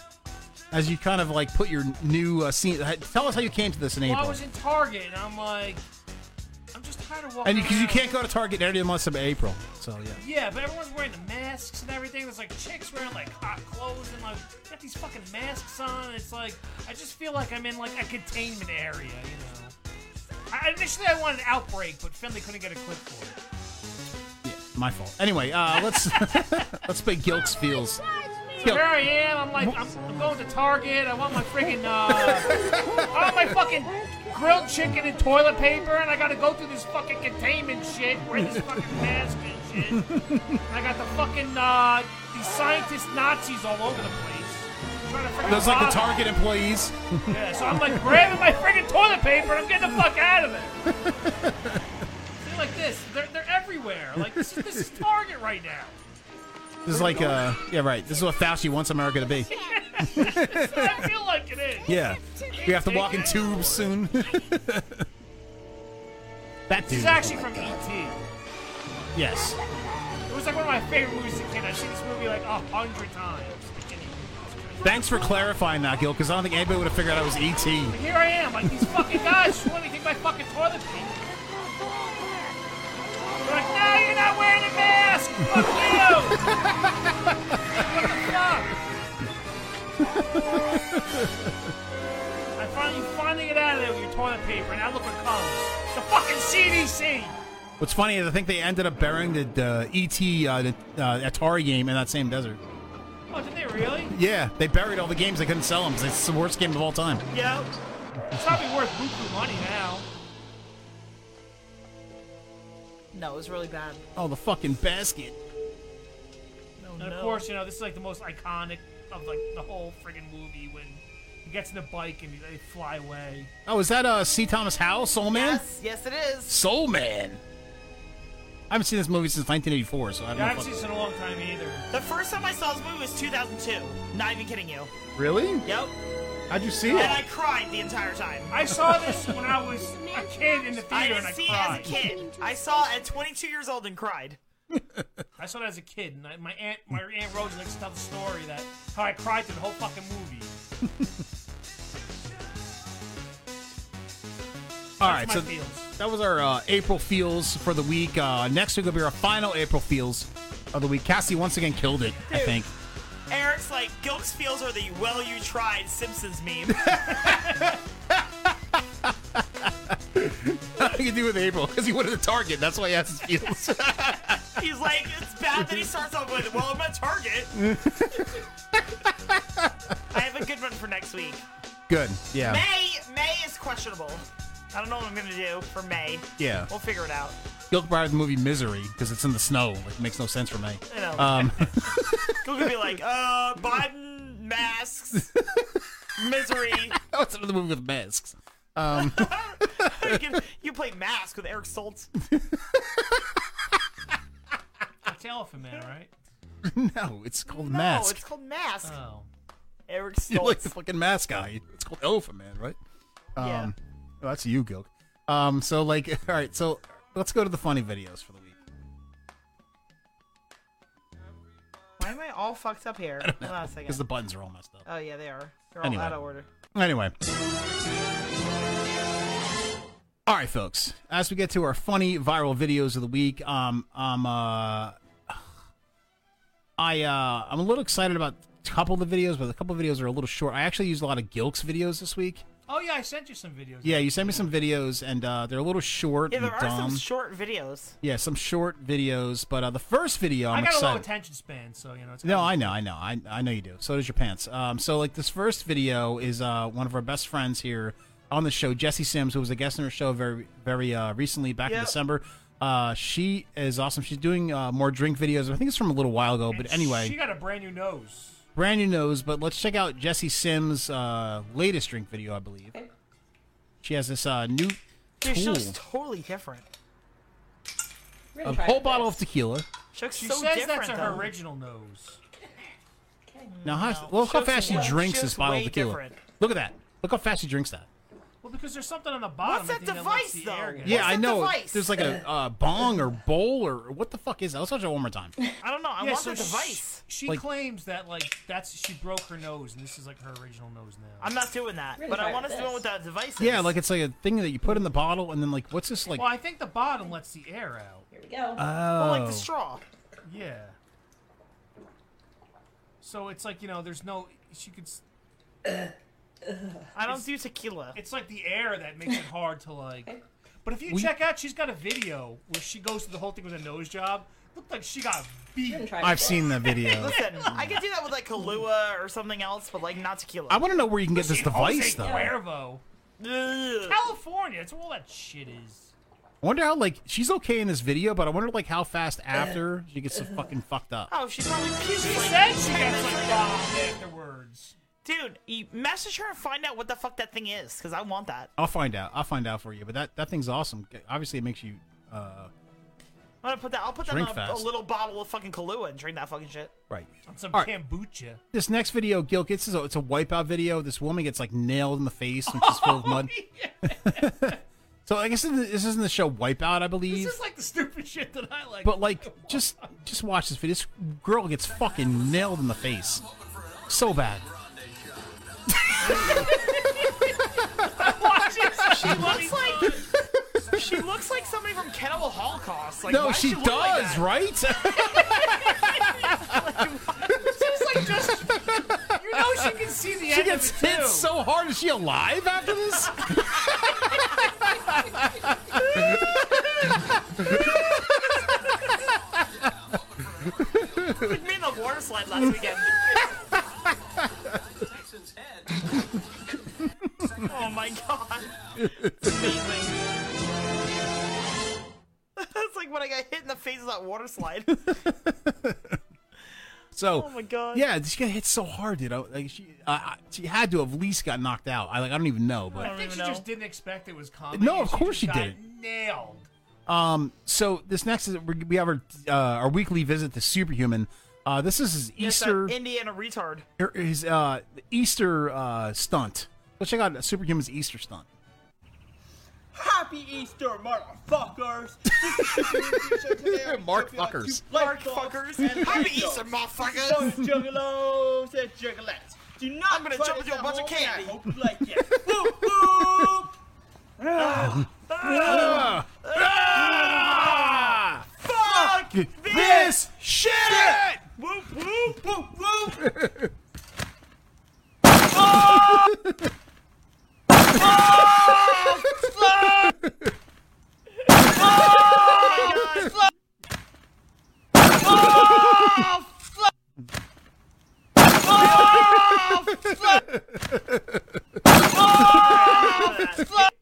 [SPEAKER 25] as you kind of like put your new uh, scene, tell us how you came to this in
[SPEAKER 10] Well, I was in Target, and I'm like, I'm just tired of walking.
[SPEAKER 25] and because you,
[SPEAKER 10] around.
[SPEAKER 25] can't go to Target in the month of April, so yeah.
[SPEAKER 10] Yeah, but everyone's wearing the masks and everything. There's like chicks wearing like hot clothes and like got these fucking masks on. It's like I just feel like I'm in like a containment area, you know. I, initially, I wanted Outbreak, but Finley couldn't get a clip for it.
[SPEAKER 25] My fault. Anyway,
[SPEAKER 10] [LAUGHS]
[SPEAKER 25] uh, let's [LAUGHS] let's play Gilks feels.
[SPEAKER 10] Here I am. I'm like, I'm, I'm going to Target. I want my freaking, uh, I want my fucking grilled chicken and toilet paper, and I gotta go through this fucking containment shit,
[SPEAKER 25] [LAUGHS]
[SPEAKER 10] wear this fucking mask and shit. And I got the fucking, uh, these scientist Nazis all over the place. Trying to freaking
[SPEAKER 25] Those like the
[SPEAKER 10] rob me.
[SPEAKER 25] Target employees.
[SPEAKER 10] Yeah, so I'm like grabbing my freaking toilet paper and I'm getting the fuck out of it.
[SPEAKER 25] [LAUGHS]
[SPEAKER 10] See, like this, they're, they're everywhere. Like this is this is Target right now.
[SPEAKER 25] [LAUGHS] This is like uh yeah right. This is what Fauci wants America to be.
[SPEAKER 10] [LAUGHS] That's what I feel like it is.
[SPEAKER 25] Yeah, we have to walk in tubes soon. [LAUGHS] that
[SPEAKER 10] This
[SPEAKER 25] dude. oh
[SPEAKER 10] is actually from E.T.
[SPEAKER 25] Yes.
[SPEAKER 10] It was like one of my favorite movies as a kid. I've seen this movie like a hundred times.
[SPEAKER 25] Thanks for clarifying that, Gil, because I don't think anybody would have figured out it was E
[SPEAKER 10] But
[SPEAKER 25] ET.
[SPEAKER 10] here I am, like these fucking guys just want me to take my fucking toilet paper. They're like, no, you're not wearing a mask. Fuck you. what the fuck? I finally finally get out of there with your toilet paper. Now look what comes. The fucking CDC.
[SPEAKER 25] What's funny is I think they ended up burying the, the ET uh, the, uh, Atari game in that same desert.
[SPEAKER 10] Oh, did they really?
[SPEAKER 25] Yeah, they buried all the games. They couldn't sell them. 'cause It's the worst game of all time.
[SPEAKER 10] Yeah. It's probably worth buku money now.
[SPEAKER 26] No, it was really bad.
[SPEAKER 25] Oh, the fucking basket.
[SPEAKER 10] and of
[SPEAKER 26] no.
[SPEAKER 10] course, you know this is like the most iconic of like the whole friggin' movie when he gets in the bike and they fly away.
[SPEAKER 25] Oh, is that uh, C. Thomas Howell, Soul Man?
[SPEAKER 26] Yes, it is.
[SPEAKER 25] Soul Man. I haven't seen this movie since 1984, so I don't
[SPEAKER 10] Yeah, I
[SPEAKER 25] know.
[SPEAKER 10] haven't
[SPEAKER 25] if
[SPEAKER 10] seen
[SPEAKER 25] I-
[SPEAKER 10] this in a long time either.
[SPEAKER 26] The first time I saw this movie was 2002. Not even kidding you.
[SPEAKER 25] Really?
[SPEAKER 26] Yep.
[SPEAKER 25] How'd you see
[SPEAKER 26] and
[SPEAKER 25] it?
[SPEAKER 26] I cried the entire time.
[SPEAKER 10] I saw this when I was a kid in the
[SPEAKER 26] I
[SPEAKER 10] theater
[SPEAKER 26] didn't
[SPEAKER 10] and I
[SPEAKER 26] see
[SPEAKER 10] cried.
[SPEAKER 26] it as a kid. I saw it at 22 years old and cried.
[SPEAKER 10] I saw it as a kid, and I, my aunt, my aunt Rose likes to tell the story that how I cried through the whole fucking movie.
[SPEAKER 25] All right,
[SPEAKER 10] my
[SPEAKER 25] so
[SPEAKER 10] feels.
[SPEAKER 25] that was our uh, April feels for the week. Uh, next week will be our final April feels of the week. Cassie once again killed it, I think. [LAUGHS]
[SPEAKER 26] Eric's like, Gilks feels are the well you tried Simpsons
[SPEAKER 25] [LAUGHS]
[SPEAKER 26] meme.
[SPEAKER 25] Nothing to do with April because he wanted to target. That's why he has his feels.
[SPEAKER 26] [LAUGHS] He's like, it's bad that he starts off with, well, I'm
[SPEAKER 25] [LAUGHS]
[SPEAKER 26] at Target. I have a good one for next week.
[SPEAKER 25] Good. Yeah.
[SPEAKER 26] May May is questionable. I don't know what I'm gonna do for May.
[SPEAKER 25] Yeah.
[SPEAKER 26] We'll figure it out.
[SPEAKER 25] Gilk brought the movie Misery because it's in the snow. It makes no sense for me.
[SPEAKER 26] I know. [LAUGHS]
[SPEAKER 25] Um, [LAUGHS]
[SPEAKER 26] We're gonna be like, uh,
[SPEAKER 10] [LAUGHS]
[SPEAKER 26] Biden [LAUGHS] masks, misery.
[SPEAKER 25] what's another movie with masks? Um, [LAUGHS]
[SPEAKER 26] you, can, you play mask with Eric Stoltz.
[SPEAKER 10] It's Elephant Man, right?
[SPEAKER 25] no, it's called Mask. [LAUGHS]
[SPEAKER 26] No, it's called mask.
[SPEAKER 10] Oh.
[SPEAKER 26] Eric
[SPEAKER 25] you like the
[SPEAKER 26] Stoltz.
[SPEAKER 25] fucking mask guy. It's called Elephant Man, right? Um,
[SPEAKER 26] Yeah.
[SPEAKER 25] well, that's you, Gilk. Um, so like, [LAUGHS] all right, so let's go to the funny videos for the week.
[SPEAKER 26] Why am I all fucked up here? Hold on a second.
[SPEAKER 25] Because the buttons are all messed up.
[SPEAKER 26] Oh yeah, they are. They're all
[SPEAKER 25] Anyway.
[SPEAKER 26] out of order.
[SPEAKER 25] Anyway. All right, folks. As we get to our funny viral videos of the week, um, um, uh, I uh, I'm a little excited about a couple of the videos, but a couple of videos are a little short. I actually used a lot of Gilk's videos this week.
[SPEAKER 10] Oh yeah, I sent you some videos.
[SPEAKER 25] Yeah, you sent me some videos, and uh, they're a little short
[SPEAKER 26] Yeah,
[SPEAKER 25] and
[SPEAKER 26] there are
[SPEAKER 25] dumb.
[SPEAKER 26] some short videos.
[SPEAKER 25] yeah, some short videos, but uh, the first video I'm
[SPEAKER 10] I got
[SPEAKER 25] excited.
[SPEAKER 10] a low attention span, so you know it's
[SPEAKER 25] No, I know, I know, I, I know you do. So does your pants. Um, so like this first video is uh one of our best friends here on the show, Jesse Sims, who was a guest on our show very very uh, recently back in
[SPEAKER 10] Yep.
[SPEAKER 25] December. Uh, she is awesome. She's doing uh, more drink videos. I think it's from a little while ago, but anyway,
[SPEAKER 10] she got a brand new nose.
[SPEAKER 25] brand new nose. But let's check out Jesse Sims' uh, latest drink video, I believe. She has this uh, new
[SPEAKER 26] Dude, she looks
[SPEAKER 25] tool,
[SPEAKER 26] totally different.
[SPEAKER 25] a whole bottle of tequila.
[SPEAKER 26] She looks
[SPEAKER 10] She
[SPEAKER 26] so
[SPEAKER 10] says
[SPEAKER 26] different,
[SPEAKER 10] that's her
[SPEAKER 26] though.
[SPEAKER 10] original nose.
[SPEAKER 25] Now, how, look how
[SPEAKER 10] She
[SPEAKER 25] fast she
[SPEAKER 10] looks-
[SPEAKER 25] drinks
[SPEAKER 10] she
[SPEAKER 25] this
[SPEAKER 10] looks
[SPEAKER 25] bottle of
[SPEAKER 10] way
[SPEAKER 25] tequila.
[SPEAKER 10] different.
[SPEAKER 25] Look at that. Look how fast she drinks that.
[SPEAKER 10] Well, because there's something on the bottom.
[SPEAKER 26] What's that
[SPEAKER 10] I think, that lets
[SPEAKER 26] device,
[SPEAKER 10] the
[SPEAKER 26] though?
[SPEAKER 10] air get-
[SPEAKER 25] Yeah, I know. There's like
[SPEAKER 10] [LAUGHS]
[SPEAKER 25] a uh, bong or bowl or what the fuck is that? Let's watch it one more time.
[SPEAKER 26] [LAUGHS] I don't know. I
[SPEAKER 10] Yeah,
[SPEAKER 26] want
[SPEAKER 10] so
[SPEAKER 26] the
[SPEAKER 10] sh-
[SPEAKER 26] device.
[SPEAKER 10] She
[SPEAKER 25] Like-
[SPEAKER 10] claims that like that's she broke her nose, and this is like her original nose now.
[SPEAKER 26] I'm not doing that,
[SPEAKER 10] Really
[SPEAKER 26] but I
[SPEAKER 10] try
[SPEAKER 26] want
[SPEAKER 10] with
[SPEAKER 26] us to do it
[SPEAKER 10] this.
[SPEAKER 26] with that device.
[SPEAKER 25] Yeah, like it's like a thing that you put in the bottle and then like what's this like?
[SPEAKER 10] well, I think the bottom lets the air out. Here we go.
[SPEAKER 25] Oh.
[SPEAKER 26] like the straw.
[SPEAKER 10] Yeah. So it's like you know, there's no she could. s-
[SPEAKER 26] I don't do tequila.
[SPEAKER 10] It's like the air that makes it hard to like. But if you
[SPEAKER 25] We-
[SPEAKER 10] check out, she's got a video where she goes through the whole thing with a nose job. Looked like she got beat.
[SPEAKER 25] I've seen that video.
[SPEAKER 26] [LAUGHS] Listen, I could do that with like Kahlua or something else, but like not tequila.
[SPEAKER 25] I want to know where you can get this
[SPEAKER 26] [LAUGHS]
[SPEAKER 25] device though.
[SPEAKER 10] Cuervo. California, that's where all that shit is.
[SPEAKER 25] I wonder how like she's okay in this video, but I wonder like how fast after she gets so fucking fucked up.
[SPEAKER 26] Oh, she's probably she
[SPEAKER 10] said she gets like robbed afterwards.
[SPEAKER 26] Dude, you message her and find out what the fuck that thing is, because I want that.
[SPEAKER 25] I'll find out. I'll find out for you. But that that thing's awesome. Obviously, it makes you. Uh,
[SPEAKER 26] I'm gonna put that. I'll put that
[SPEAKER 25] Drink
[SPEAKER 26] on a, a
[SPEAKER 25] fast.
[SPEAKER 26] little bottle of fucking Kahlua and drink that fucking shit.
[SPEAKER 25] Right.
[SPEAKER 10] On some
[SPEAKER 25] All right.
[SPEAKER 10] kombucha.
[SPEAKER 25] this next video, Gil gets is a, it's a wipeout video. This woman gets like nailed in the face and she's filled with mud. [LAUGHS] so I guess this isn't the show Wipeout, I believe.
[SPEAKER 10] This is like the stupid shit that I like.
[SPEAKER 25] But like, just just watch this video. This girl gets fucking nailed in the face, so bad.
[SPEAKER 26] [LAUGHS] Watch it. She looks like she looks like somebody from Cannibal Holocaust. Like,
[SPEAKER 25] no,
[SPEAKER 26] why
[SPEAKER 25] she,
[SPEAKER 26] she
[SPEAKER 25] does,
[SPEAKER 26] look Like that?
[SPEAKER 25] right? [LAUGHS]
[SPEAKER 10] She's like just. You know she can see the
[SPEAKER 25] she
[SPEAKER 10] end of
[SPEAKER 25] gets
[SPEAKER 10] it,
[SPEAKER 25] hit
[SPEAKER 10] too.
[SPEAKER 25] so hard. Is she alive after
[SPEAKER 10] [LAUGHS]
[SPEAKER 25] this? [LAUGHS]
[SPEAKER 26] Like me in the water slide last
[SPEAKER 25] [LAUGHS]
[SPEAKER 26] weekend. oh my god. It's amazing. [LAUGHS] That's like when I got hit in the face of that water slide.
[SPEAKER 25] So,
[SPEAKER 26] Oh my God.
[SPEAKER 25] yeah, she got hit so hard, you know. Like she, uh, uh, she had to have at least got knocked out. I like, I don't even know, but
[SPEAKER 10] I think she just didn't expect it was comedy.
[SPEAKER 25] No,
[SPEAKER 10] and
[SPEAKER 25] of course
[SPEAKER 10] just
[SPEAKER 25] she
[SPEAKER 10] got
[SPEAKER 25] didn't. [LAUGHS]
[SPEAKER 10] Nailed.
[SPEAKER 25] Um, so this next is we we have our uh, our weekly visit to Superhuman. Uh, this is his
[SPEAKER 26] Yes, that
[SPEAKER 25] Easter
[SPEAKER 26] Indiana retard.
[SPEAKER 25] er, his uh Easter uh stunt. Go check out Superhuman's Easter
[SPEAKER 26] [LAUGHS]
[SPEAKER 25] stunt.
[SPEAKER 4] Happy Easter, motherfuckers! This is Jimmy Fisher today. I'm
[SPEAKER 25] Mark
[SPEAKER 4] jumping on two
[SPEAKER 25] fuckers.
[SPEAKER 4] light
[SPEAKER 26] Mark
[SPEAKER 4] bulbs
[SPEAKER 26] fuckers.
[SPEAKER 4] and
[SPEAKER 26] Happy
[SPEAKER 4] Doritos.
[SPEAKER 26] Easter, motherfuckers.
[SPEAKER 4] So it's juggalos and juggalettes. Do not
[SPEAKER 26] I'm gonna
[SPEAKER 4] try
[SPEAKER 26] jump
[SPEAKER 4] this
[SPEAKER 26] into a
[SPEAKER 4] at
[SPEAKER 26] bunch of
[SPEAKER 4] home, and
[SPEAKER 26] candy.
[SPEAKER 4] I hope you like it. Whoop, whoop. Ah.
[SPEAKER 10] Oh,
[SPEAKER 25] Ah. Ah.
[SPEAKER 4] Fuck
[SPEAKER 25] this shit!
[SPEAKER 4] Whoop, whoop, whoop, whoop.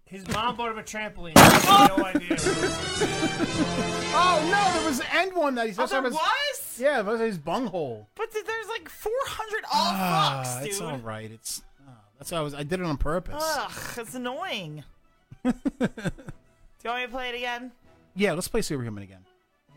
[SPEAKER 10] His mom bought him a trampoline. I have no idea.
[SPEAKER 25] Oh no, there was an end one that he's
[SPEAKER 26] Oh, there
[SPEAKER 25] about
[SPEAKER 26] was?
[SPEAKER 25] Yeah, that was his bunghole.
[SPEAKER 26] But th- there's like 400 all
[SPEAKER 25] Ah,
[SPEAKER 26] fucks, dude.
[SPEAKER 25] it's all right. It's ah, that's why I was. I did it on purpose.
[SPEAKER 26] Ugh, it's
[SPEAKER 25] [LAUGHS]
[SPEAKER 26] annoying. Do you want me to play it again?
[SPEAKER 25] Yeah, let's play Superhuman again.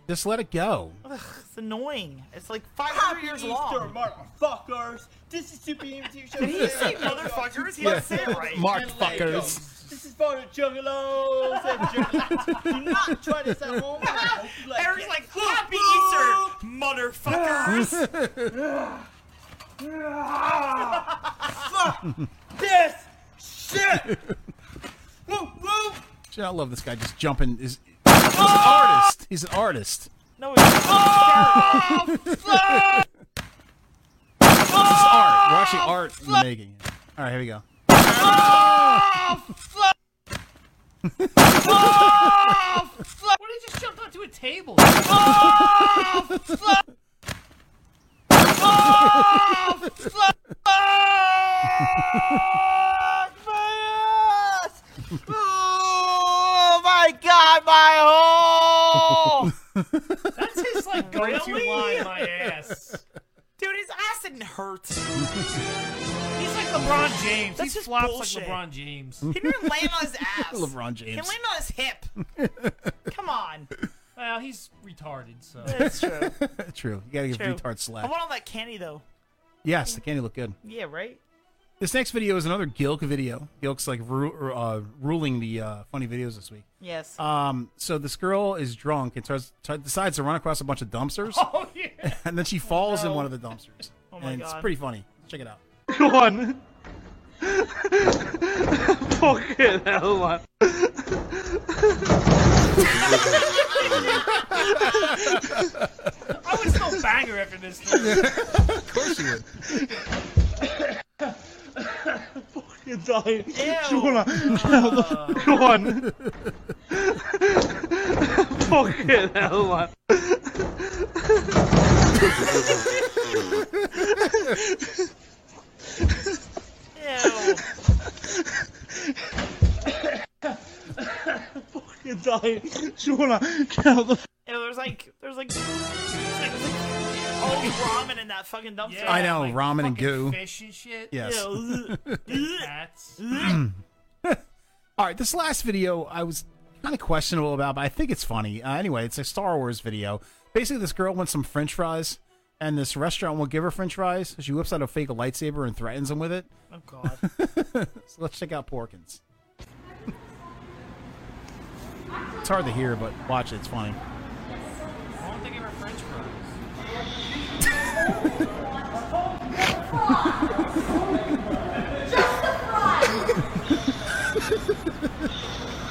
[SPEAKER 25] Just let it go.
[SPEAKER 26] Ugh, it's annoying. It's like 500
[SPEAKER 4] Happy
[SPEAKER 26] years
[SPEAKER 4] Easter,
[SPEAKER 26] long.
[SPEAKER 4] motherfuckers! This is Super EMT Show.
[SPEAKER 26] Did he
[SPEAKER 4] today.
[SPEAKER 26] say
[SPEAKER 4] I'm jumping on two
[SPEAKER 26] motherfuckers? He
[SPEAKER 4] light
[SPEAKER 26] didn't say it
[SPEAKER 4] bulbs
[SPEAKER 26] right.
[SPEAKER 4] and
[SPEAKER 25] [LAUGHS] Mark
[SPEAKER 26] [LAUGHS]
[SPEAKER 4] Legos.
[SPEAKER 25] fuckers.
[SPEAKER 4] This is for the juggalos and juggalettes. Do not try this at home. and I hope you like
[SPEAKER 26] Eric's
[SPEAKER 4] it.
[SPEAKER 26] like, Happy Easter,
[SPEAKER 25] [LAUGHS]
[SPEAKER 26] motherfuckers!
[SPEAKER 4] Fuck this shit! Woo, woo!
[SPEAKER 25] Shit, I love this guy just jumping. Is he's an
[SPEAKER 10] Oh,
[SPEAKER 25] artist? He's an artist. [LAUGHS]
[SPEAKER 26] No, it's oh,
[SPEAKER 25] fuck! This is art. We're actually art in the making. All right, here we go.
[SPEAKER 10] Oh, fuck. What he just jumped onto a table? Oh, fuck. [LAUGHS]
[SPEAKER 4] Oh, fuck! Oh my god, my hole!
[SPEAKER 10] That's his like go-to
[SPEAKER 26] Really?
[SPEAKER 10] line. My ass.
[SPEAKER 26] Dude, his ass didn't hurt.
[SPEAKER 10] He's like LeBron James.
[SPEAKER 26] That's
[SPEAKER 10] he
[SPEAKER 26] just
[SPEAKER 10] flops
[SPEAKER 26] bullshit.
[SPEAKER 10] like LeBron James.
[SPEAKER 26] He didn't even land on his ass.
[SPEAKER 25] [LAUGHS] LeBron
[SPEAKER 26] He
[SPEAKER 25] James.
[SPEAKER 26] landed on his hip.
[SPEAKER 25] [LAUGHS]
[SPEAKER 26] Come on.
[SPEAKER 10] Well, he's retarded, so.
[SPEAKER 26] That's true.
[SPEAKER 25] True. [LAUGHS] You gotta give
[SPEAKER 26] True.
[SPEAKER 25] retard
[SPEAKER 26] I
[SPEAKER 25] slack.
[SPEAKER 26] want all that candy though.
[SPEAKER 25] Yes, the candy looked good.
[SPEAKER 26] Yeah, right.
[SPEAKER 25] This next video is another Gilk video. Gilk's like ru- uh, ruling the uh, funny videos this week.
[SPEAKER 26] Yes.
[SPEAKER 25] Um, so this girl is drunk and tries, t- decides to run across a bunch of dumpsters,
[SPEAKER 10] [LAUGHS] Oh yeah.
[SPEAKER 25] [LAUGHS] and then she falls in one of the dumpsters.
[SPEAKER 10] Oh, my
[SPEAKER 25] and
[SPEAKER 10] God.
[SPEAKER 25] It's pretty funny.
[SPEAKER 17] [LAUGHS]
[SPEAKER 25] Check it out.
[SPEAKER 4] One.
[SPEAKER 17] Fucking hell, man.
[SPEAKER 10] I would still bang her after
[SPEAKER 25] [LAUGHS]
[SPEAKER 10] this.
[SPEAKER 25] of course you would.
[SPEAKER 4] Fucking dying.
[SPEAKER 26] Ew.
[SPEAKER 25] [LAUGHS]
[SPEAKER 26] Uh,
[SPEAKER 6] [LAUGHS]
[SPEAKER 4] Jonah, get out of the- Go on.
[SPEAKER 6] Fucking hell, man.
[SPEAKER 8] [LAUGHS]
[SPEAKER 26] [LAUGHS] Fucking dying. Shauna, get out the. Yeah, there's like, there's like, there's like old ramen in that fucking dumpster.
[SPEAKER 25] I know ramen and goo.
[SPEAKER 10] fish and shit.
[SPEAKER 25] Yes. [LAUGHS]
[SPEAKER 10] Ew. Cats.
[SPEAKER 25] All right, this last video I was kind of questionable about, but I think it's funny. Uh, anyway, it's a Star Wars video. Basically, this girl wants some French fries, and this restaurant won't give her French fries. She whips out a fake lightsaber and threatens him with it. [LAUGHS]
[SPEAKER 26] Oh God!
[SPEAKER 25] so let's check out Porkins. it's hard to hear, but watch it. It's funny.
[SPEAKER 10] Why don't they give her French fries?
[SPEAKER 25] [LAUGHS]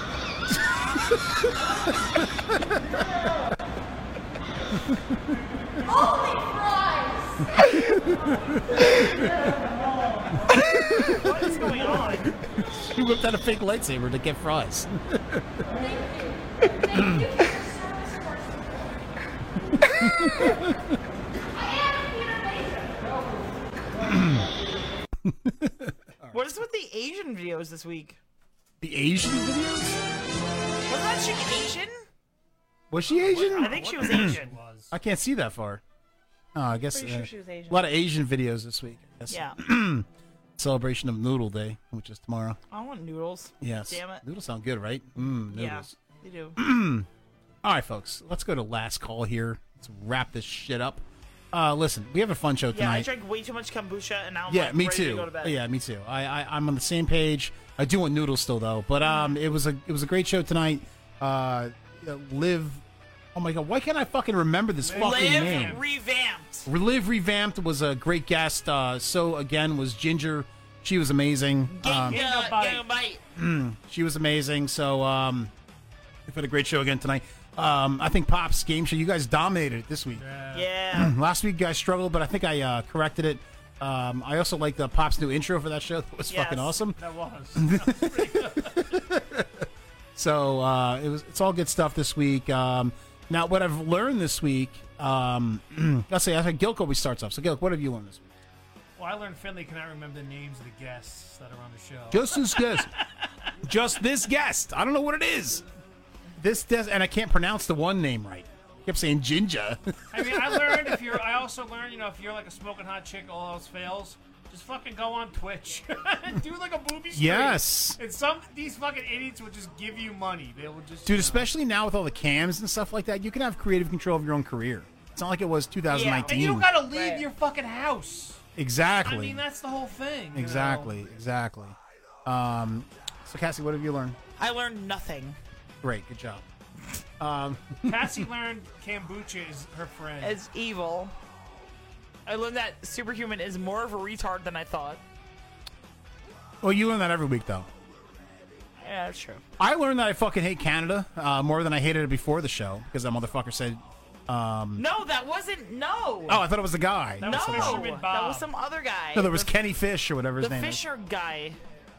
[SPEAKER 25] what is going on? She whipped out a fake lightsaber to get fries.
[SPEAKER 26] What is with the Asian videos this week?
[SPEAKER 25] the Asian videos?
[SPEAKER 26] Wasn't that chick Asian?
[SPEAKER 25] Was she Asian?
[SPEAKER 26] I think [CLEARS THROAT] she was Asian.
[SPEAKER 25] I can't see that far. Oh, I guess
[SPEAKER 26] Pretty sure
[SPEAKER 25] uh,
[SPEAKER 26] she was Asian.
[SPEAKER 25] a lot of Asian videos this week. I guess.
[SPEAKER 26] Yeah.
[SPEAKER 25] [CLEARS THROAT] Celebration of Noodle Day, which is tomorrow.
[SPEAKER 26] I want noodles.
[SPEAKER 25] Yes.
[SPEAKER 26] Damn it.
[SPEAKER 25] Noodles sound good, right? Mm,
[SPEAKER 26] Yeah,
[SPEAKER 25] noodles.
[SPEAKER 26] they
[SPEAKER 25] [CLEARS THROAT]
[SPEAKER 26] do.
[SPEAKER 25] All right, folks. Let's go to last call here. Let's wrap this shit up. Uh, listen, we have a fun show
[SPEAKER 26] Yeah, I
[SPEAKER 25] tonight.
[SPEAKER 26] drank way too much kombucha and now I'm
[SPEAKER 25] yeah,
[SPEAKER 26] like,
[SPEAKER 25] me
[SPEAKER 26] ready
[SPEAKER 25] too.
[SPEAKER 26] to go to bed.
[SPEAKER 25] Yeah, me too. I, I I'm on the same page. I do want noodles still though, but um, it was a it was a great show tonight. Uh, uh, live. Oh my god, why can't I fucking remember this fucking
[SPEAKER 26] Live
[SPEAKER 25] name?
[SPEAKER 26] revamped.
[SPEAKER 25] Live revamped was a great guest. Uh, so again was Ginger. She was amazing. Um,
[SPEAKER 26] Gigabyte.
[SPEAKER 25] Mm, [CLEARS THROAT] she was amazing. So um, we've had a great show again tonight. Um, I think Pop's game show. You guys dominated it this week.
[SPEAKER 26] Yeah.
[SPEAKER 25] [CLEARS THROAT] Last week, you guys struggled, but I think I uh, corrected it. Um, I also like the Pop's new intro for that show. [LAUGHS] That was fucking awesome.
[SPEAKER 10] That was.
[SPEAKER 25] [LAUGHS] So uh, it was. It's all good stuff this week. Um, now, what I've learned this week, um, [CLEARS THROAT] let's say, I think Gilk always starts off. So, Gilk, what have you learned this week?
[SPEAKER 10] Well, I learned Finley cannot remember the names of the guests that are on the show.
[SPEAKER 25] Just this guest. Just this guest. I don't know what it is. This des- and I can't pronounce the one name right. I kept saying [LAUGHS] Ginger.
[SPEAKER 10] I mean, I learned if you're. I also learned, you know, if you're like a smoking hot chick, all else fails. Just fucking go on Twitch, [LAUGHS] do like a booby. stream.
[SPEAKER 25] Yes.
[SPEAKER 10] And some these fucking idiots will just give you money. They will just.
[SPEAKER 25] Dude, especially now with all the cams and stuff like that, you can have creative control of your own career. It's not like it was
[SPEAKER 10] Yeah.
[SPEAKER 25] 2019.
[SPEAKER 10] And you don't gotta leave your fucking house.
[SPEAKER 25] exactly.
[SPEAKER 10] I mean, that's the whole thing. you know?
[SPEAKER 25] exactly. Exactly. Um, so, Cassie, what have you learned?
[SPEAKER 26] I
[SPEAKER 25] [LAUGHS]
[SPEAKER 26] learned nothing.
[SPEAKER 25] Great. Good job. Um,
[SPEAKER 10] Cassie learned kombucha is her friend.
[SPEAKER 26] It's evil. I learned that Superhuman is more of a retard than I thought.
[SPEAKER 25] [LAUGHS] well, you learn that every week, though.
[SPEAKER 26] Yeah, that's true.
[SPEAKER 25] I learned that I fucking hate Canada uh, more than I hated it before the show because that motherfucker said. Um,
[SPEAKER 26] No, that wasn't. No.
[SPEAKER 25] Oh, I thought it was the guy.
[SPEAKER 26] no, that was some other guy.
[SPEAKER 25] No, there was
[SPEAKER 26] The-
[SPEAKER 25] Kenny Fish or whatever his
[SPEAKER 26] the
[SPEAKER 25] name is.
[SPEAKER 26] Fisher guy.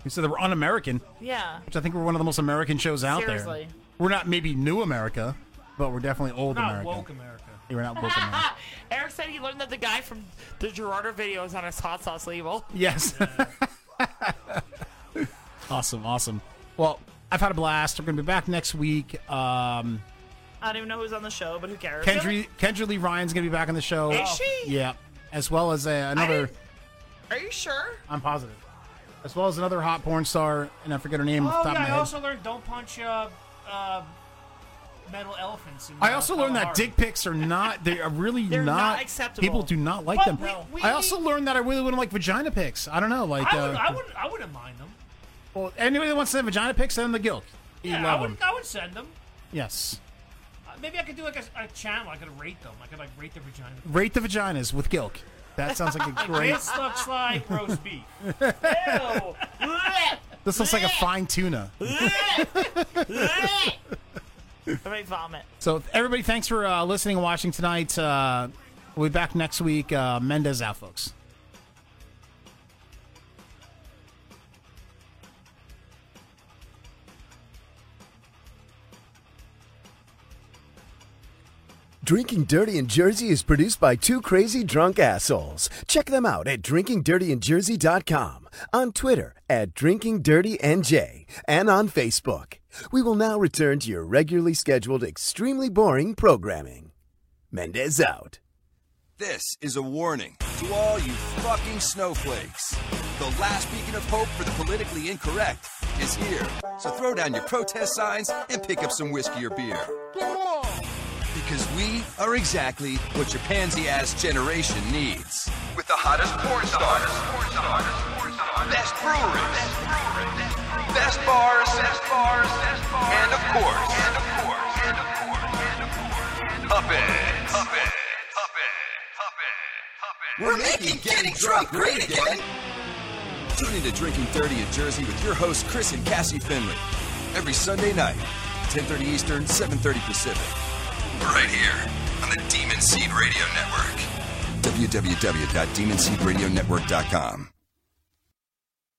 [SPEAKER 25] Who said that we're un-American,
[SPEAKER 26] Yeah.
[SPEAKER 25] which I think we're one of the most American shows out
[SPEAKER 26] Seriously.
[SPEAKER 25] there. We're not maybe new America, but we're definitely old
[SPEAKER 26] Not
[SPEAKER 25] America.
[SPEAKER 26] woke
[SPEAKER 10] America.
[SPEAKER 25] Yeah, we're not woke America.
[SPEAKER 26] [LAUGHS] Eric said he learned that the guy from the Gerardo video is on his hot sauce label.
[SPEAKER 25] Yes. [LAUGHS] awesome, awesome. Well, I've had a blast. We're gonna be back next week. Um,
[SPEAKER 26] I don't even know who's on the show, but who cares?
[SPEAKER 25] Kendra Kendra Lee Ryan's gonna be back on the show.
[SPEAKER 26] Is she?
[SPEAKER 25] Yeah. As well as uh, another.
[SPEAKER 26] Are you sure?
[SPEAKER 25] I'm positive. As well as another hot porn star, and I forget her name off
[SPEAKER 10] Oh
[SPEAKER 25] the top
[SPEAKER 10] yeah,
[SPEAKER 25] of my
[SPEAKER 10] I
[SPEAKER 25] head.
[SPEAKER 10] also learned don't punch uh, uh, metal elephants. In,
[SPEAKER 25] I
[SPEAKER 10] uh,
[SPEAKER 25] also learned that
[SPEAKER 10] Kalahari.
[SPEAKER 25] dick pics are not they are really
[SPEAKER 10] They're
[SPEAKER 25] not,
[SPEAKER 10] not acceptable.
[SPEAKER 25] People do not like
[SPEAKER 10] But
[SPEAKER 25] them.
[SPEAKER 10] we- we-
[SPEAKER 25] I also learned that I really wouldn't like vagina pics. I don't know, like
[SPEAKER 10] I, would,
[SPEAKER 25] uh,
[SPEAKER 10] I would, I wouldn't mind them.
[SPEAKER 25] well, anybody that wants to send vagina pics, send them the guilt. You
[SPEAKER 10] Yeah,
[SPEAKER 25] love
[SPEAKER 10] I would,
[SPEAKER 25] them.
[SPEAKER 10] I would send them.
[SPEAKER 25] Yes,
[SPEAKER 10] Uh, maybe I could do like a, a channel. I could rate them. I could like rate their vagina.
[SPEAKER 25] rate the vaginas with guilt. That sounds like a
[SPEAKER 10] [LAUGHS] Like,
[SPEAKER 25] great.
[SPEAKER 10] This looks like roast beef.
[SPEAKER 25] this looks like a fine tuna.
[SPEAKER 26] I might vomit.
[SPEAKER 25] So everybody, thanks for uh, listening and watching tonight. Uh, we'll be back next week. Uh, Mendez out, folks.
[SPEAKER 28] Drinking Dirty in Jersey is produced by two crazy drunk assholes. Check them out at drinkingdirtyinjersey.com, on Twitter at drinkingdirtynj, and on Facebook. We will now return to your regularly scheduled, extremely boring programming. Mendez out.
[SPEAKER 34] This is a warning to all you fucking snowflakes. The last beacon of hope for the politically incorrect is here. So throw down your protest signs and pick up some whiskey or beer. Because we are exactly what your pansy ass generation needs. With the hottest porn stars, best breweries, best bars, and of course, puppets. We're making getting drunk great again. Tune into Drinking 30 in Jersey with your hosts Chris and Cassie Finley every Sunday night, 10:30 Eastern, 7:30 Pacific, right here on the Demon Seed Radio Network. www.demonseedradionetwork.com.